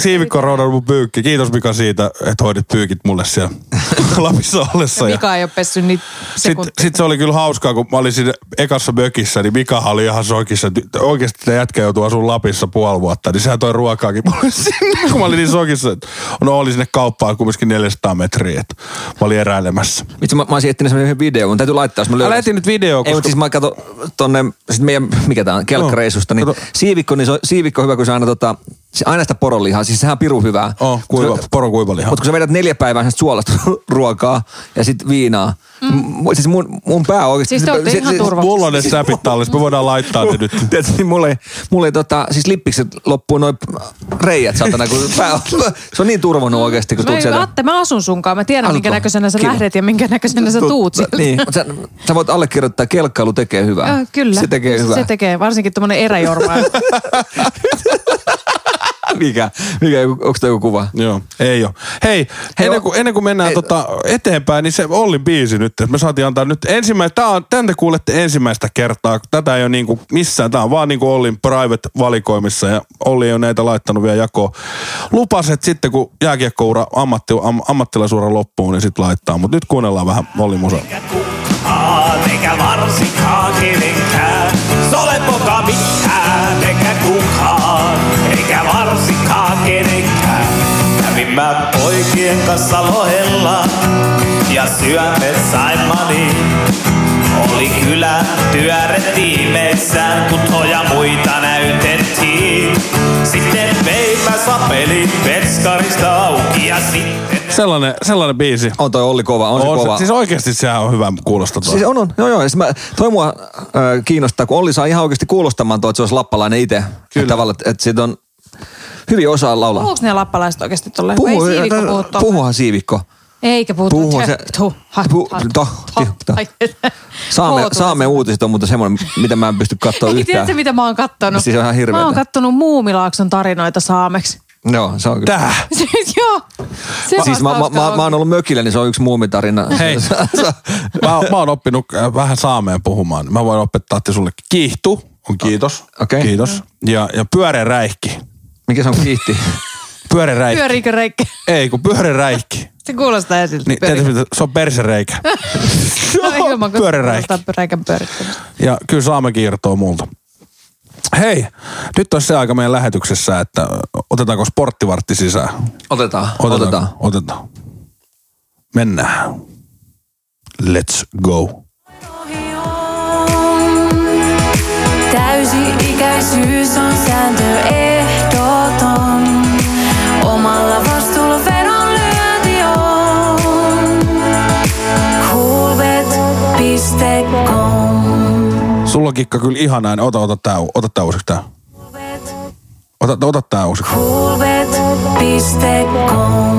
Speaker 4: Siivikko on roudannut mun pyykki. Kiitos Mika siitä, että hoidit pyykit mulle siellä (laughs) Lapissa ollessa. ja-
Speaker 3: Mika ei ole pessyt niitä
Speaker 4: sitten
Speaker 3: sekuntia.
Speaker 4: sit se oli kyllä hauskaa, kun mä olin siinä ekassa mökissä, niin Mika oli ihan sokissa. Ty- Oikeasti tämä jätkä joutuu asumaan Lapissa puoli vuotta, niin sehän toi ruokaakin (laughs) mulle sinne, kun mä olin niin sokissa. että No oli sinne kauppaan kumminkin 400 metriä, että mä olin eräilemässä.
Speaker 2: Vitsi, mä, mä olisin etsinyt semmoinen yhden videon, mun täytyy laittaa, jos mä löydän.
Speaker 4: Älä eti nyt videoa,
Speaker 2: Ei, mutta
Speaker 4: koska-
Speaker 2: siis mä katso tonne, sit meidän, mikä tää on, kelkkareisusta, niin
Speaker 4: Joo,
Speaker 2: kato.
Speaker 4: kato.
Speaker 2: siivikko, niin se on, siivikko on hyvä, kun se aina tota, se aina sitä poronlihaa, siis sehän on pirun hyvää.
Speaker 4: Oh, kuiva, poron kuivaliha.
Speaker 2: Mutta kun sä vedät neljä päivää sellaista suolasta (laughs) ruokaa ja sit viinaa, mm. siis mun, mun pää oikeesti...
Speaker 3: Siis te ootte ihan turva-
Speaker 4: Mulla on ne säpit tallessa, me voidaan laittaa ne
Speaker 2: (laughs)
Speaker 4: nyt.
Speaker 2: Tiedätkö, niin mulle, mulle tota, siis lippikset loppuu noin reijät satana, kun pää on, (laughs) se on niin turvonnut oikeesti, kun tulet
Speaker 3: Mä,
Speaker 2: sieltä.
Speaker 3: Atte, mä asun sunkaan. Mä tiedän,
Speaker 2: Asutko?
Speaker 3: minkä näköisenä sä
Speaker 2: Kiva.
Speaker 3: lähdet ja minkä näköisenä sä tuut. sieltä. (laughs)
Speaker 2: Niin, mutta sä, sä voit allekirjoittaa, että kelkkailu tekee hyvää.
Speaker 3: Äh, kyllä.
Speaker 2: Se tekee hyvää.
Speaker 3: Se tekee, varsinkin tuommoinen eräjorma.
Speaker 2: (laughs) Mikä? Mikä? Onko tämä joku kuva?
Speaker 4: Joo, ei ole. Hei, ennen,
Speaker 2: on-
Speaker 4: kuin, ennen kuin mennään
Speaker 2: ei-
Speaker 4: tota eteenpäin, niin se Ollin biisi nyt. että Me saatiin antaa nyt ensimmäistä, tää on, tän te kuulette ensimmäistä kertaa. Tätä ei ole niinku missään, tää on vaan niinku Ollin private valikoimissa ja Olli ei ole näitä laittanut vielä jakoon. Lupas, että sitten kun jääkiekkoura ammatti, am, ammattilaisuura loppuu, niin sit laittaa. Mutta nyt kuunnellaan vähän Ollin musaa.
Speaker 1: eikä kukkaa, eikä varsinkaan kenenkään. Se ole poka mitään, eikä kukaan, eikä varsinkaan kenenkään. Kävin mä poikien kanssa lohella ja syömet saimani. Oli kyllä työret tiimeissään, kun toja muita näytettiin. Sitten veipä sapelin vetskarista auki ja sitten...
Speaker 4: Sellainen, sellainen biisi.
Speaker 2: On toi Olli kova, on, se kova.
Speaker 4: siis oikeasti sehän on hyvä kuulosta toi.
Speaker 2: Siis on, on. Joo, joo. Ja Siis mä, toi mua äh, kiinnostaa, kun Olli saa ihan oikeasti kuulostamaan tuo, että se olisi lappalainen itse. Kyllä. Tavalla, että, että siitä on hyvin osaa laulaa.
Speaker 3: Puhuuko ne lappalaiset oikeasti tolleen? Puhu, ei siivikko puhu
Speaker 2: puhuhan siivikko.
Speaker 3: Eikä puhuta.
Speaker 2: Puhu se-
Speaker 3: Tuh, ha,
Speaker 2: Puh-
Speaker 3: ha,
Speaker 2: toh,
Speaker 3: ha,
Speaker 2: tih, toh.
Speaker 3: ha.
Speaker 2: Saamme,
Speaker 3: Kootulas.
Speaker 2: saamme uutiset on mutta semmoinen, mitä mä en pysty katsoa
Speaker 3: Ei,
Speaker 2: yhtään.
Speaker 3: tiedätkö mitä mä oon kattonut?
Speaker 2: Siis se on ihan hirveetä.
Speaker 3: Mä oon kattonut Muumilaakson tarinoita saameksi. (laughs)
Speaker 2: Joo, se on kyllä.
Speaker 4: Tää.
Speaker 3: Siis joo. Se
Speaker 2: Siis mä, mä, mä, mä, oon ollut mökillä, niin se on yksi muumitarina. (laughs)
Speaker 4: Hei. Mä, oon- mä oon oppinut äh, vähän saameen puhumaan. Mä voin opettaa te sulle. Kiihtu on kiitos.
Speaker 2: Okei.
Speaker 4: Kiitos. Ja, ja pyöreräihki.
Speaker 2: Mikä se on kiitti?
Speaker 4: Pyöreräihki.
Speaker 3: Pyöriikö reikki?
Speaker 4: Ei, kun pyöreräihki.
Speaker 3: Se kuulostaa esiltä.
Speaker 4: Niin, tiedätkö, mitä? se on persereikä.
Speaker 2: (laughs)
Speaker 4: Pyöreräihki.
Speaker 3: Pyöriikö pyörittämistä.
Speaker 4: Ja kyllä saamekin irtoa multa. Hei, nyt on se aika meidän lähetyksessä, että otetaanko sporttivartti sisään?
Speaker 2: Otetaan. Otetaan.
Speaker 4: Otetaan. Mennään. Let's go.
Speaker 8: Täysi-ikäisyys on sääntö ehdoton. Omalla vastuulla veronlyönti on. Coolbet.com
Speaker 4: Sulla on kikka kyllä ihanaa. niin Ota, ota tää, u- ota tää uusiksi tää. Ota, ota tää uusiksi.
Speaker 8: Coolbet.com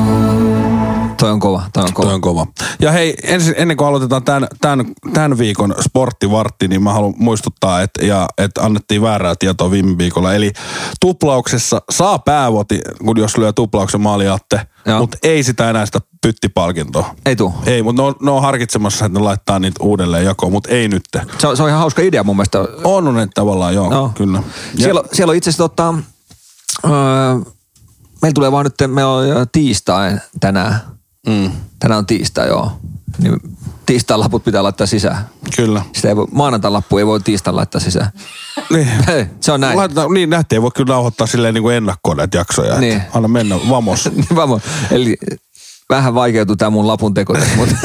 Speaker 2: Toi on kova, toi on kova.
Speaker 4: Toi on kova. Ja hei, ensin, ennen kuin aloitetaan tämän, tämän, tämän viikon sporttivartti, niin mä haluan muistuttaa, että, ja, että annettiin väärää tietoa viime viikolla. Eli tuplauksessa saa päävoti, kun jos lyö tuplauksen maaliatte,
Speaker 2: Joo.
Speaker 4: mutta ei sitä enää sitä pyttipalkintoa.
Speaker 2: Ei tuu.
Speaker 4: Ei, mutta ne, on- ne on harkitsemassa, että ne laittaa niitä uudelleen jakoon, mutta ei nyt.
Speaker 2: Se on, se on ihan hauska idea mun mielestä.
Speaker 4: On ne tavallaan, joo,
Speaker 2: Joo.
Speaker 4: no. kyllä. Ja-
Speaker 2: Siellä, on- siellä on itse asiassa tota, öö, meillä tulee vaan nyt, meillä on ö, tiistai tänään. Mm. Tänään on tiistai, joo. Niin tiistain laput pitää laittaa sisään.
Speaker 4: Kyllä.
Speaker 2: Sitä ei voi, maanantain lappu ei voi tiistain laittaa sisään.
Speaker 4: Niin.
Speaker 2: Hei, se on (laughs) näin. (laughs)
Speaker 4: Laitetaan, niin nähtiin, ei voi kyllä nauhoittaa silleen niin kuin ennakkoon näitä jaksoja. että
Speaker 2: Niin.
Speaker 4: Anna mennä,
Speaker 2: (laughs)
Speaker 4: vamos.
Speaker 2: Niin mä voin- Eli vähän vaikeutui tämä mun lapun teko, tässä,
Speaker 4: (laughs)
Speaker 2: mutta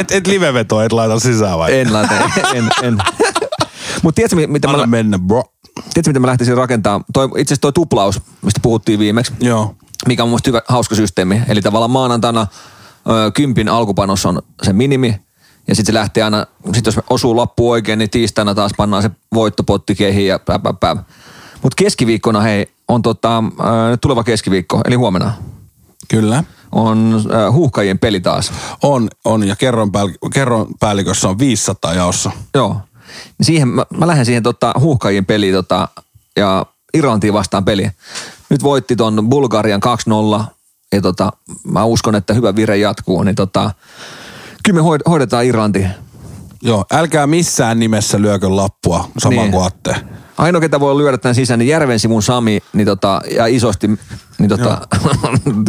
Speaker 4: et, et livevetoa et laita sisään vai?
Speaker 2: en laita, en, en. Mutta tiedätkö, mi- mitä mä,
Speaker 4: Anna mennä, bro.
Speaker 2: tiedätkö, mitä mä lähtisin rakentamaan? Toi, itse asiassa toi tuplaus, mistä puhuttiin viimeksi,
Speaker 4: Joo.
Speaker 2: mikä on mun mielestä hyvä, hauska systeemi. Eli tavallaan maanantaina ö, kympin alkupanos on se minimi, ja sitten se lähtee aina, sit jos osuu lappu oikein, niin tiistaina taas pannaan se voittopotti kehiin ja pä, pä, pä. Mutta keskiviikkona, hei, on tota, ö, nyt tuleva keskiviikko, eli huomenna,
Speaker 4: Kyllä.
Speaker 2: on ö, huuhkajien peli taas.
Speaker 4: On, on. Ja kerron, päällik- kerron päällikössä on 500 jaossa.
Speaker 2: Joo. Niin Siihen, mä, mä lähden siihen tota, huuhkajien peliin tota, ja Irlantiin vastaan peliin. Nyt voitti ton Bulgarian 2-0 ja tota, mä uskon, että hyvä vire jatkuu. Niin tota, kyllä me hoid- hoidetaan Irlanti.
Speaker 4: Joo, älkää missään nimessä lyökö lappua saman
Speaker 2: Niin.
Speaker 4: niin. kuin Atte.
Speaker 2: Ainoa, ketä voi lyödä tämän sisään, niin Järven sivun Sami niin tota, ja isosti niin tota,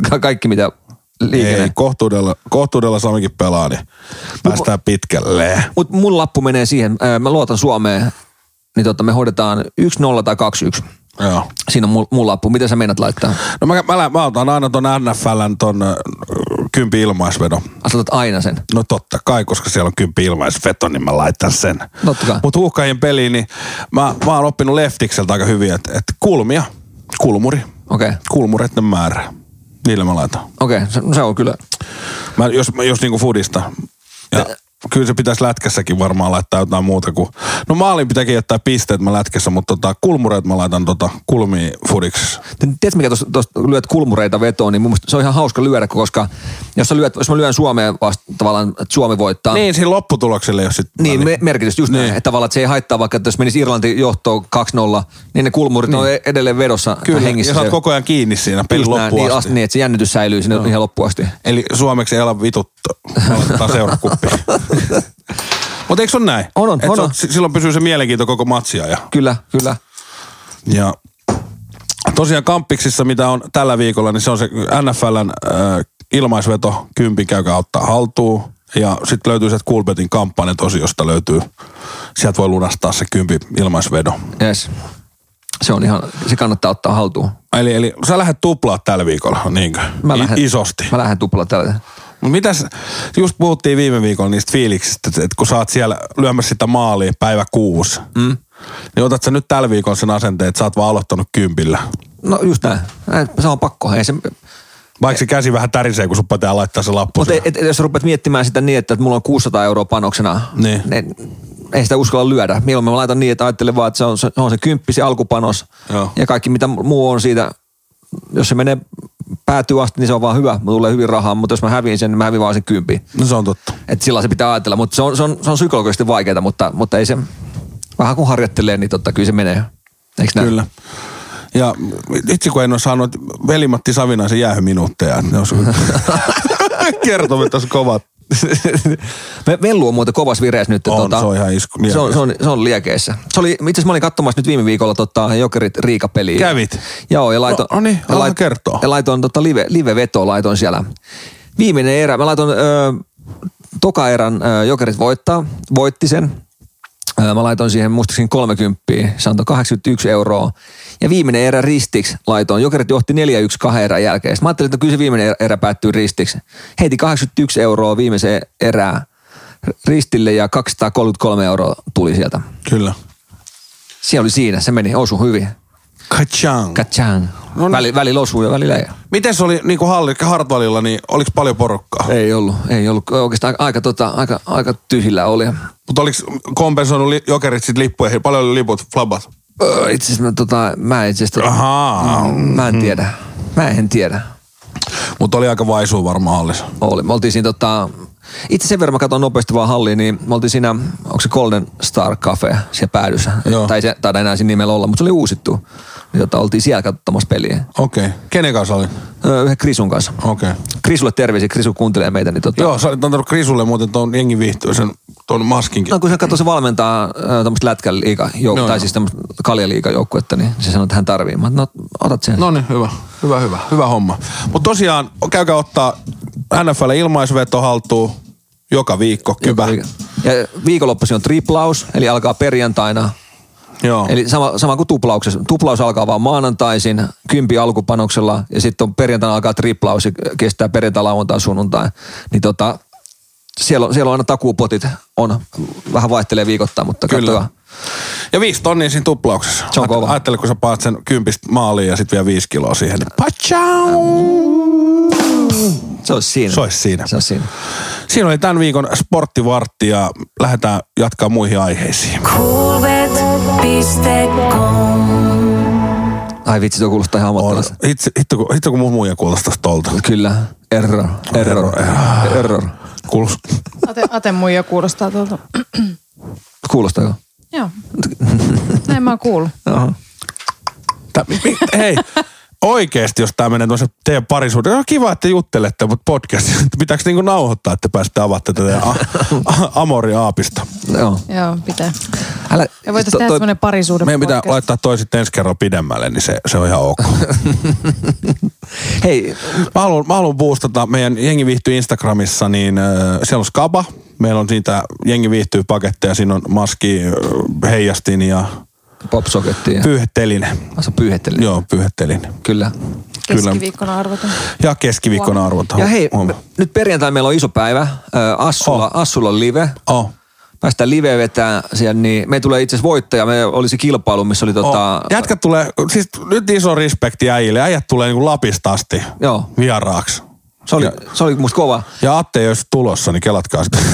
Speaker 2: ka- (laughs) kaikki mitä
Speaker 4: Ei,
Speaker 2: liikenne.
Speaker 4: kohtuudella, kohtuudella Samikin pelaa, niin päästään pitkälle.
Speaker 2: Mutta mun lappu menee siihen, Ö, mä luotan Suomeen, niin tota, me hoidetaan 1-0 tai 2-1.
Speaker 4: Joo.
Speaker 2: Siinä on mun, mun lappu. Mitä sä meinat laittaa?
Speaker 4: No mä, mä, lä- mä otan aina ton NFLn ton ö, kympi ilmaisvedon.
Speaker 2: Asetat aina sen.
Speaker 4: No totta kai, koska siellä on kympi ilmaisveto, niin mä laitan sen.
Speaker 2: Totta kai.
Speaker 4: Mutta huuhkajien peliin, niin mä, mä oon oppinut leftikseltä aika hyvin, että et kulmia, kulmuri,
Speaker 2: Okei. Okay.
Speaker 4: kulmureiden määrä. Niillä mä laitan.
Speaker 2: Okei, okay, se, no se on kyllä.
Speaker 4: Mä, jos, jos niinku fudista. Ja kyllä se pitäisi lätkässäkin varmaan laittaa jotain muuta kuin... No maalin pitääkin jättää pisteet mä lätkässä, mutta tota, kulmureet mä laitan tota kulmiin fudiksi.
Speaker 2: Tiedätkö mikä tuosta tuosta lyöt kulmureita vetoon, niin mun mielestä se on ihan hauska lyödä, koska jos, sä lyöt, jos mä lyön Suomeen vasta tavallaan, että Suomi voittaa.
Speaker 4: Niin, siinä lopputulokselle jos sit...
Speaker 2: Ah. Niin, me, merkitys just niin. näin, että tavallaan että se ei haittaa, vaikka että jos menisi Irlanti johtoon 2-0, niin ne kulmurit niin. on e- edelleen vedossa
Speaker 4: Kyllä,
Speaker 2: hengissä.
Speaker 4: ja sä
Speaker 2: se-
Speaker 4: oot koko ajan kiinni siinä pelin
Speaker 2: just näin,
Speaker 4: loppuun
Speaker 2: niin,
Speaker 4: asti.
Speaker 2: asti, niin, että se jännitys säilyy sinne ihan loppuun asti.
Speaker 4: Eli suomeksi ei ala vituttaa. Aloittaa seurakuppi. Mutta eikö se ole näin?
Speaker 2: On, on,
Speaker 4: Et
Speaker 2: on,
Speaker 4: se
Speaker 2: on.
Speaker 4: si- Silloin pysyy se mielenkiinto koko matsia. Ja,
Speaker 2: Kyllä, kyllä.
Speaker 4: ja tosiaan kamppiksissa, mitä on tällä viikolla, niin se on se NFLn äh, ilmaisveto. Kympi käykää ottaa haltuun. Ja sitten löytyy sieltä Coolbetin kampanjat osiosta löytyy. Sieltä voi lunastaa se kympi ilmaisvedo.
Speaker 2: Yes. Se on ihan, se kannattaa ottaa haltuun.
Speaker 4: Eli, eli sä lähdet tuplaa tällä viikolla, niinkö?
Speaker 2: Mä lähden,
Speaker 4: I, isosti.
Speaker 2: Mä lähden tuplaa tällä.
Speaker 4: Mut No mitäs, just puhuttiin viime viikolla niistä fiiliksistä, että kun sä oot siellä lyömässä sitä maalia päivä kuusi, mm. niin otat sä nyt tällä viikolla sen asenteen, että sä oot vaan aloittanut kympillä.
Speaker 2: No just näin. Näin, Se on pakko. Ei se,
Speaker 4: Vaikka se käsi vähän tärisee, kun sun pitää laittaa se lappu.
Speaker 2: Mutta
Speaker 4: sinne.
Speaker 2: et, et, jos rupeat miettimään sitä niin, että, että mulla on 600 euroa panoksena,
Speaker 4: Niin.
Speaker 2: niin ei sitä uskalla lyödä. Mieluummin mä laitan niin, että ajattelen vaan, että se on se, se, on se kymppi, se alkupanos
Speaker 4: Joo.
Speaker 2: ja kaikki mitä muu on siitä, jos se menee päätyy asti, niin se on vaan hyvä. Mä tulee hyvin rahaa, mutta jos mä häviin sen, niin mä häviin vaan sen kympin.
Speaker 4: No se on totta.
Speaker 2: Et sillä se pitää ajatella, mutta se on, se on, se on psykologisesti vaikeaa, mutta, mutta ei se, vähän kun harjoittelee, niin totta, kyllä se menee. Eikö näin?
Speaker 4: Kyllä. Ja itse kun en ole saanut velimatti Savinaisen jäähyminuutteja, ne on (laughs) sun... Kertomme tässä kovat.
Speaker 2: Me- Vellu on muuten kovas vireessä nyt. tota,
Speaker 4: On, se on ihan isku-
Speaker 2: se on, se on, se on liekeissä. Se oli, itse asiassa mä olin katsomassa nyt viime viikolla tota, Jokerit Riika-peliä.
Speaker 4: Kävit?
Speaker 2: Joo, ja laitoin...
Speaker 4: No, no niin,
Speaker 2: ja
Speaker 4: ala
Speaker 2: lait-
Speaker 4: kertoa.
Speaker 2: Ja laitoin tota live, live-vetoa laitoin siellä. Viimeinen erä, mä laitoin ö, toka erän ö, Jokerit voittaa, voitti sen. Ö, Mä laitoin siihen muistaakseni 30, se antoi 81 euroa. Ja viimeinen erä ristiksi laitoin. Jokerit johti 4-1 kahden erän jälkeen. Sitten mä ajattelin, että no kyllä se viimeinen erä- erä päättyy ristiksi. Heitin 81 euroa viimeiseen erään ristille ja 233 euroa tuli sieltä.
Speaker 4: Kyllä.
Speaker 2: Siellä oli siinä, se meni, osu hyvin.
Speaker 4: Kachang.
Speaker 2: Katsang.
Speaker 4: No niin.
Speaker 2: Väli, välillä osuu ja välillä ei.
Speaker 4: Miten se oli niin kuin halli, Hartvalilla, niin oliko paljon porukkaa?
Speaker 2: Ei ollut, ei ollut. Oikeastaan aika, tota, aika, aika tyhjillä oli.
Speaker 4: Mutta oliko kompensoinut li- jokerit sit lippuihin? Paljon oli liput, flabat?
Speaker 2: Öö, Itse asiassa mä, tota, mä itse asiassa... Tota,
Speaker 4: Ahaa. Mm.
Speaker 2: mä en tiedä. Mä en tiedä.
Speaker 4: Mutta oli aika vaisuu varmaan hallissa.
Speaker 2: Oli. Me oltiin siinä tota... Itse sen verran mä katson nopeasti vaan halliin, niin me oltiin siinä, onko se Golden Star Cafe siellä päädyssä.
Speaker 4: Joo.
Speaker 2: Tai se taida enää siinä nimellä olla, mutta se oli uusittu. Niin, tota, oltiin siellä katsomassa peliä.
Speaker 4: Okei. Okay. Kenen kanssa oli?
Speaker 2: Öö, Yhden Krisun kanssa.
Speaker 4: Okei. Okay.
Speaker 2: Krisulle terveisiä, Krisu kuuntelee meitä. Niin tota,
Speaker 4: Joo, sä olit antanut Krisulle muuten tuon jengi viihtyisen tuon maskinkin.
Speaker 2: No kun se katsoi se valmentaa äh, tämmöistä lätkän liiga, jouk-
Speaker 4: Joo,
Speaker 2: tai
Speaker 4: joo.
Speaker 2: siis tämmöistä kaljaliigajoukkuetta, niin se sanoi, että hän tarvii. Mä no, otat sen.
Speaker 4: No niin, hyvä. Hyvä, hyvä. Hyvä homma. Mutta tosiaan, käykää ottaa NFL ilmaisveto haltuun joka viikko, kybä.
Speaker 2: Ja viikonloppuisin on triplaus, eli alkaa perjantaina.
Speaker 4: Joo.
Speaker 2: Eli sama, sama kuin tuplauksessa. Tuplaus alkaa vaan maanantaisin, kympi alkupanoksella, ja sitten on perjantaina alkaa triplaus, ja kestää perjantai, lauantai, sunnuntai. Niin tota, siellä on, siellä on aina takuupotit, on, vähän vaihtelee viikoittain, mutta
Speaker 4: Kyllä.
Speaker 2: katsotaan.
Speaker 4: Ja viisi tonnia siinä tuplauksessa.
Speaker 2: Se on kova.
Speaker 4: Ajattele, kun sä paat sen kympistä maaliin ja sit vielä viisi kiloa siihen. Niin Pachau!
Speaker 2: Se olisi siinä.
Speaker 4: Se olisi siinä.
Speaker 2: Se olisi siinä.
Speaker 4: Siinä oli tämän viikon sporttivartti ja lähdetään jatkaa muihin aiheisiin.
Speaker 8: Coolbet.com
Speaker 2: Ai vitsi, tuo kuulostaa ihan
Speaker 4: On,
Speaker 2: ammattilaiselta.
Speaker 4: hitsi, hitto, kun, hitto, kun mun muija kuulostaisi tolta. niin
Speaker 2: Kyllä. Error. Error. Error.
Speaker 4: Kuulos,
Speaker 3: Ate, ate muija kuulostaa tuolta. (clears throat)
Speaker 2: Kuulostaako? (laughs)
Speaker 3: Joo. Näin mä oon kuullut.
Speaker 2: Aha.
Speaker 4: tä, mi, mi, hei, oikeesti, jos tämä menee tuossa teidän parisuuden, on kiva, että juttelette, mutta podcast, pitääkö niinku nauhoittaa, että pääsette avaatte tätä a, a, Amori-aapista?
Speaker 2: Joo.
Speaker 3: Joo, pitää.
Speaker 2: Älä,
Speaker 3: Ja voitaisiin
Speaker 2: to-
Speaker 3: tehdä
Speaker 2: toi-
Speaker 3: semmoinen parisuuden
Speaker 4: Meidän pitää
Speaker 3: podcast.
Speaker 4: laittaa toi sitten ensi kerran pidemmälle, niin se, se on ihan ok.
Speaker 2: Hei,
Speaker 4: Mä haluan, mä haluan boostata. Meidän Jengi viihtyy Instagramissa, niin äh, siellä on Skaba. Meillä on siitä Jengi viihtyy paketteja. Siinä on maski, äh, heijastin ja
Speaker 2: popsokettiin. Py-
Speaker 4: pyyhettelin.
Speaker 2: Sä pyyhettelin.
Speaker 4: Joo, pyyhettelin.
Speaker 2: Kyllä.
Speaker 3: Keskiviikkona arvotan.
Speaker 4: Ja keskiviikkona arvotaan.
Speaker 2: Ja hei,
Speaker 4: Huom-
Speaker 2: me- nyt perjantaina meillä on iso päivä. Ö, Assulla,
Speaker 4: Oh.
Speaker 2: Assulla on live.
Speaker 4: Oh.
Speaker 2: Päästään live vetää siellä, niin me tulee itse asiassa voittaja. Me oli se kilpailu, missä oli tota...
Speaker 4: Oh. Jätkät tulee, siis nyt iso respekti äijille. Äijät tulee niinku Lapista asti
Speaker 2: Joo.
Speaker 4: vieraaksi.
Speaker 2: Se oli,
Speaker 4: Ja,
Speaker 2: se oli musta kova.
Speaker 4: ja Atte ei olisi tulossa, niin kelatkaa sitä.
Speaker 2: (laughs)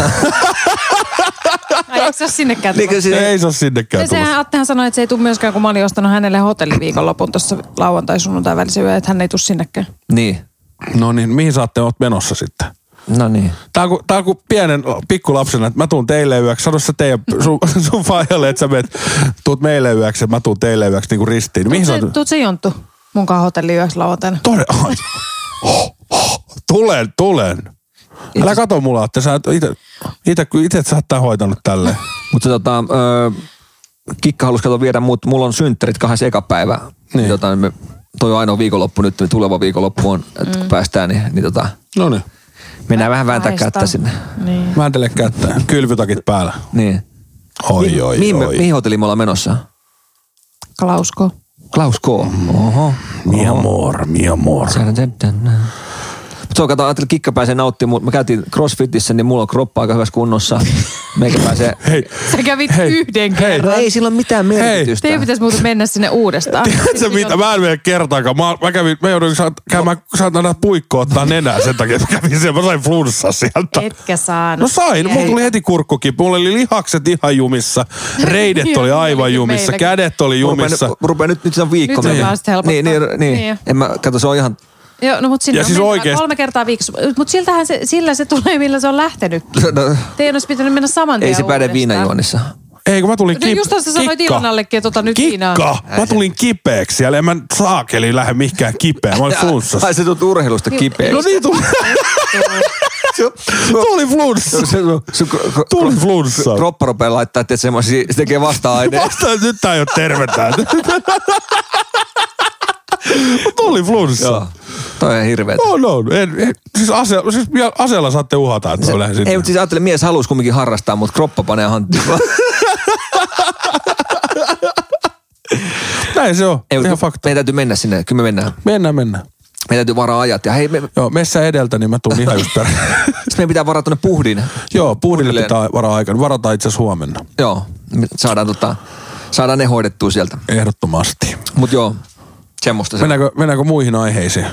Speaker 3: Ai, eikö se ole sinnekään
Speaker 2: Niin,
Speaker 3: tullut?
Speaker 2: kyllä siinä-
Speaker 4: ei se ole sinnekään
Speaker 3: Ja
Speaker 4: tulossa.
Speaker 3: No sehän Attehan sanoi, että se ei tule myöskään, kun mä olin ostanut hänelle hotelliviikonlopun tuossa lauantai sunnuntai välisen yö, että hän ei tule sinnekään.
Speaker 2: Niin.
Speaker 4: No niin, mihin saatte oot menossa sitten?
Speaker 2: No niin.
Speaker 4: Tää on, ku, tää on kuin pienen pikkulapsena, että mä tuun teille yöksi. Sano sä teidän, (laughs) sun, sun faijalle, että sä meet, tuut meille yöksi ja mä tuun teille yöksi niin kuin ristiin. Mihin sä
Speaker 3: Tuut se Jonttu munkaan hotelli yöksi lauantaina.
Speaker 4: Tore, (laughs) ai. Hoh, hoh. Tulen, tulen. Älä kato mulla, että sä ite, ite, ite et sä oot tää hoitanut
Speaker 2: (laughs)
Speaker 4: tälleen.
Speaker 2: Mutta tota, ö, Kikka halusi kato viedä mut, mulla on synttärit kahdessa eka päivä. Niin. Tota, me, toi on ainoa viikonloppu nyt, niin tuleva viikonloppu on, että
Speaker 3: Mm.
Speaker 2: kun päästään, niin, niin tota,
Speaker 4: No niin.
Speaker 2: mennään vähän vääntää kättä
Speaker 3: Kahdesta.
Speaker 2: sinne.
Speaker 3: Niin.
Speaker 4: Mä entelen kättä. Kylvytakit päällä.
Speaker 2: Niin.
Speaker 4: Oi, oi,
Speaker 2: mihin, me-
Speaker 4: oi.
Speaker 2: mihin hotelliin me ollaan menossa?
Speaker 3: Kalausko.
Speaker 2: Klaus K.
Speaker 4: Mm.
Speaker 2: Oho.
Speaker 4: Mi amor, mi amor.
Speaker 2: Mut Se on, kato, ajattelin, kikka pääsee nauttimaan. Me käytiin crossfitissä, niin mulla on kroppa aika hyvässä kunnossa. Meikä pääsee...
Speaker 4: (laughs) Hei,
Speaker 3: Sä kävit
Speaker 4: Hei,
Speaker 3: yhden
Speaker 4: hei.
Speaker 3: kerran.
Speaker 2: No ei sillä ole mitään merkitystä.
Speaker 3: Teidän pitäisi muuten mennä sinne uudestaan.
Speaker 4: Tiedätkö mitä? Mä en vielä kertaakaan. Mä, mä kävin, mä jouduin saat, käymään, saat aina puikkoa ottaa nenää sen takia, että mä kävin siellä. Mä sain flunssa sieltä.
Speaker 3: Etkä saanut.
Speaker 4: No sain, mulla
Speaker 3: Ei.
Speaker 4: tuli heti kurkkukipu. Mulla oli lihakset ihan jumissa, reidet oli aivan
Speaker 3: Meilläkin,
Speaker 4: jumissa,
Speaker 3: meilläkin.
Speaker 4: kädet oli jumissa.
Speaker 2: Rupea nyt, rupea nyt, nyt se on viikko.
Speaker 3: Nyt se
Speaker 2: mennyt.
Speaker 3: on vaan sitten helpottaa.
Speaker 2: niin, niin, niin.
Speaker 3: Niin.
Speaker 2: En mä, kato, se on ihan,
Speaker 3: Joo, no mut sinne
Speaker 4: Ja
Speaker 3: on
Speaker 4: siis
Speaker 3: mentävä
Speaker 4: oikeesti-
Speaker 3: kolme kertaa viikossa. Mut siltähän se, sillä se tulee, millä se on lähtenyt.
Speaker 2: No,
Speaker 3: Teidän olisi pitänyt mennä saman tien
Speaker 2: ei se päde
Speaker 3: uudestaan.
Speaker 2: viinajuonnissa.
Speaker 4: Ei kun mä tulin
Speaker 3: No
Speaker 4: kip-
Speaker 3: just sä sanoit
Speaker 4: kikka.
Speaker 3: Ilonallekin, että ota tota nyt viinaa.
Speaker 4: Kikka! Mä tulin kipeäksi siellä. En mä saakeli lähde mihinkään kipeä. Mä olin flunssassa.
Speaker 2: Ai se tulet urheilusta kipeä.
Speaker 4: No niin tuli. Tuli flunssa. Tuli flunssa.
Speaker 2: Kroppa rupeaa laittaa, että semmoisia, se tekee vasta-aineita.
Speaker 4: Vastaan, että nyt tää ei ole tervettä. Tuli flunssa.
Speaker 2: Joo. Toi on hirveä.
Speaker 4: No, no. En, en, siis, ase, siis vielä aseella saatte uhata, että se, lähden sinne.
Speaker 2: Ei, mutta siis ajattelin, mies halusi kumminkin harrastaa, mutta kroppa panee hanttiin.
Speaker 4: Näin se on.
Speaker 2: (laughs) Ei,
Speaker 4: Ihan
Speaker 2: mutta
Speaker 4: fakta.
Speaker 2: meidän täytyy mennä sinne, kyllä me mennään.
Speaker 4: Mennään, mennään.
Speaker 2: Meidän täytyy varaa ajat. Ja hei, me,
Speaker 4: Joo, messä edeltä, niin mä tuun
Speaker 2: (laughs)
Speaker 4: ihan just perään.
Speaker 2: sit meidän pitää varaa tuonne puhdin.
Speaker 4: Joo, puhdille
Speaker 2: Puhdilleen.
Speaker 4: pitää varaa aikaa. Varataan itse asiassa huomenna.
Speaker 2: Joo, me saadaan, tota, saadaan ne hoidettua sieltä.
Speaker 4: Ehdottomasti.
Speaker 2: Mut joo, semmoista se.
Speaker 4: Mennäänkö, mennäänkö muihin aiheisiin?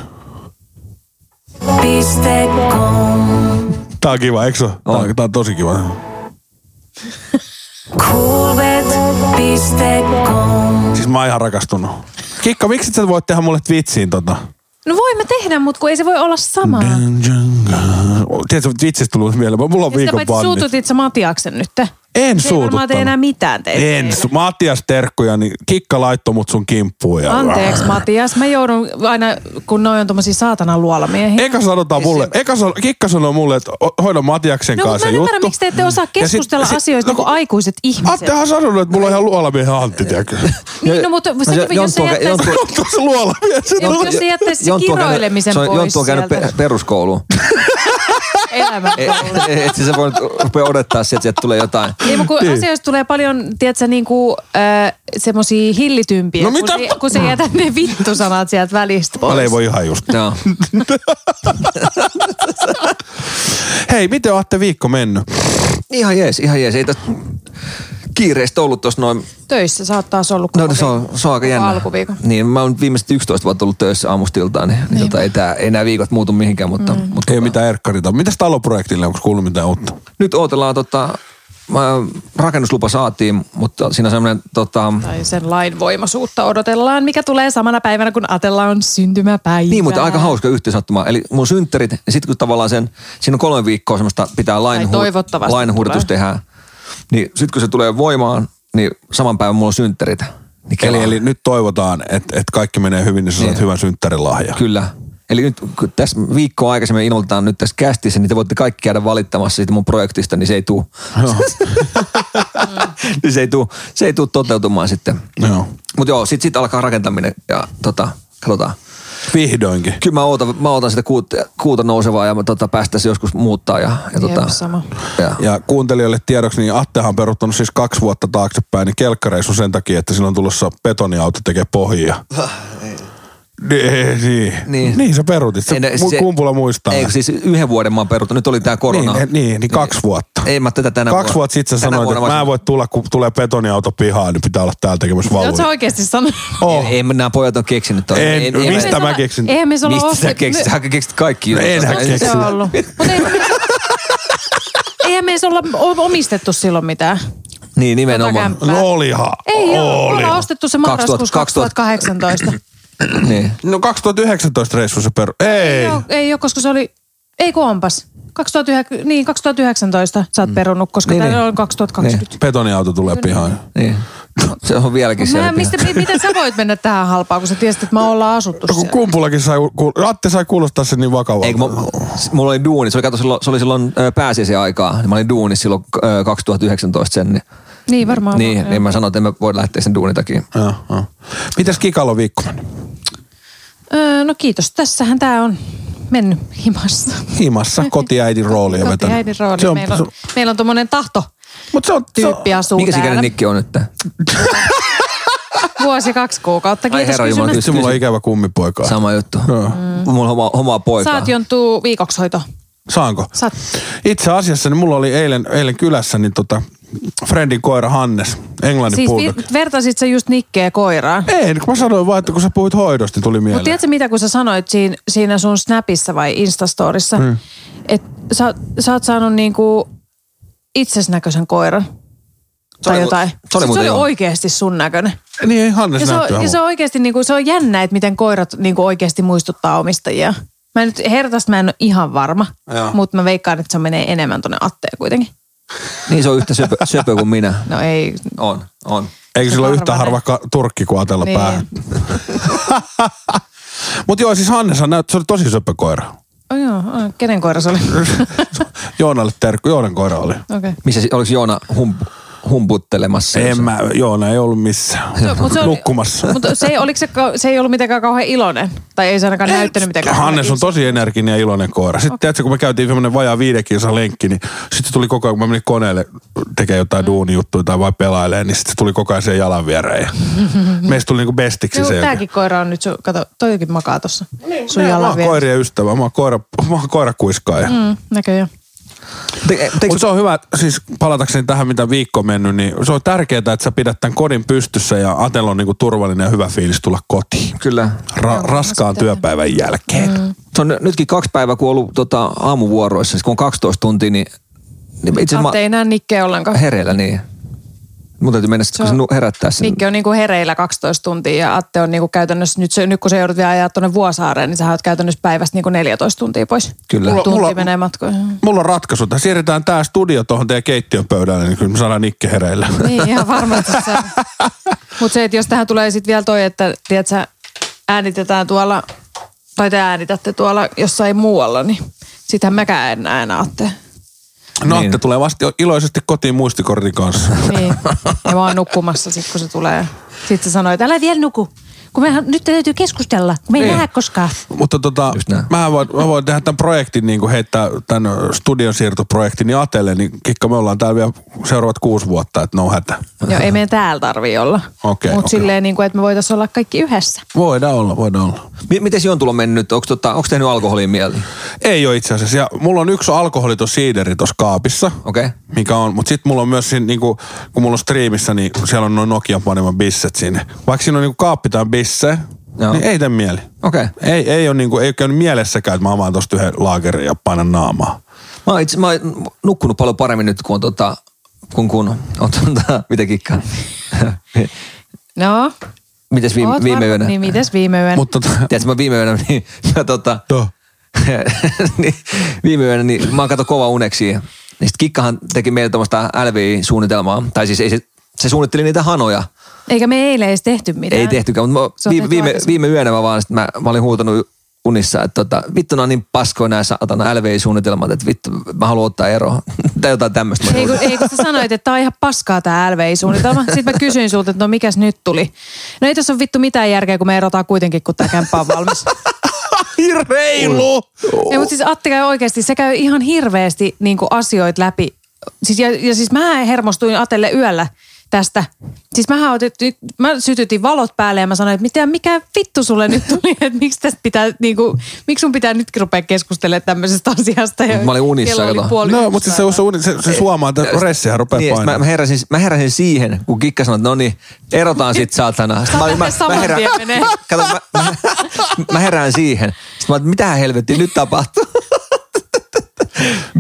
Speaker 8: Piste com.
Speaker 4: Tää on kiva, eikö se? Tää on,
Speaker 2: On.
Speaker 4: tää on tosi kiva.
Speaker 8: Coolbet.com.
Speaker 4: Siis mä oon ihan rakastunut. Kikka, miksi et sä voit tehdä mulle twitsiin tota?
Speaker 3: No voimme tehdä, mut kun ei se voi olla sama. Ja
Speaker 4: Tiedätkö, twitsistä tullut mieleen. Mulla on
Speaker 3: sitä
Speaker 4: viikon
Speaker 3: paitsi
Speaker 4: pannit.
Speaker 3: suututit sä Matiaksen nyt.
Speaker 4: En
Speaker 3: Se ei varmaan tee enää
Speaker 4: suututtanut.
Speaker 3: mitään teille.
Speaker 4: En. su- Matias Terkkuja, niin Kikka laittoi mut sun kimppuun. Ja...
Speaker 3: Anteeksi Matias, mä joudun aina, kun noi on tommosia saatanan luolamiehiä.
Speaker 4: Eka sanotaan mulle, eka san, Kikka sanoi mulle, että o- hoida Matiaksen
Speaker 3: No, mutta
Speaker 4: kanssa
Speaker 3: mä en
Speaker 4: juttu.
Speaker 3: ymmärrä, miksi te ette osaa
Speaker 4: Ja
Speaker 3: keskustella
Speaker 4: sit- sit-
Speaker 3: asioista
Speaker 4: no,
Speaker 3: kuin
Speaker 4: kun-
Speaker 3: aikuiset ihmiset.
Speaker 4: Attehan sanonut, että mulla on ihan luolamiehen Antti, tiedätkö? (laughs)
Speaker 3: Niin, no, mutta
Speaker 2: se-
Speaker 3: sekin, jos sä
Speaker 2: Jonttu on-
Speaker 3: jättäisit
Speaker 2: Jonttu-
Speaker 4: Onko se luolamies?
Speaker 3: Jonttu- jos se jättäisi sen
Speaker 2: Jonttu on käynyt-
Speaker 3: kiroilemisen
Speaker 2: se on-
Speaker 3: pois
Speaker 2: Jonttu on käynyt
Speaker 3: sieltä.
Speaker 2: pe- peruskouluun.
Speaker 3: elämän
Speaker 2: Et, et siis sä voit rupea odottaa, että sieltä tulee jotain.
Speaker 3: Ei, mutta
Speaker 2: niin.
Speaker 3: kun asioista tulee paljon, tiedätkö, niin kuin, äh, semmosia hillitympiä,
Speaker 4: No
Speaker 3: kun,
Speaker 4: mitä-
Speaker 3: se, kun se jätät ne vittusanat sieltä välistä pois.
Speaker 4: Mä ei voi ihan just.
Speaker 2: Joo.
Speaker 4: (laughs) Hei, miten olette viikko mennyt?
Speaker 2: Ihan jees, ihan jees. Ei tästä kiireistä ollut tuossa noin.
Speaker 3: Töissä sä oot taas ollut
Speaker 2: No
Speaker 3: koko
Speaker 2: se on, se on aika
Speaker 3: koko
Speaker 2: jännä.
Speaker 3: Alkuviikon.
Speaker 2: Niin, mä oon viimeiset 11 vuotta ollut töissä aamustiltaan, niin, niin tota, ei, tää, ei nämä viikot muutu mihinkään, mutta, mm. mutta
Speaker 4: Ei ole mitään erkkarita. Mitäs taloprojektille? Onko kuullut mitään uutta?
Speaker 2: nyt ootellaan tota, mä, rakennuslupa saatiin, mutta siinä on semmoinen tota,
Speaker 3: Tai sen lain voimaisuutta odotellaan, mikä tulee samana päivänä, kun Atella on syntymäpäivä.
Speaker 2: Niin, mutta aika hauska yhteensattuma. Eli mun synttärit, ja sitten kun tavallaan sen, siinä on kolme viikkoa semmoista, pitää lainhu,
Speaker 3: toivottavasti
Speaker 2: lainhuudatus
Speaker 3: tulee.
Speaker 2: tehdä. Niin sitten kun se tulee voimaan, niin saman päivän mulla on synttärit. Niin
Speaker 4: Eli,
Speaker 2: kelaa.
Speaker 4: eli nyt toivotaan, että et kaikki menee hyvin, niin sä saat
Speaker 2: Niin.
Speaker 4: hyvän synttärilahjan.
Speaker 2: Kyllä. Eli nyt kun tässä viikkoa aikaisemmin ilmoitetaan nyt tässä kästissä, niin te voitte kaikki käydä valittamassa siitä mun projektista, niin se ei tuu. (laughs) niin se ei tuu, se ei tuu toteutumaan sitten.
Speaker 4: Joo.
Speaker 2: Mutta joo, sitten sit alkaa rakentaminen ja tota, katsotaan.
Speaker 4: Vihdoinkin.
Speaker 2: Kyllä mä ootan, mä ootan sitä kuuta, kuuta nousevaa ja mä tota, päästäisiin joskus muuttaa. Ja, ja,
Speaker 3: Jep,
Speaker 2: tota,
Speaker 3: sama.
Speaker 2: ja, ja.
Speaker 4: Ja kuuntelijoille tiedoksi, niin Attehan on peruuttanut siis kaksi vuotta taaksepäin, niin kelkkareissu sen takia, että silloin on tulossa betoniauto tekee pohjia. Niin, niin. niin.
Speaker 2: Ah, Niin.
Speaker 4: niin sä peruutit. Se,
Speaker 2: Ei ne-
Speaker 4: se,
Speaker 2: se-
Speaker 4: kumpula muistaa.
Speaker 2: Ei, kun siis yhden vuoden mä oon peruttu. Nyt oli tää korona.
Speaker 4: niin, niin, niin kaksi vuotta.
Speaker 2: Ei mä tätä tänä
Speaker 4: Kaksi vuotta sitten sä
Speaker 2: tänä
Speaker 4: sanoit,
Speaker 2: vuonna
Speaker 4: että mä en voi tulla, kun tulee betoniauto pihaan, niin pitää olla täällä tekemässä
Speaker 3: Oot sä
Speaker 4: valuja.
Speaker 3: oikeesti sanonut?
Speaker 4: Oh.
Speaker 2: Ei, ei nämä pojat on keksinyt toi.
Speaker 4: En,
Speaker 2: Ei- ei-
Speaker 4: mistä
Speaker 3: Eihän
Speaker 4: mä
Speaker 3: se-
Speaker 4: keksin?
Speaker 3: Eihän me se olla
Speaker 2: Mistä sä
Speaker 3: osti-
Speaker 2: keksit?
Speaker 3: me-
Speaker 2: Sä keksit kaikki. jutut.
Speaker 4: enhän
Speaker 2: Ei- Niin,
Speaker 4: keksi.
Speaker 3: Se on ollut. Mutta ei,
Speaker 4: (laughs)
Speaker 3: eihän me se olla o- omistettu silloin mitään.
Speaker 2: Niin, nimenomaan.
Speaker 3: Tota
Speaker 4: No olihan.
Speaker 3: Ei ole,
Speaker 4: oli.
Speaker 3: ollaan ostettu se
Speaker 2: 2000
Speaker 3: marraskuussa 2018.
Speaker 2: (laughs) Niin.
Speaker 4: No 2019 reissu se peru. Ei.
Speaker 3: Joo, ei ole, koska se oli, ei kun onpas. 2009, niin, 2019 sä
Speaker 4: Mm.
Speaker 3: oot perunut, koska
Speaker 2: Niin,
Speaker 3: niin, täällä
Speaker 2: niin.
Speaker 3: on 2020.
Speaker 4: Betoniauto tulee pihaan.
Speaker 2: niin. Se on vieläkin
Speaker 3: Niin. Mä,
Speaker 2: siellä.
Speaker 3: mistä, mi- miten sä voit mennä tähän halpaan, kun sä tiesit, että mä ollaan asuttu
Speaker 4: No, kun
Speaker 3: siellä?
Speaker 4: kumpulakin sai, kuul- Atte sai kuulostaa sen niin vakavalta.
Speaker 2: Ei, kun mä, mulla oli duuni, se oli, kato, silloin, se oli silloin ö, pääsiäisen aikaa. Mä olin duunissa silloin ö, 2019 sen. Niin,
Speaker 3: Niin varmaan.
Speaker 2: niin,
Speaker 3: joo.
Speaker 2: niin mä sanoin, että en mä voi lähteä sen duunin takia.
Speaker 4: Joo, joo. Mitäs Kikalla on viikko mennyt?
Speaker 3: Öö, no kiitos, tässähän tää on mennyt himassa.
Speaker 4: Himassa kotiäidin roolia vetänyt.
Speaker 3: Kotiäidin rooli.
Speaker 4: Se on,
Speaker 3: meillä,
Speaker 4: se
Speaker 3: on,
Speaker 4: on,
Speaker 3: meillä on tommonen tahto
Speaker 4: mutta se on, se on,
Speaker 3: tyyppi asuu
Speaker 2: Mikä
Speaker 3: täällä.
Speaker 2: ikäinen Nikki on nyt?
Speaker 3: Vuosi kaksi kuukautta.
Speaker 2: Ai
Speaker 3: Kiitos
Speaker 2: herra Jumala,
Speaker 3: kysymästä.
Speaker 4: Niin, se mulla on ikävä kummipoika.
Speaker 2: Sama juttu. Mm. Mulla on oma, omaa poikaa.
Speaker 3: Saat jontuu viikokshoito.
Speaker 4: Saanko?
Speaker 3: Saat.
Speaker 2: No
Speaker 4: Itse asiassa niin mulla oli eilen, eilen kylässä niin tota, Friendin koira Hannes,
Speaker 2: niin,
Speaker 4: englannin siis
Speaker 3: Siis
Speaker 4: puudok.
Speaker 3: vi- vertasit sä just nikkeä koiraan.
Speaker 4: Ei, niin kun mä sanoin vaan, että kun sä puhuit hoidosta, niin tuli
Speaker 3: Mutta
Speaker 4: mieleen.
Speaker 3: tiedätkö mitä, kun sä sanoit siinä, siinä sun Snapissa vai Instastorissa, mm. että sä, sä oot saanut niinku itsesnäköisen koiran.
Speaker 2: Se oli
Speaker 3: tai
Speaker 2: mu-
Speaker 3: jotain.
Speaker 2: se oli
Speaker 3: se
Speaker 2: muuten
Speaker 3: oli
Speaker 2: joo. No
Speaker 3: oikeasti sun näköinen.
Speaker 4: Niin ei Hannes
Speaker 3: Ja se,
Speaker 4: näyttää
Speaker 3: on, ja se on oikeasti niinku, se on jännä, että miten koirat niinku oikeasti muistuttaa omistajia. Mä nyt hertaista mä en ole ihan varma,
Speaker 4: Joo.
Speaker 3: mutta mä veikkaan, että se menee enemmän tuonne Atteen kuitenkin.
Speaker 2: Niin se on yhtä söpö, söpö kuin minä.
Speaker 3: No ei,
Speaker 2: On, on.
Speaker 4: Eikö
Speaker 3: Se
Speaker 4: sillä ole
Speaker 3: karvanen.
Speaker 4: yhtään harva ka- turkki kuin atella
Speaker 3: Niin.
Speaker 4: niin. päähän? (laughs) Mutta joo, siis Hanneshan näyttää, se oli tosi söpö koira. (laughs)
Speaker 3: oh, joo, oh, kenen koira se oli?
Speaker 4: Joonalle terkku, Joonan koira oli.
Speaker 3: Okei.
Speaker 2: Missä, si- oliko Joona hump, humputtelemassa?
Speaker 4: En
Speaker 2: jossain?
Speaker 4: mä, Joona ei ollut missään.
Speaker 3: Se- mut se oli-
Speaker 4: Nukkumassa.
Speaker 3: Mutta se, ei- oliko se, kau- se ei ollut mitenkään kauhean iloinen. Tai ei se ainakaan näyttänyt mitenkään.
Speaker 4: Hannes on tosi energinen ja iloinen koira. Sitten okay. tiedätkö, kun me käytiin semmoinen vajaa viiden kilsan lenkki, niin sitten tuli koko ajan, kun mä menin koneelle tekemään jotain mm. duunijuttuja tai vai pelailee, niin sitten se tuli koko ajan siihen jalan viereen.
Speaker 3: (laughs)
Speaker 4: Ja meistä tuli niinku bestiksi
Speaker 3: Joo,
Speaker 4: se.
Speaker 3: tääkin koira on nyt sun, kato, toikin makaa tossa. Niin, sun
Speaker 4: Mä
Speaker 3: jalan
Speaker 4: oon
Speaker 3: vieressä.
Speaker 4: koirien ystävä, mä oon, koira, mä oon koirakuiskaaja. Mm.
Speaker 3: Mm, näköjään.
Speaker 2: Te, eh, te,
Speaker 4: Mutta se on hyvä, siis palatakseni tähän, mitä viikko on mennyt, niin se on tärkeää, että sä pidät tämän kodin pystyssä ja Atella on niinku turvallinen ja hyvä fiilis tulla kotiin.
Speaker 2: kyllä.
Speaker 4: Ra- raskaan työpäivän jälkeen. Mm.
Speaker 2: Se on nytkin kaksi päivää, kun on ollut tota, aamuvuoroissa. Siis kun on 12 tuntia, niin, niin itse
Speaker 3: Atte
Speaker 2: asiassa
Speaker 3: ei enää nikkeä ollenkaan.
Speaker 2: mä hereillä, niin. Mun täytyy mennä sitten, kun
Speaker 3: Se
Speaker 2: se
Speaker 3: on-
Speaker 2: nu- herättää sen.
Speaker 3: Nikke on niinku hereillä 12 tuntia ja Atte on niinku käytännössä, nyt, se, nyt kun se joudut vielä ajaa tuonne Vuosaareen, niin sä oot käytännössä päivästä niinku 14 tuntia pois.
Speaker 2: Kyllä.
Speaker 4: Mulla-
Speaker 3: Tunti
Speaker 4: mulla-
Speaker 3: menee matkoihin.
Speaker 4: Mulla on ratkaisu, että siirretään tää studio tuohon teidän keittiön pöydälle, niin kyllä me saadaan Nikke hereillä. (laughs)
Speaker 3: Niin, ihan varmasti se Mutta se, että jos tähän tulee sitten vielä toi, että tiedät sä, äänitetään tuolla, tai te äänitätte tuolla jossain muualla, niin sitähän mäkään en näe enää Atte.
Speaker 4: No,
Speaker 2: Niin.
Speaker 4: niin. tulee vasta iloisesti kotiin muistikortin
Speaker 2: (laughs)
Speaker 4: kanssa.
Speaker 3: Niin. Ja mä oon nukkumassa sitten, kun se tulee. Sitten se sanoi, että älä vielä nuku. Kun mehän, nyt täytyy keskustella, kun me ei niin. nähdä koskaan.
Speaker 4: Mutta tota,
Speaker 2: Just näin.
Speaker 4: mä voin, mä voin tehdä tämän projektin, niin kuin heittää tämän studion siirtoprojektin niin Atelle, niin Kikka, me ollaan täällä vielä seuraavat kuusi vuotta, että no hätä.
Speaker 3: Joo, ei meidän täällä tarvii olla.
Speaker 4: Okei,
Speaker 3: Mutta
Speaker 4: okei.
Speaker 3: silleen, niin kuin, että me voitaisiin olla kaikki yhdessä.
Speaker 4: Voidaan olla, voidaan olla.
Speaker 2: M- miten Jontulo on mennyt? Onko tota, onks tehnyt alkoholin mieli?
Speaker 4: Ei ole itse asiassa. Ja mulla on yksi alkoholiton siideri tuossa kaapissa.
Speaker 2: Okei. Okay.
Speaker 4: Mikä on, mutta sitten mulla on myös siinä, niinku, kun mulla on striimissä, niin siellä on noin Nokian paneman bisset sinne. Vaikka siinä on niinku kaappi tai bisse,
Speaker 2: Joo.
Speaker 4: Joo. niin ei tee mieli.
Speaker 2: Okei. Okay.
Speaker 4: Ei, ei ole niinku, ei oo käynyt mielessäkään, että mä avaan tosta yhden laakerin ja painan naamaa.
Speaker 2: Mä, oon itse, mä oon nukkunut paljon paremmin nyt, kun on tota, kun, kun on tota, (laughs) mitä kikkaa?
Speaker 3: No,
Speaker 2: Mites viime,
Speaker 3: oot
Speaker 2: viime
Speaker 3: varma-
Speaker 2: yönä?
Speaker 3: Niin, mites viime yönä?
Speaker 4: Mutta tota,
Speaker 2: Tiedätkö, mä viime yönä, (laughs) niin mä tota,
Speaker 4: Joo.
Speaker 2: (laughs) niin, viime yönä, niin mä oon kato kova uneksi. Niin sit Kikkahan teki meille tuommoista LVI-suunnitelmaa. Tai siis ei se, se suunnitteli niitä hanoja.
Speaker 3: Eikä me eilen edes tehty mitään.
Speaker 2: Ei tehtykään, mutta mä,
Speaker 3: Se on
Speaker 2: viime,
Speaker 3: tehty
Speaker 2: viime,
Speaker 3: aikaisemmin.
Speaker 2: viime yönä mä vaan, sit mä, mä olin huutanut unissa, että tota, vittu nämä on niin paskoja nämä saatana LVI-suunnitelmat, että vittu mä haluan ottaa eroa. (laughs) tai jotain tämmöistä.
Speaker 3: Ei kun, ei kun sä sanoit, että tää on ihan paskaa tää
Speaker 2: (laughs)
Speaker 3: LVI-suunnitelma. Sitten mä kysyin sulta, että no mikäs nyt tuli. No ei tässä ole vittu mitään järkeä, kun me erotaan kuitenkin, kun tää kämppä on
Speaker 2: (laughs)
Speaker 3: valmis.
Speaker 4: Reilu!
Speaker 3: Ei, mutta siis Atte käy oikeasti, se käy ihan hirveästi niin asioita läpi. Siis, ja, ja siis mä hermostuin Atelle yöllä tästä. Siis mä, otettiin, mä sytytin valot päälle ja mä sanoin, että mitä, mikä vittu sulle nyt tuli, (laughs) että miksi tästä pitää, niin kuin, miksi sun pitää nyt rupea keskustelemaan tämmöisestä asiasta. Ja
Speaker 2: Mut mä olin unissa,
Speaker 3: kello oli
Speaker 2: kato.
Speaker 3: puoli
Speaker 4: No,
Speaker 3: yksi
Speaker 4: mutta siis se, se, uni- se, se suomaa, että ressihän rupeaa
Speaker 2: niin, sit mä, mä,
Speaker 4: painamaan.
Speaker 2: heräsin, mä heräsin siihen, kun Kikka sanoi, että no niin, erotaan sit saatana. Sitten mä, olin-
Speaker 3: Saatana saman tien menee.
Speaker 2: (laughs) kato, mä, mä, mä, herään siihen. Sitten mä olin, että mitä helvettiä nyt
Speaker 4: (laughs)
Speaker 2: tapahtuu.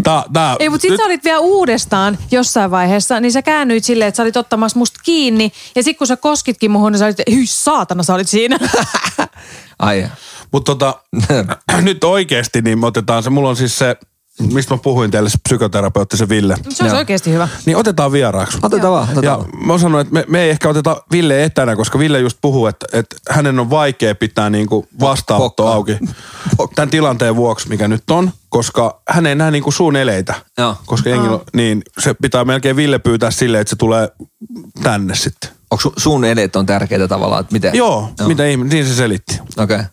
Speaker 4: Tää, tää,
Speaker 3: Ei, mutta sit
Speaker 4: nyt-
Speaker 3: sä olit vielä uudestaan jossain vaiheessa, niin sä käännyit silleen, että sä olit ottamassa musta kiinni. Ja sit kun sä koskitkin muhun, niin sä olit, hyi saatana sä olit
Speaker 4: (laughs)
Speaker 3: siinä.
Speaker 2: Ai,
Speaker 4: Mutta tota, nyt oikeasti niin me otetaan se, mulla on siis se, mistä mä puhuin teille, se psykoterapeutti, se Ville.
Speaker 3: No Se olisi
Speaker 2: Joo.
Speaker 3: oikeasti hyvä. (laughs)
Speaker 4: Niin otetaan vieraaksi.
Speaker 2: otetaan vaan, otetaan
Speaker 4: Ja
Speaker 2: vaan.
Speaker 4: Tota, mä sanoin, että me, me ei ehkä oteta Ville etänä, koska Ville just puhuu, että, että hänen on vaikea pitää niin kuin
Speaker 2: (laughs)
Speaker 4: vastaanotto
Speaker 2: Pokkaa.
Speaker 4: auki tämän tilanteen vuoksi, mikä nyt on, koska hän ei näe niin kuin suun eleitä.
Speaker 2: Joo.
Speaker 4: Koska jengi on, niin se pitää melkein Ville pyytää silleen, että se tulee tänne sitten.
Speaker 2: Onko su, sun edet on tärkeitä tavallaan, että miten?
Speaker 4: Joo, mitä ihme, niin se selitti.
Speaker 2: Okei. Okay.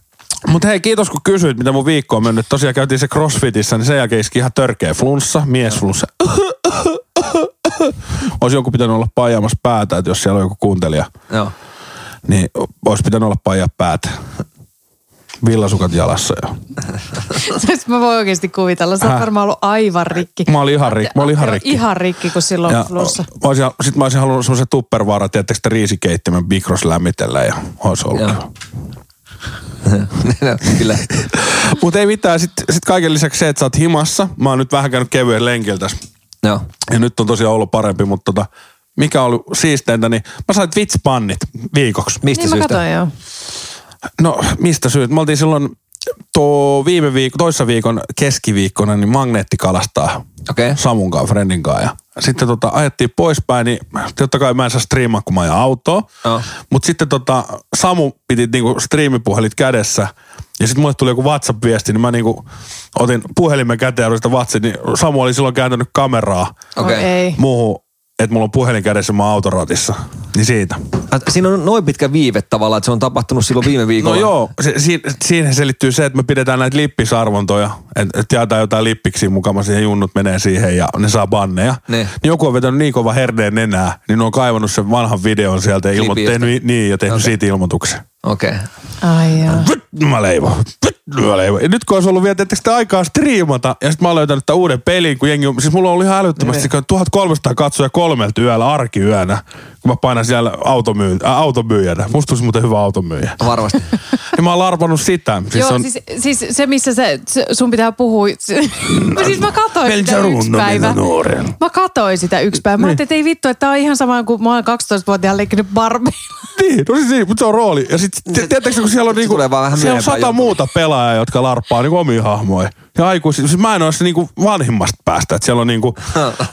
Speaker 4: Mutta hei, kiitos kun kysyit, mitä mun viikko on mennyt. Tosiaan käytiin se CrossFitissä, niin sen jälkeen iski ihan törkeä flunssa, miesflunssa. Olisi joku pitänyt olla paijamassa päätä, että jos siellä on joku kuuntelija,
Speaker 2: Joo. (laughs)
Speaker 4: niin olisi pitänyt olla paijaa päätä. Villasukat jalassa jo.
Speaker 3: Siis mä voin oikeasti kuvitella. Sä oot
Speaker 4: Häh?
Speaker 3: varmaan ollut aivan rikki.
Speaker 4: Äh. Mä olin ihan rikki. Mä olin ihan
Speaker 3: Joo,
Speaker 4: rikki.
Speaker 3: Ihan rikki, kun silloin
Speaker 4: Ja
Speaker 3: ja, flussa.
Speaker 4: mä olisin, sit mä olisin halunnut semmoisen tuppervaara, tiettäks, että riisikeittimen bikros lämmitellä ja olisi ollut.
Speaker 2: Joo. No, Kyllä.
Speaker 4: Mutta ei mitään, sit, sit kaiken lisäksi se, että sä oot himassa. Mä oon nyt vähän käynyt kevyen lenkiltä
Speaker 2: Joo.
Speaker 4: Ja nyt on tosiaan ollut parempi, mutta tota, mikä on ollut siisteintä, niin mä sain Twitch-pannit viikoksi.
Speaker 2: Mistä
Speaker 3: niin mä
Speaker 2: syystä?
Speaker 3: katsoin joo.
Speaker 4: No, mistä syyt? Me oltiin silloin tuo viime viikko, toissa viikon keskiviikkona, niin magneetti kalastaa
Speaker 2: Okei.
Speaker 4: Samun kanssa, Frendin kanssa. Ja sitten tota, ajettiin poispäin, niin totta kai mä en saa striimaa, kun mä ajan autoa.
Speaker 2: Joo.
Speaker 4: Mutta sitten tota, Samu piti niinku striimipuhelit kädessä. Ja sitten mulle tuli joku WhatsApp-viesti, niin mä niinku otin puhelimen käteen ja ruvetin sitä WhatsApp, niin Samu oli silloin kääntänyt kameraa
Speaker 2: Okei.
Speaker 3: Oi ei.
Speaker 4: muuhun, että mulla on puhelin kädessä, mä oon autoratissa. Niin siitä.
Speaker 2: Ah, Siinä on noin pitkä viive tavallaan, että se on tapahtunut silloin viime
Speaker 4: No
Speaker 2: viikolla.
Speaker 4: joo, se, si, siihen selittyy se, että me pidetään näitä lippisarvontoja, että et jaetaan jotain lippiksi mukamassa ja junnut menee siihen ja ne saa banneja.
Speaker 2: Ne.
Speaker 4: Niin joku on vetänyt niin kova herdeen nenää, niin ne on kaivannut sen vanhan videon sieltä ja ilmo-
Speaker 2: Klipin jostain.
Speaker 4: tehnyt, niin, ja tehnyt
Speaker 2: Okei.
Speaker 4: okay. siitä ilmoituksen.
Speaker 2: Okei. Okay.
Speaker 3: Ai joo.
Speaker 4: Pyt, mä leivon. Pyt, mä leivon. Ja nyt kun olisi ollut vielä tietysti aikaa striimata, ja sitten mä oon löytänyt tämän uuden pelin, kun jengi on, siis mulla on ollut ihan älyttömästi, kun 1300 katsoja kolmelta yöllä, arkiyönä, kun mä painan siellä automyy- äh, automyyjänä. Musta tulisi muuten hyvä automyyjä. (laughs)
Speaker 2: Varmasti.
Speaker 4: Ja mä oon larpannut sitä. Siis
Speaker 3: Joo,
Speaker 4: on,
Speaker 3: siis, siis se, missä se, se sun pitää puhua. Se,
Speaker 4: Mm.
Speaker 3: (laughs) siis mä katsoin sitä
Speaker 4: Peltsä
Speaker 3: yksi
Speaker 4: runno,
Speaker 3: päivä.
Speaker 4: minä nuoren.
Speaker 3: Mä katsoin sitä yksi päivä.
Speaker 4: Niin.
Speaker 3: Mä ajattelin, että ei vittu, että tää on ihan sama kuin mä oon 12-vuotiaan leikkinyt barbeilla.
Speaker 4: Niin, no siis niin, mutta se on rooli. Ja sit, te- tiedättekö, kun siellä on,
Speaker 2: Se
Speaker 4: niinku,
Speaker 2: tulee vaan vähän
Speaker 4: siellä on
Speaker 2: myöhempään
Speaker 4: sata
Speaker 2: jotain.
Speaker 4: muuta pelaajaa, jotka larppaa niinku omia hahmoja. Ja aikuisia. Siis mä en ole se niinku vanhimmasta päästä. Että siellä on niinku...
Speaker 2: (laughs)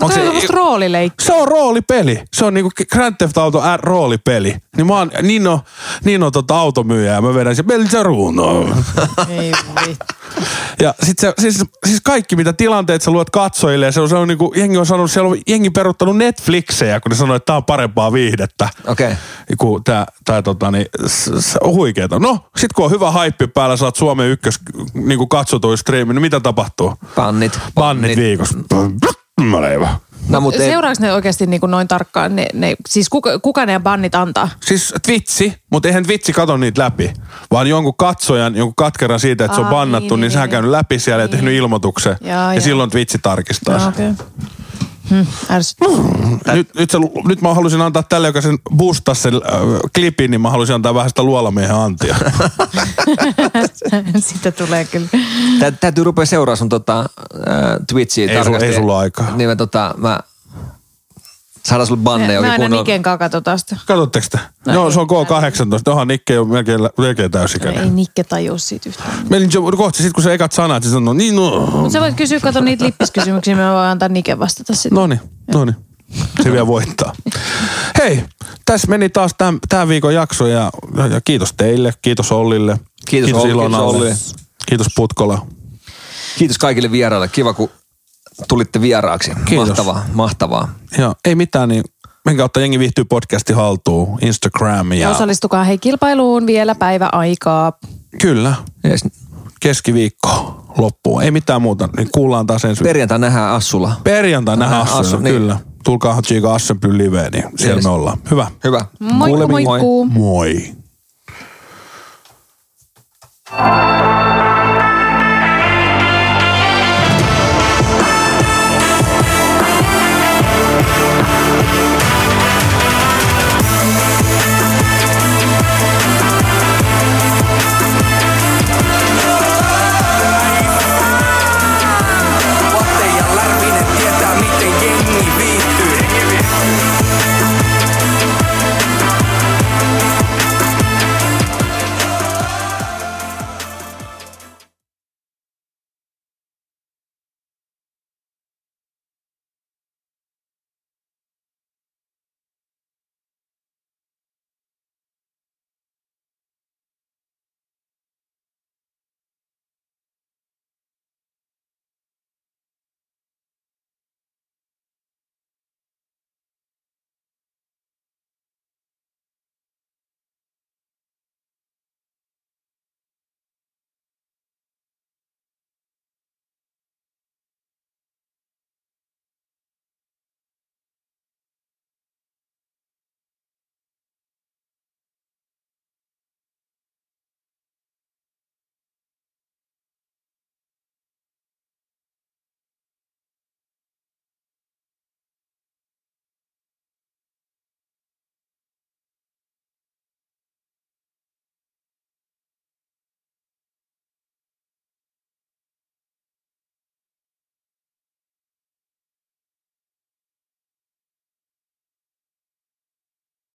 Speaker 3: Onko se semmoista roolileikkiä?
Speaker 4: Se on roolipeli. Se on niinku Grand Theft Auto R roolipeli. Niin mä oon Nino, Nino tota automyyjä ja mä vedän se Belzeruno.
Speaker 2: (laughs)
Speaker 3: Ei vittu.
Speaker 4: Ja sit se, siis, siis kaikki mitä tilanteet sä luot katsojille, ja se on, se on niinku, jengi on sanonut, siellä on jengi peruttanut Netflixejä, kun ne sanoo, että tää on parempaa viihdettä.
Speaker 2: Okei.
Speaker 4: Ku tää, tää tota niin, s- s- on huikeeta. No, sit kun on hyvä haippi päällä, saat Suomen ykkös niinku katsotuin striimi, niin mitä tapahtuu?
Speaker 2: Pannit.
Speaker 4: Pannit viikossa. Mä leivä.
Speaker 2: No, mut ei,
Speaker 3: Seuraako ne oikeasti niin kuin noin tarkkaan? Ne, ne, siis kuka, kuka ne bannit antaa?
Speaker 4: Siis vitsi, mutta eihän vitsi kato niitä läpi, vaan jonkun katsojan, jonkun katkeran siitä, että se on
Speaker 3: Aa,
Speaker 4: bannattu,
Speaker 3: niin,
Speaker 4: niin,
Speaker 3: niin,
Speaker 4: niin sehän
Speaker 3: niin.
Speaker 4: käynyt läpi siellä ja tehnyt ilmoituksen.
Speaker 3: Joo,
Speaker 4: ja
Speaker 3: joo.
Speaker 4: silloin vitsi tarkistaa sen.
Speaker 3: No, okay. hmm, ärsyt-
Speaker 4: Nyt, nyt, se, nyt mä halusin antaa tälle, joka sen boostaa sen äh, klipin, niin mä halusin antaa vähän sitä luolamiehen antia.
Speaker 3: (laughs) Sitä tulee kyllä.
Speaker 2: tä, täytyy rupea seuraa sun tota, äh, Twitchiä
Speaker 4: Ei sulla-
Speaker 2: tarkasti.
Speaker 4: ei sulla aikaa.
Speaker 2: Niin mä, tota, mä saadaan sulle
Speaker 3: Me,
Speaker 2: banne
Speaker 3: me
Speaker 2: jokin
Speaker 3: aina
Speaker 2: kunnolla.
Speaker 3: Niken kanssa katsotaan sitä.
Speaker 4: Katsotteko te? No, Joo, se on K18. Onhan Nikke jo melkein, lä- melkein
Speaker 3: Ei
Speaker 4: täysikäinen.
Speaker 3: Nikke tajua siitä yhtään.
Speaker 4: Meillä on kohta, sit kun se ekat sanat, se sanoo, niin no.
Speaker 3: Sä voit kysyä, kato niitä lippiskysymyksiä, mä voin antaa Niken vastata sitten.
Speaker 2: No,
Speaker 4: Noni, noni. Se vielä voittaa. Hei, tässä meni taas tämän, tämän viikon jakso ja, ja kiitos teille, kiitos Ollille.
Speaker 2: Kiitos Olli, kiitos
Speaker 4: Ilonalle.
Speaker 2: Olli.
Speaker 4: Kiitos Putkola.
Speaker 2: Kiitos kaikille vieraille. Kiva, kun tulitte vieraaksi.
Speaker 4: Kiitos.
Speaker 2: Mahtavaa, mahtavaa.
Speaker 4: Ja ei mitään, niin menkää ottaa jengi viihtyy podcasti haltuun, Instagram ja...
Speaker 3: Osallistukaa hei kilpailuun vielä päivä aikaa.
Speaker 4: Kyllä,
Speaker 2: Jees.
Speaker 4: keskiviikko loppuun. Ei mitään muuta, niin kuullaan taas ensi viikolla.
Speaker 2: Perjantai nähdään Assulla.
Speaker 4: Perjantai nähdään
Speaker 2: Nähdään
Speaker 4: Assun,
Speaker 2: Assun, niin.
Speaker 4: kyllä. Tulkaa Chica Assun liveen, niin siellä
Speaker 2: Yes.
Speaker 4: me ollaan. Hyvä.
Speaker 2: Hyvä.
Speaker 3: Moikku,
Speaker 2: Kuulemiin.
Speaker 3: moikku.
Speaker 4: Moi.